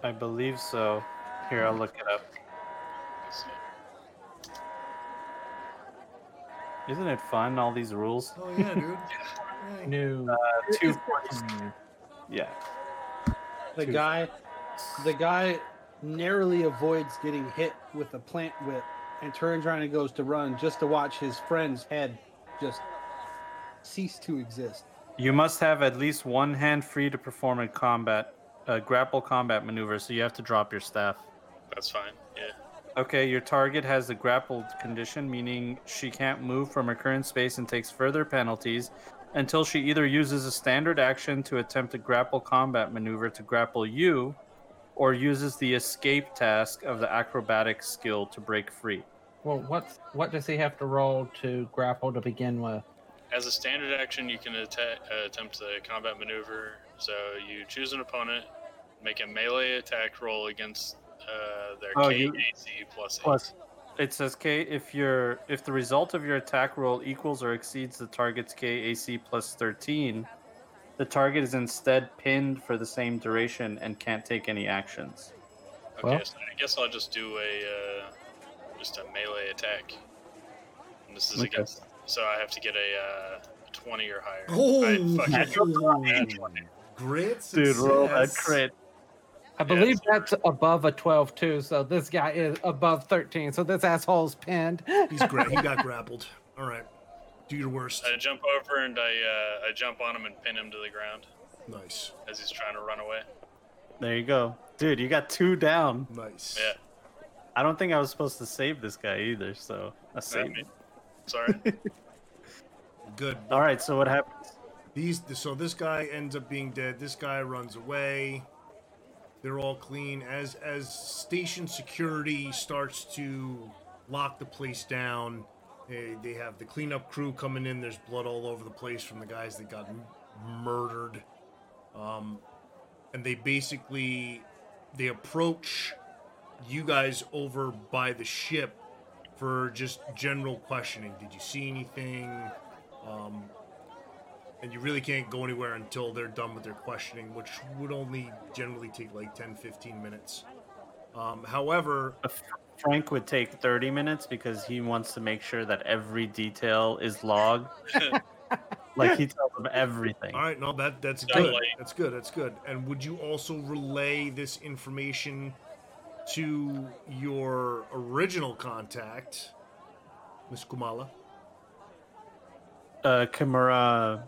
Speaker 3: I believe so. Here, I'll look it up.
Speaker 6: Let's see.
Speaker 3: Isn't it fun, all these rules?
Speaker 2: Oh yeah, dude. Yeah.
Speaker 5: no.
Speaker 3: Two points. Yeah.
Speaker 4: The
Speaker 3: Two.
Speaker 4: guy, the guy, narrowly avoids getting hit with a plant whip and turns around and goes to run just to watch his friend's head just cease to exist.
Speaker 3: You must have at least one hand free to perform a combat, a grapple combat maneuver, so you have to drop your staff.
Speaker 6: That's fine. Yeah.
Speaker 3: Okay, your target has the grappled condition, meaning she can't move from her current space and takes further penalties until she either uses a standard action to attempt a grapple combat maneuver to grapple you, or uses the escape task of the acrobatic skill to break free.
Speaker 5: Well, what's what does he have to roll to grapple to begin with?
Speaker 6: As a standard action, you can atta- uh, attempt the combat maneuver. So you choose an opponent, make a melee attack roll against uh, their
Speaker 3: Oh, you-
Speaker 6: KAC plus eight.
Speaker 3: Plus, it says K if your if the result of your attack roll equals or exceeds the target's KAC plus 13, The target is instead pinned for the same duration and can't take any actions.
Speaker 6: Okay,
Speaker 5: Well-
Speaker 6: so I guess I'll just do a uh, just a melee attack. And this is
Speaker 3: Okay.
Speaker 6: against, so I have to get a uh, twenty or higher. I fucking-
Speaker 2: Oh, great
Speaker 3: Dude, roll that
Speaker 2: success.
Speaker 3: crit.
Speaker 5: I believe that's above a 12 too, so this guy is above 13. So this asshole's pinned.
Speaker 2: He's great. He got grappled. All right, do your worst.
Speaker 6: I jump over and I uh, I jump on him and pin him to the ground
Speaker 2: Nice,
Speaker 6: as he's trying to run away.
Speaker 3: There you go. Dude, you got two down.
Speaker 2: nice.
Speaker 6: Yeah,
Speaker 3: I don't think I was supposed to save this guy either, so I
Speaker 6: that
Speaker 3: saved
Speaker 6: me.
Speaker 3: him.
Speaker 6: Sorry.
Speaker 2: Good.
Speaker 3: All right, so what happens?
Speaker 2: These. So this guy ends up being dead. This guy runs away. They're all clean. As as station security starts to lock the place down, they, they have the cleanup crew coming in. There's blood all over the place from the guys that got m- murdered. Um, and they basically they approach you guys over by the ship for just general questioning. Did you see anything? Um, and you really can't go anywhere until they're done with their questioning, which would only generally take like 10 15 minutes. Um, however,
Speaker 3: Frank would take 30 minutes because he wants to make sure that every detail is logged. like he tells them everything.
Speaker 2: all right, no, that that's
Speaker 6: Don't
Speaker 2: good.
Speaker 6: wait.
Speaker 2: That's good. That's good. And would you also relay this information to your original contact, Miss Kumala?
Speaker 3: Uh, Kimura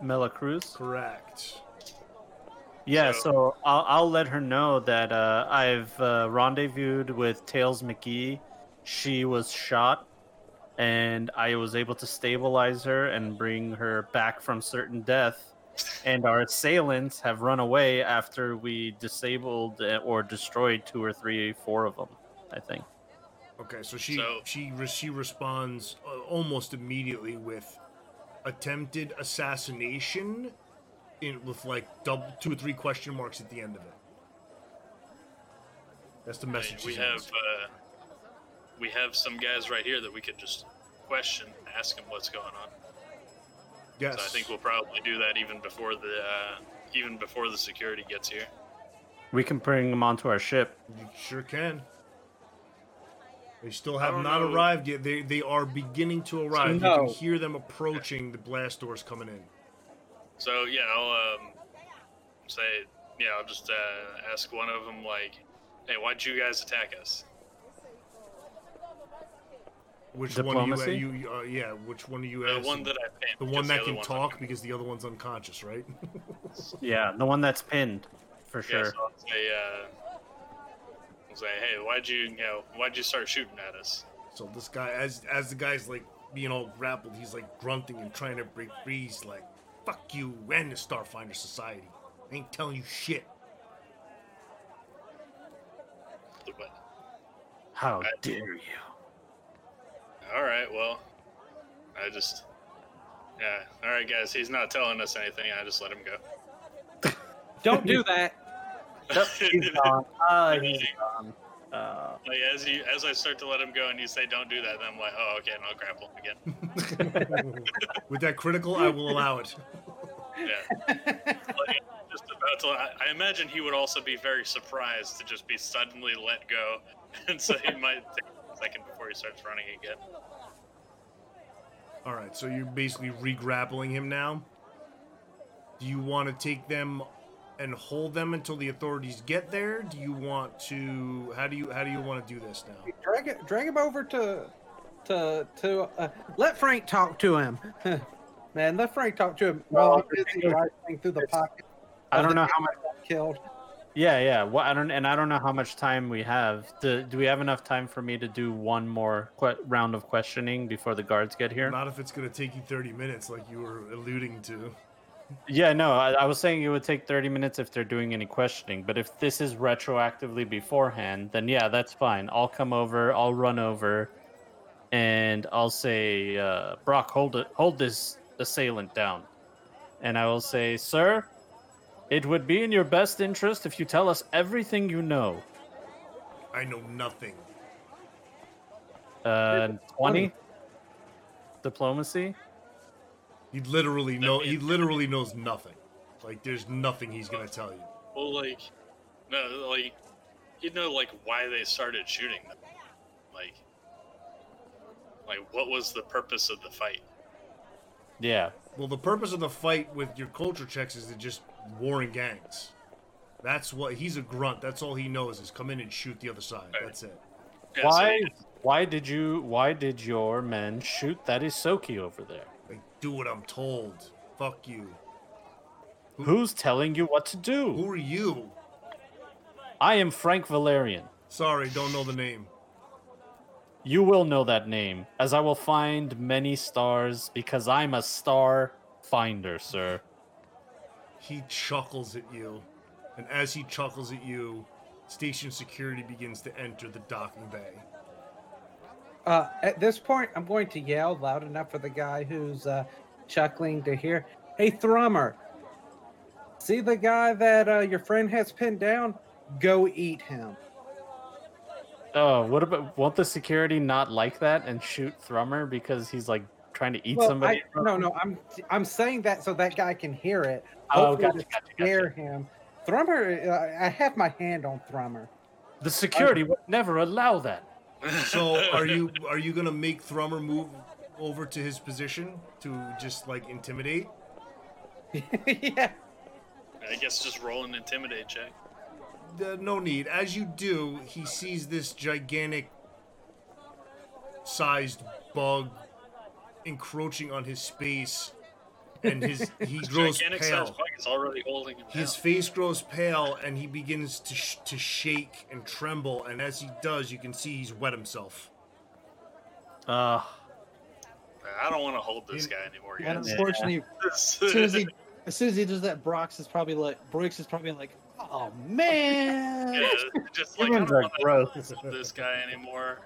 Speaker 3: Mela Cruz.
Speaker 2: Correct.
Speaker 3: Yeah,
Speaker 6: So-
Speaker 3: so, I'll, I'll let her know that uh, I've uh, rendezvoused with Tails McGee. She was shot, and I was able to stabilize her and bring her back from certain death. And our assailants have run away after we disabled uh, or destroyed two or three, four of them, I think.
Speaker 2: Okay, so she
Speaker 6: So-
Speaker 2: she re- she responds uh, almost immediately with attempted assassination, in with like double two or three question marks at the end of it. That's the
Speaker 6: I mean,
Speaker 2: message.
Speaker 6: we
Speaker 2: she
Speaker 6: have
Speaker 2: sends.
Speaker 6: uh, we have some guys right here that we could just question, ask them what's going on.
Speaker 2: yes.
Speaker 6: So I think we'll probably do that even before the uh, even before the security gets here.
Speaker 3: We can bring them onto our ship.
Speaker 2: you sure can. They still
Speaker 6: I
Speaker 2: have
Speaker 6: don't
Speaker 2: not
Speaker 6: know.
Speaker 2: arrived yet. They they are beginning to arrive. You
Speaker 5: no.
Speaker 2: can hear them approaching. The blast doors coming in.
Speaker 6: So yeah, I'll um, say yeah, I'll just uh, ask one of them like, "Hey, why'd you guys attack us?"
Speaker 2: Which one
Speaker 3: Diplomacy?
Speaker 2: you, you uh, yeah? Which one are you
Speaker 6: The
Speaker 2: asking?
Speaker 6: one that I pinned.
Speaker 2: the
Speaker 6: because
Speaker 2: one
Speaker 6: the
Speaker 2: that
Speaker 6: other
Speaker 2: can
Speaker 6: one's
Speaker 2: talk
Speaker 6: unconscious.
Speaker 2: because the other one's unconscious, right?
Speaker 3: Yeah, the one that's pinned, for
Speaker 6: Yeah,
Speaker 3: sure.
Speaker 6: so I'll say, uh, I'll say, "Hey, why'd you you know why'd you start shooting at us?"
Speaker 2: So this guy, as as the guy's like being all grappled, he's like grunting and trying to break free. He's like, "Fuck you and the Starfinder Society. I ain't telling you shit."
Speaker 6: But,
Speaker 3: How
Speaker 6: I-
Speaker 3: dare you?
Speaker 6: all right, well, I just yeah. All right, guys, he's not telling us anything. I just let him go.
Speaker 5: Don't do that.
Speaker 3: He's gone. Ah, he's gone. Ah.
Speaker 6: Like as you as I start to let him go and you say don't do that, then I'm like, oh okay, and I'll grapple him again.
Speaker 2: With that critical, I will allow it.
Speaker 6: Yeah. Like, just about to, I, I imagine he would also be very surprised to just be suddenly let go, and so he might take a second before he starts running again.
Speaker 2: All right, so you're basically re-grappling him now. Do you want to take them and hold them until the authorities get there? Do you want to? How do you how do you want to do this now?
Speaker 1: Drag it, drag him over to, to to. Uh,
Speaker 5: Let Frank talk to him.
Speaker 1: man, let Frank talk to him.
Speaker 3: Well,
Speaker 1: Well, he's busy rifling through the pocket.
Speaker 3: I
Speaker 1: of
Speaker 3: don't
Speaker 1: the
Speaker 3: know how
Speaker 1: guy
Speaker 3: much.
Speaker 1: that got Killed.
Speaker 3: Yeah, yeah. Well, I don't, and I don't know how much time we have. Do, do we have enough time for me to do one more que- round of questioning before the guards get here?
Speaker 2: Not if it's gonna take you 30 minutes, like you were alluding to.
Speaker 3: yeah, no. I, I was saying it would take thirty minutes if they're doing any questioning. But if this is retroactively beforehand, then yeah, that's fine. I'll come over. I'll run over, and I'll say, uh, Brock, hold it, hold this assailant down, and I will say, sir. It would be in your best interest if you tell us everything you know.
Speaker 2: I know nothing.
Speaker 3: Uh, 20 diplomacy
Speaker 2: He literally know he literally knows nothing. Like, there's nothing he's gonna tell you.
Speaker 6: Well, like, no, like, you know, like why they started shooting them, like, like what was the purpose of the fight?
Speaker 3: Yeah.
Speaker 2: Well, the purpose of the fight with your culture checks is to just warring gangs. That's what he's a grunt. That's all he knows is come in and shoot the other side.
Speaker 6: Right.
Speaker 2: That's it.
Speaker 6: Yeah, so
Speaker 3: Why?
Speaker 6: they-
Speaker 3: Why did you? Why did your men shoot that Isoki over there?
Speaker 2: Like, do what I'm told. Fuck you.
Speaker 3: Who's telling you what to do?
Speaker 2: Who are you?
Speaker 3: I am Frank Valerian.
Speaker 2: Sorry, don't know the name.
Speaker 3: You will know that name, as I will find many stars because I'm a star finder, sir.
Speaker 2: He chuckles at you, and as he chuckles at you, station security begins to enter the docking bay.
Speaker 5: Uh, at this point, I'm going to yell loud enough for the guy who's uh, chuckling to hear. Hey, Thrummer, see the guy that uh, your friend has pinned down? Go eat him.
Speaker 3: Oh, what about? Won't the security not like that and shoot Thrummer because he's like trying to eat
Speaker 5: Well,
Speaker 3: somebody?
Speaker 5: I, no, no, I'm I'm saying that so that guy can hear it.
Speaker 3: oh,
Speaker 5: Hopefully
Speaker 3: gotcha,
Speaker 5: to
Speaker 3: gotcha, gotcha.
Speaker 5: Scare him. Thrummer, uh, I have my hand on Thrummer.
Speaker 3: The security would never allow that.
Speaker 2: So, are you are you gonna make Thrummer move over to his position to just like intimidate?
Speaker 5: yeah.
Speaker 6: I guess just roll an intimidate check.
Speaker 2: Uh, no need. As you do, he sees this gigantic sized bug encroaching on his space, and his he grows
Speaker 6: Gigantic
Speaker 2: pale.
Speaker 6: sized bug is already holding him
Speaker 2: His
Speaker 6: down.
Speaker 2: face grows pale and he begins to, sh- to shake and tremble. And as he does, you can see he's wet himself.
Speaker 3: Uh,
Speaker 6: I don't want to hold this guy anymore.
Speaker 4: And
Speaker 6: Guys.
Speaker 4: unfortunately, as soon as he as soon as he does that, Brox is probably like Brox is probably like, oh man.
Speaker 6: Yeah, just like I
Speaker 3: humans
Speaker 6: don't
Speaker 3: are
Speaker 6: want to
Speaker 3: gross.
Speaker 6: hold this guy anymore.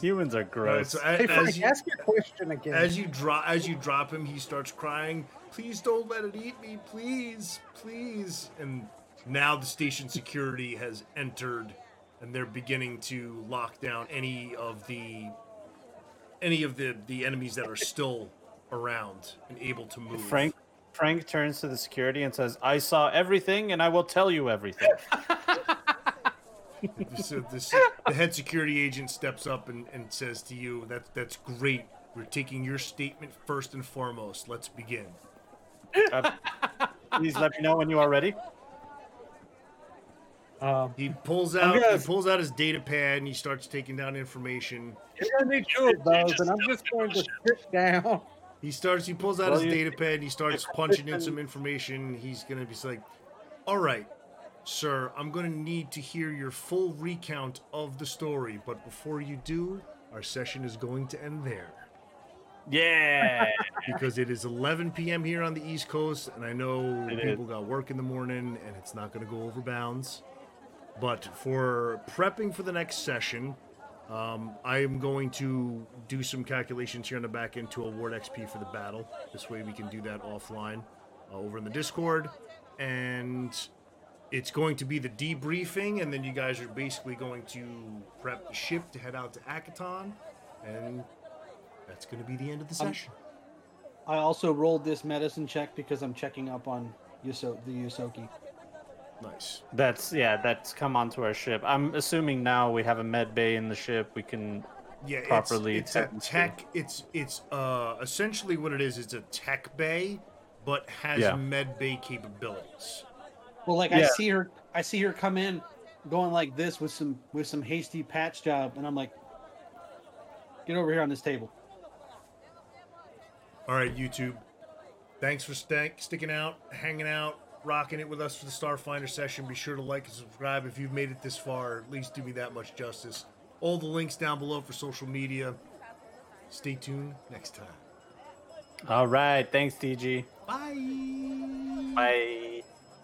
Speaker 3: Humans are
Speaker 2: Right,
Speaker 3: gross.
Speaker 2: so a-
Speaker 5: Hey, Frank,
Speaker 2: as, you,
Speaker 5: ask your question again.
Speaker 2: as you drop as you drop him, he starts crying. Please don't let it eat me, please, please. And now the station security has entered, and they're beginning to lock down any of the any of the the enemies that are still around and able to move.
Speaker 3: Frank Frank turns to the security and says, "I saw everything, and I will tell you everything."
Speaker 2: So this, the head security agent steps up and, and says to you, that, That's great. We're taking your statement first and foremost. Let's begin.
Speaker 3: Please let me know when you are ready.
Speaker 5: um,
Speaker 2: He pulls out
Speaker 5: gonna-
Speaker 2: he pulls out his data pad and he starts taking down information.
Speaker 5: you're gonna need two of those, and I'm just going to sit down.
Speaker 2: He starts he pulls out
Speaker 3: Well,
Speaker 2: his
Speaker 3: you-
Speaker 2: data pad and he starts punching in some information. He's gonna be like, All right, sir, I'm gonna need to hear your full recount of the story, but before you do, our session is going to end there.
Speaker 3: Yeah.
Speaker 2: because it is 11 p.m. here on the East Coast, and I know
Speaker 3: It
Speaker 2: people got work in the morning, and it's not going to go over bounds. But for prepping for the next session, um, I am going to do some calculations here on the back end to award XP for the battle. This way, we can do that offline uh, over in the Discord, and it's going to be the debriefing, and then you guys are basically going to prep the ship to head out to Akaton, and that's going to be the end of the
Speaker 4: Um,
Speaker 2: session.
Speaker 4: I also rolled this medicine check because I'm checking up on Yuso the Yusoki.
Speaker 2: Nice.
Speaker 3: that's yeah. That's come onto our ship. I'm assuming now we have a med bay in the ship. We can.
Speaker 2: Yeah, it's-
Speaker 3: Properly
Speaker 2: It's, a
Speaker 3: tap into.
Speaker 2: tech. It's it's uh essentially what it is. It's a tech bay, but has
Speaker 3: Yeah.
Speaker 2: med bay capabilities.
Speaker 4: Well, like I
Speaker 3: Yeah.
Speaker 4: see her, I see her come in, going like this with some with some hasty patch job, and I'm like, get over here on this table.
Speaker 2: All right, YouTube. Thanks for stank, sticking out, hanging out, rocking it with us for the Starfinder session. Be sure to like and subscribe if you've made it this far. At least do me that much justice. All the links down below for social media. Stay tuned next time.
Speaker 3: All right. Thanks, DG.
Speaker 2: Bye.
Speaker 3: Bye.